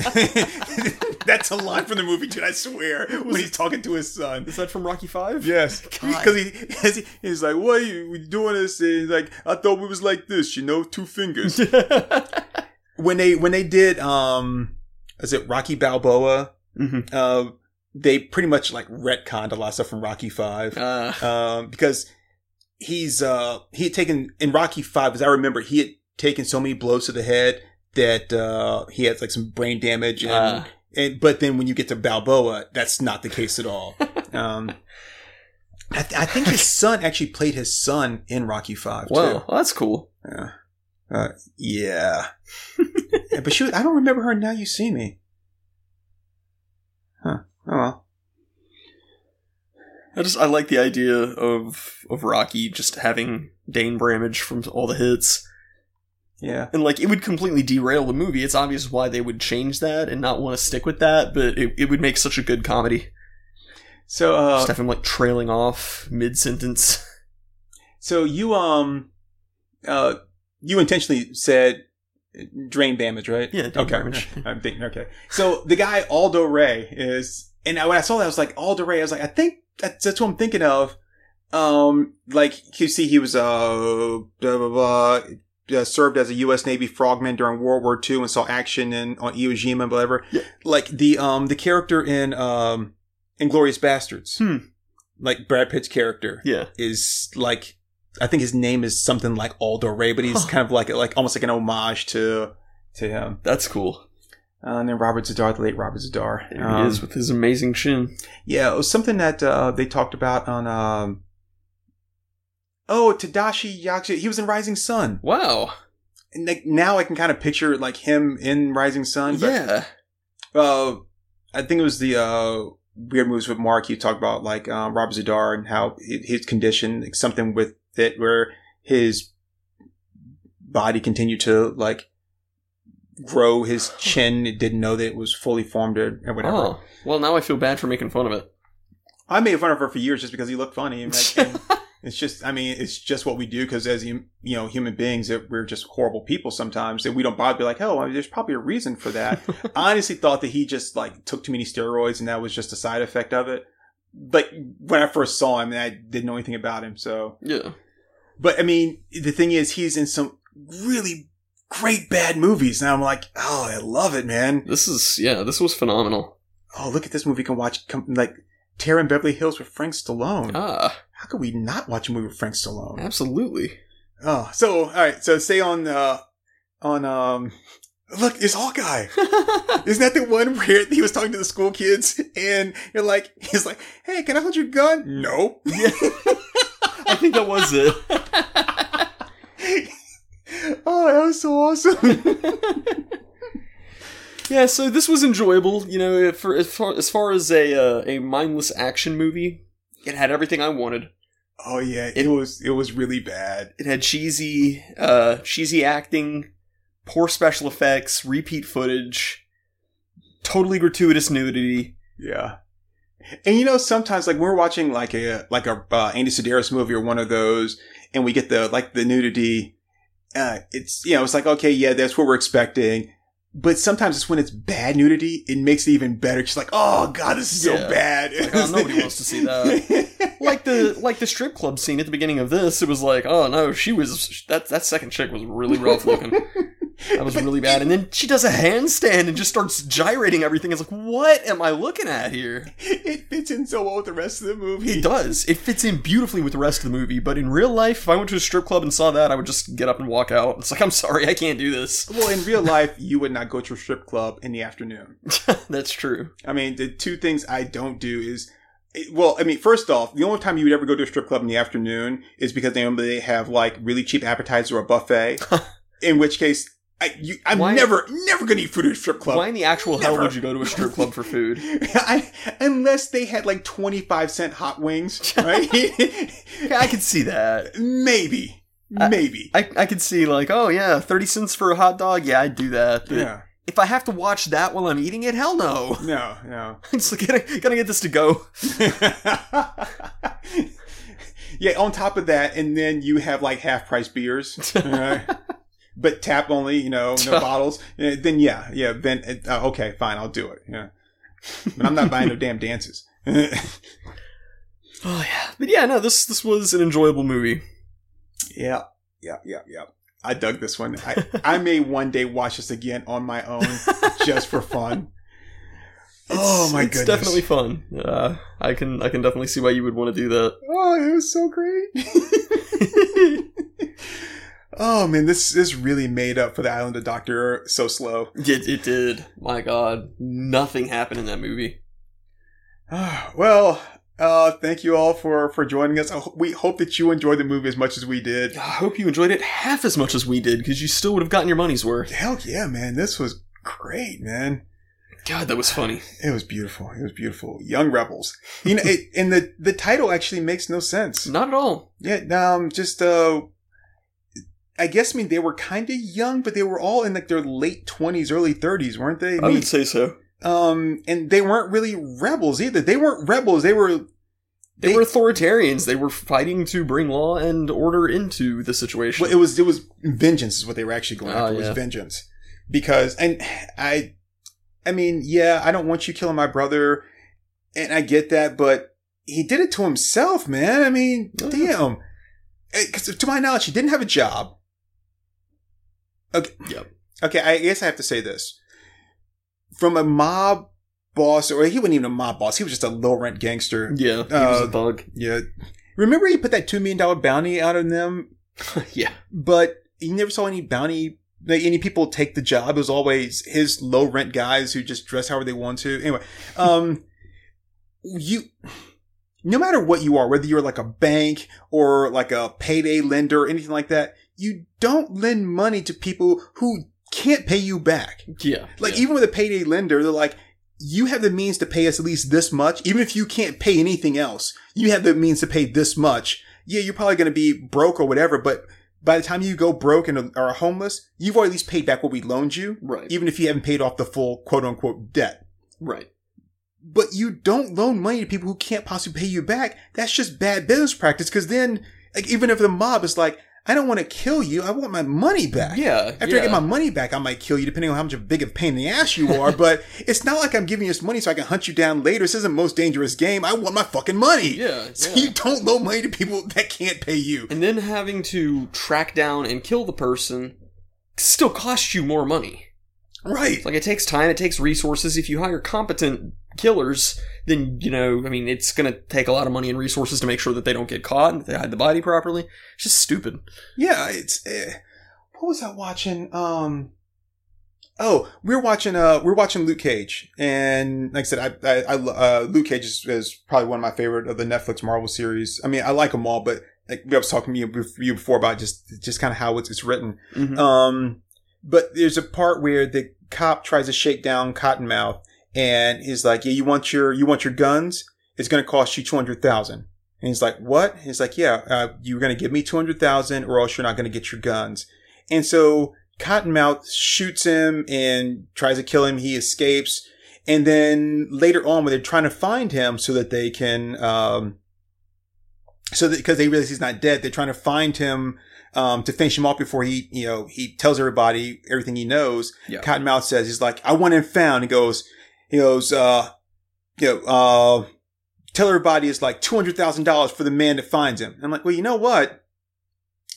S2: that's a line from the movie, dude. I swear. When he's talking to his son.
S1: Is that from Rocky Five?
S2: *laughs* Yes,
S1: God.
S2: because he, 'cause he- he's like, "Why are you we doing this?" And he's like, "I thought we was like this, you know, two fingers." *laughs* when they when they did, um, is it Rocky Balboa?
S1: hmm
S2: Uh, they pretty much like retconned a lot of stuff from Rocky Five
S1: Uh,
S2: um, because he's uh, he had taken in Rocky Five, as I remember, he had taken so many blows to the head that uh, he had like some brain damage, and,
S1: uh,
S2: and but then when you get to Balboa, that's not the case at all. um, I, th- I think his son actually played his son in Rocky Five.
S1: wow, that's cool.
S2: too. Yeah. Uh, yeah. Yeah, but she, was- I don't remember her. in Now you see me. Huh. Oh well.
S1: I just I like the idea of of Rocky just having Dane Bramage from all the hits.
S2: Yeah.
S1: And like it would completely derail the movie. It's obvious why they would change that and not want to stick with that, but it, it would make such a good comedy.
S2: So uh,
S1: Just have him like trailing off mid sentence.
S2: So you um uh you intentionally said drain damage, right?
S1: Yeah, Dane
S2: okay.
S1: Bramage.
S2: *laughs* I'm thinking okay. So the guy Aldo Ray is and I, when I saw that I was like Aldo Ray, I was like, I think that's that's what I'm thinking of. Um, like you see, he was uh blah blah blah. Uh, served as a U.S. Navy frogman during World War II and saw action in on Iwo Jima and whatever.
S1: Yeah.
S2: Like the um the character in um Inglorious Bastards,
S1: Hmm.
S2: like Brad Pitt's character
S1: *laughs* Yeah.
S2: is like I think his name is something like Aldo Ray, but he's
S1: Huh.
S2: kind of like like almost like an homage to to him.
S1: That's cool.
S2: Uh, and then Robert Zadar, the late Robert Zadar,
S1: There
S2: Um,
S1: he is with his amazing shin.
S2: Yeah, it was something that uh, they talked about on. Um, oh, Tadashi Yakushi. He was in Rising Sun.
S1: Wow.
S2: And like now I can kind of picture like him in Rising Sun. But,
S1: Yeah.
S2: Uh, I think it was the uh, weird moves with Mark. You talked about like um, Rob Zadar and how hi- his condition, like, something with it, where his body continued to like grow his chin. It didn't know that it was fully formed or, or whatever.
S1: Oh. Well, now I feel bad for making fun of it.
S2: I made fun of her for years just because he looked funny. And like, and it's just, I mean, it's just what we do because as you, you know, human beings, that we're just horrible people sometimes that we don't bother to be like, oh, I mean, there's probably a reason for that. I honestly thought that he just like took too many steroids and that was just a side effect of it. But when I first saw him, I didn't know anything about him. So,
S1: *laughs* yeah.
S2: but I mean, the thing is, he's in some really great bad movies. And I'm like, oh, I love it, man
S1: This is yeah. This was phenomenal.
S2: oh, look at this movie. You can watch come, like Terror in Beverly Hills with Frank Stallone.
S1: Ah.
S2: How could we not watch a movie with Frank Stallone?
S1: Absolutely.
S2: Oh, so all right. So say on uh, on um, look, it's Hawkeye. Isn't that the one where he was talking to the school kids and you're like, he's like, hey, can I hold your gun? No.
S1: yeah. I think that was *laughs* it.
S2: *laughs* oh, that was so awesome.
S1: yeah, so this was enjoyable. You know, for as far as, far as a uh, a mindless action movie, it had everything I wanted.
S2: oh yeah, it was it was really bad.
S1: It had cheesy, uh, cheesy acting, poor special effects, repeat footage, totally gratuitous nudity.
S2: Yeah. And you know, sometimes like we're watching like a like a uh, Andy Sedaris movie or one of those, and we get the like the nudity. Uh, it's you know, it's like okay, yeah, that's what we're expecting. But sometimes it's when it's bad nudity, it makes it even better. She's like, oh god, this is
S1: Yeah.
S2: so bad.
S1: oh, nobody wants to see
S2: *laughs*
S1: that. Like the like the strip club scene at the beginning of this, it was like, oh no, she was that that second chick was really rough looking.
S2: *laughs*
S1: That was really bad. And then she does a handstand and just starts gyrating everything. It's like, what am I looking at here?
S2: It fits in so well with the rest of the movie.
S1: It does. It fits in beautifully with the rest of the movie, but in real life, if I went to a strip club and saw that, I would just get up and walk out. It's like, I'm sorry, I can't do this.
S2: Well, in real life, you would not go to a strip club in the afternoon.
S1: *laughs* That's true.
S2: I mean, the two things I don't do is, it- well, I mean, first off, the only time you would ever go to a strip club in the afternoon is because they they have like really cheap appetizer or
S1: *laughs*
S2: a buffet. in which case, I, you, I'm
S1: Why-
S2: never, never gonna eat food at a strip club.
S1: Why in the actual hell
S2: Never.
S1: would you go to a strip club for food?
S2: *laughs* I, unless they had like 25 cent hot wings,
S1: *laughs* *laughs*
S2: right? *laughs*
S1: Yeah, I could see that.
S2: maybe,
S1: I-
S2: maybe.
S1: I, I could see, like, oh yeah, 30 cents for a hot dog? Yeah, I'd do that. But
S2: yeah,
S1: If I have to watch that while I'm eating it, hell no. *laughs*
S2: no, no.
S1: It's like, gotta, gotta get this to go.
S2: *laughs* yeah, on top of that, and then you have like half price beers,
S1: *laughs*
S2: alright? but tap only, you know, no bottles. Uh, Then, yeah, yeah, then, uh, okay, fine, I'll do it. Yeah. But I'm not buying no damn dances. *laughs*
S1: Oh yeah, but yeah, no, this this was an enjoyable movie.
S2: yeah, yeah, yeah, yeah. I dug this one. I, I may one day watch this again on my
S1: *laughs*
S2: own just for fun. oh
S1: It's-
S2: my
S1: it's
S2: goodness.
S1: definitely fun. Uh, I can I can definitely see why you would want to do that.
S2: Oh, it was so
S1: *laughs*
S2: great. oh man, this this really made up for the Island of Doctor so slow.
S1: It, it did. My God, nothing happened in that movie.
S2: Ah, *sighs* well, uh, thank you all for for joining us. I ho- we hope that you enjoyed the movie as much as we
S1: I
S2: did.
S1: hope you enjoyed it half as much as we did, because you still would have gotten your money's worth.
S2: Hell yeah, man! This was great, man.
S1: God, that was funny.
S2: It was beautiful. It was beautiful. Young rebels. You *laughs* know, it, and the the title actually makes no sense.
S1: Not at all.
S2: Yeah, um, just uh. I guess I mean they were kind of young, but they were all in like their late twenties, early thirties, weren't they? I mean,
S1: say so.
S2: um, and they weren't really rebels either. They weren't rebels. They were
S1: They,
S2: They-
S1: were authoritarians. They were fighting to bring law and order into the situation.
S2: well, it was it was vengeance is what they were actually going
S1: Ah,
S4: Oh,
S2: after
S1: yeah.
S2: was vengeance because and I, I mean yeah I don't want you killing my brother and I get that but he did it to himself, man. I mean,
S4: Oh, Yeah.
S2: damn. Because to my knowledge, he didn't have a job. Okay.
S4: Yep.
S2: Okay, I guess I have to say this. From a mob boss, or he wasn't even a mob boss, he was just a low rent gangster.
S4: Yeah, he was
S2: Uh,
S4: a
S1: *laughs*
S4: thug.
S2: Yeah. Remember he put that $2 million bounty out on them,
S4: yeah,
S2: but he never saw any bounty, like any people take the job. It was always his low rent guys who just dress however they want to. Anyway, um, you, no matter what you are, whether you're like a bank or like a payday lender or anything like that, you don't lend money to people who can't pay you back.
S4: yeah.
S2: Like
S4: yeah.
S2: even with a payday lender, they're like, you have the means to pay us at least this much. Even if you can't pay anything else, you have the means to pay this much. Yeah, you're probably going to be broke or whatever, but by the time you go broke and are homeless, you've already at least paid back what we loaned you,
S4: right,
S2: even if you haven't paid off the full quote unquote debt.
S4: right.
S2: But you don't loan money to people who can't possibly pay you back. That's just bad business practice. Cause then, like, even if the mob is like, I don't want to kill you. I want my money back.
S4: Yeah,
S2: After I get my money back, I might kill you, depending on how much of a big of a pain in the ass you
S4: *laughs*
S2: are. but it's not like I'm giving you this money so I can hunt you down later. This isn't most dangerous game. I want my fucking money. *laughs*
S4: yeah,
S2: So
S4: yeah.
S2: you don't loan money to people that can't pay you.
S4: and then having to track down and kill the person still costs you more money.
S2: Right.
S4: Like it takes time, it takes resources. If you hire competent killers, then you know, I mean, it's gonna take a lot of money and resources to make sure that they don't get caught and that they hide the body properly. It's just stupid.
S2: Yeah, it's eh. what was I watching? Um Oh, we we're watching uh we we're watching Luke Cage. And like I said, I I, I lo- uh Luke Cage is, is probably one of my favorite of the Netflix Marvel series. I mean, I like them all, but like I was talking to you, you before about just just kind of how it's, it's written.
S1: Mm-hmm.
S4: Mhm.
S2: Um, but there's a part where the cop tries to shake down Cottonmouth, and he's like, "Yeah, you want your you want your guns? It's going to cost you two hundred thousand. And he's like, "What?" And he's like, "Yeah, uh, you're going to give me two hundred thousand, or else you're not going to get your guns." And so Cottonmouth shoots him and tries to kill him. He escapes, and then later on, when they're trying to find him so that they can, um, so that because they realize he's not dead, they're trying to find him um, to finish him off before he, you know, he tells everybody everything he knows.
S4: Yeah.
S2: Cottonmouth says, he's like, I want him found. He goes, he goes, uh, you know, uh, tell everybody it's like $200,000 for the man that finds him. And I'm like, well, you know what?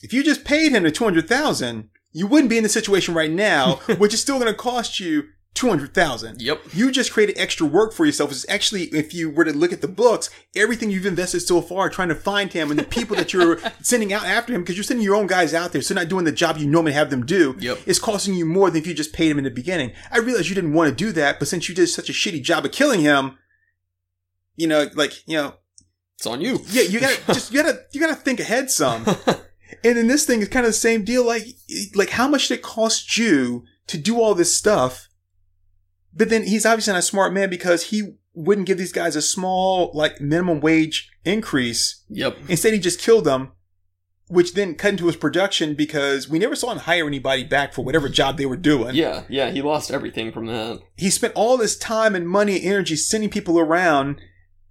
S2: If you just paid him the 200,000, you wouldn't be in the situation
S4: *laughs*
S2: right now, which is still going to cost you 200,000
S4: Yep.
S2: you just created extra work for yourself. It's actually, if you were to look at the books, everything you've invested so far trying to find him and the people that you're sending out after him, because you're sending your own guys out there, so they're not doing the job you normally have them do,
S4: Yep.
S2: is costing you more than if you just paid him in the beginning. I realize you didn't want to do that, but since you did such a shitty job of killing him, you know, like, you know,
S4: It's on you.
S2: yeah, you gotta just, you gotta, you gotta think ahead some. And then this thing is kind of the same deal. Like, like how much did it cost you to do all this stuff? But then he's obviously not a smart man because he wouldn't give these guys a small, like minimum wage increase.
S4: Yep.
S2: Instead, he just killed them, which then cut into his production because we never saw him hire anybody back for whatever job they were doing.
S4: Yeah, yeah, he lost everything from that.
S2: He spent all this time and money and energy sending people around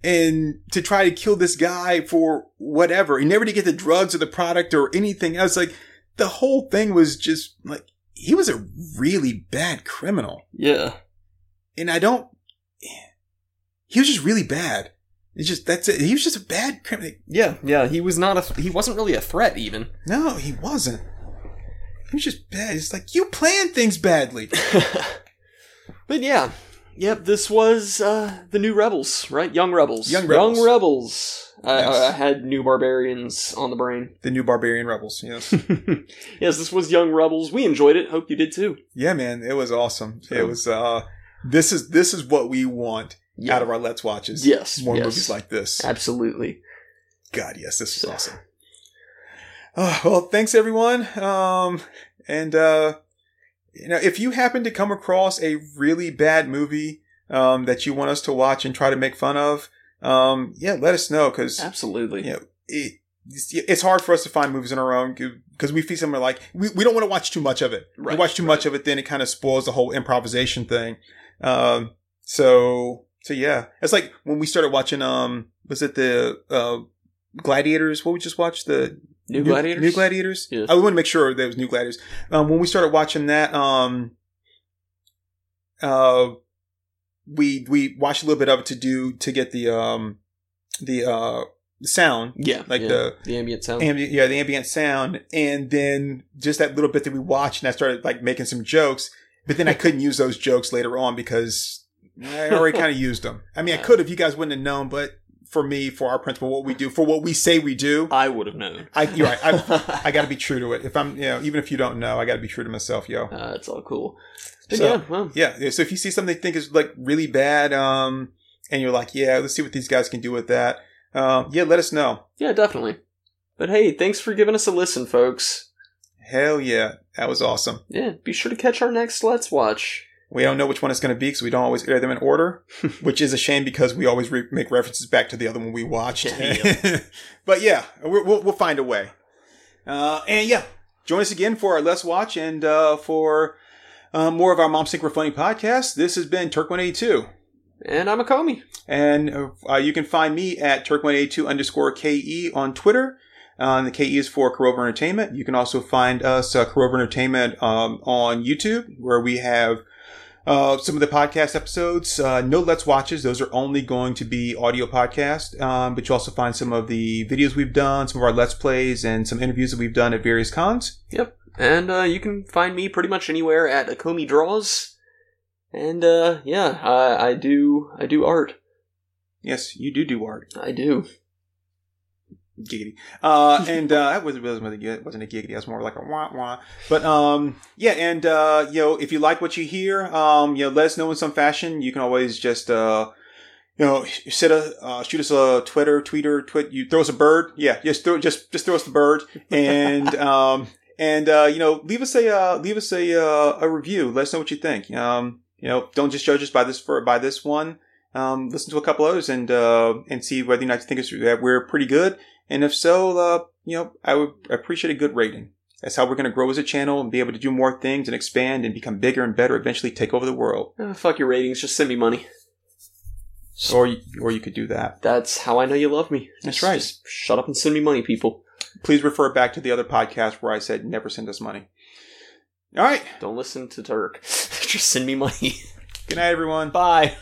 S2: and to try to kill this guy for whatever. He never did get the drugs or the product or anything else. Like the whole thing was just like he was a really bad criminal.
S4: Yeah.
S2: And I don't he was just really bad. It's just that's it. He was just a bad criminal.
S4: Yeah, yeah, he was not a he wasn't really a threat even.
S2: No, he wasn't. He was just bad. It's like you plan things badly.
S4: but yeah. Yep, this was uh the new rebels, right? Young rebels.
S2: Young Rebels.
S4: Young rebels. I,
S2: Yes.
S4: I- I had new barbarians on the brain. *laughs*
S2: The new barbarian rebels, yes.
S4: yes, this was young rebels. We enjoyed it. Hope you did too.
S2: yeah, man, it was awesome.
S4: So-
S2: It was uh this is this is what we want
S4: Yeah.
S2: out of our Let's Watches.
S4: Yes,
S2: More
S4: yes.
S2: movies like this.
S4: Absolutely.
S2: God, yes, this is
S4: So-
S2: awesome. Uh, well, thanks everyone. Um, and uh, you know, if you happen to come across a really bad movie um, that you want us to watch and try to make fun of, um, yeah, let us know because
S1: Absolutely.
S2: Yeah. it, it's hard for us to find movies on our own because we feel somewhere like we, we don't want to watch too much of it.
S4: Right,
S2: we watch too much of it, then it kind of spoils the whole improvisation thing. Um, so so yeah, it's like when we started watching. Um, was it the uh, Gladiators? What we just watched the
S1: New Gladiators?
S2: New Gladiators.
S1: Yeah.
S2: I want to make sure that it was New Gladiators. Um, when we started watching that, um, uh, we we watched a little bit of it to do to get the um the uh sound
S4: Yeah.
S2: like
S1: Yeah,
S2: the
S1: the ambient sound.
S2: ambient yeah the ambient sound and then just that little bit that we watched and i started like making some jokes but then i couldn't use those jokes later on because i already kind of used them i mean i
S1: Yeah.
S2: could if you guys wouldn't have known but for me for our principle what we do for what we say we do
S4: I would have known.
S2: i you're right
S1: *laughs*
S2: i, I got to be true to it if i'm you know even if you don't know i got to be true to myself yo
S1: uh, it's all cool. But
S2: So-
S1: yeah, well,
S2: yeah yeah, so if you see something you think is like really bad um and you're like yeah let's see what these guys can do with that um yeah let us know
S1: yeah, definitely. But hey, thanks for giving us a listen, folks.
S2: Hell yeah, that was awesome.
S1: Yeah, be sure to catch our next Let's Watch.
S2: We don't know which one it's going to be because we don't always air them in order, which is a shame because we always re- make references back to the other one we watched. *laughs* but yeah, we're, we'll, we'll find a way. Uh, and yeah, join us again for our Let's Watch and uh, for uh, more of our Mom Sync We're Funny podcast. This has been Turk182.
S1: And I'm a Comey.
S2: And uh, you can find me at Turk182 underscore KE on Twitter. Uh, and the KE is for Corrover Entertainment. You can also find us, uh, Corrover Entertainment, um, on YouTube, where we have uh, some of the podcast episodes. Uh, no Let's Watches, those are only going to be audio podcasts. Um, but you also find some of the videos we've done, some of our Let's Plays, and some interviews that we've done at various cons.
S1: And uh, you can find me pretty much anywhere at Akomi Draws. And uh, yeah, I, I do I do art.
S2: Yes, you do do art.
S1: I do.
S2: giggity. Uh, and uh, that was wasn't really good. It wasn't a giggity. It was more like a wah wah. But um, yeah, and uh, you know, if you like what you hear, um, you know, let us know in some fashion. You can always just uh, you know, sh- sit a, uh, shoot us a Twitter, tweeter, twit. You throw us a bird. Yeah, just throw just just throw us the bird and um. And uh, you know, leave us a uh, leave us a uh, a review. Let us know what you think. Um, you know, don't just judge us by this for by this one. Um, listen to a couple others and uh, and see whether or not you think it's, that we're pretty good. And if so, uh, you know, I would appreciate a good rating. That's how we're going to grow as a channel and be able to do more things and expand and become bigger and better. Eventually, take over the world.
S1: Ah, fuck your ratings, just send me money.
S2: Or you, or you could do that.
S1: That's how I know you love me.
S2: That's
S1: Just-
S2: right.
S1: Just shut up and send me money, people.
S2: Please refer back to the other podcast where I said never send us money. All right.
S1: Don't listen to Turk. *laughs* just send me money. *laughs*
S2: Good night, everyone.
S1: Bye.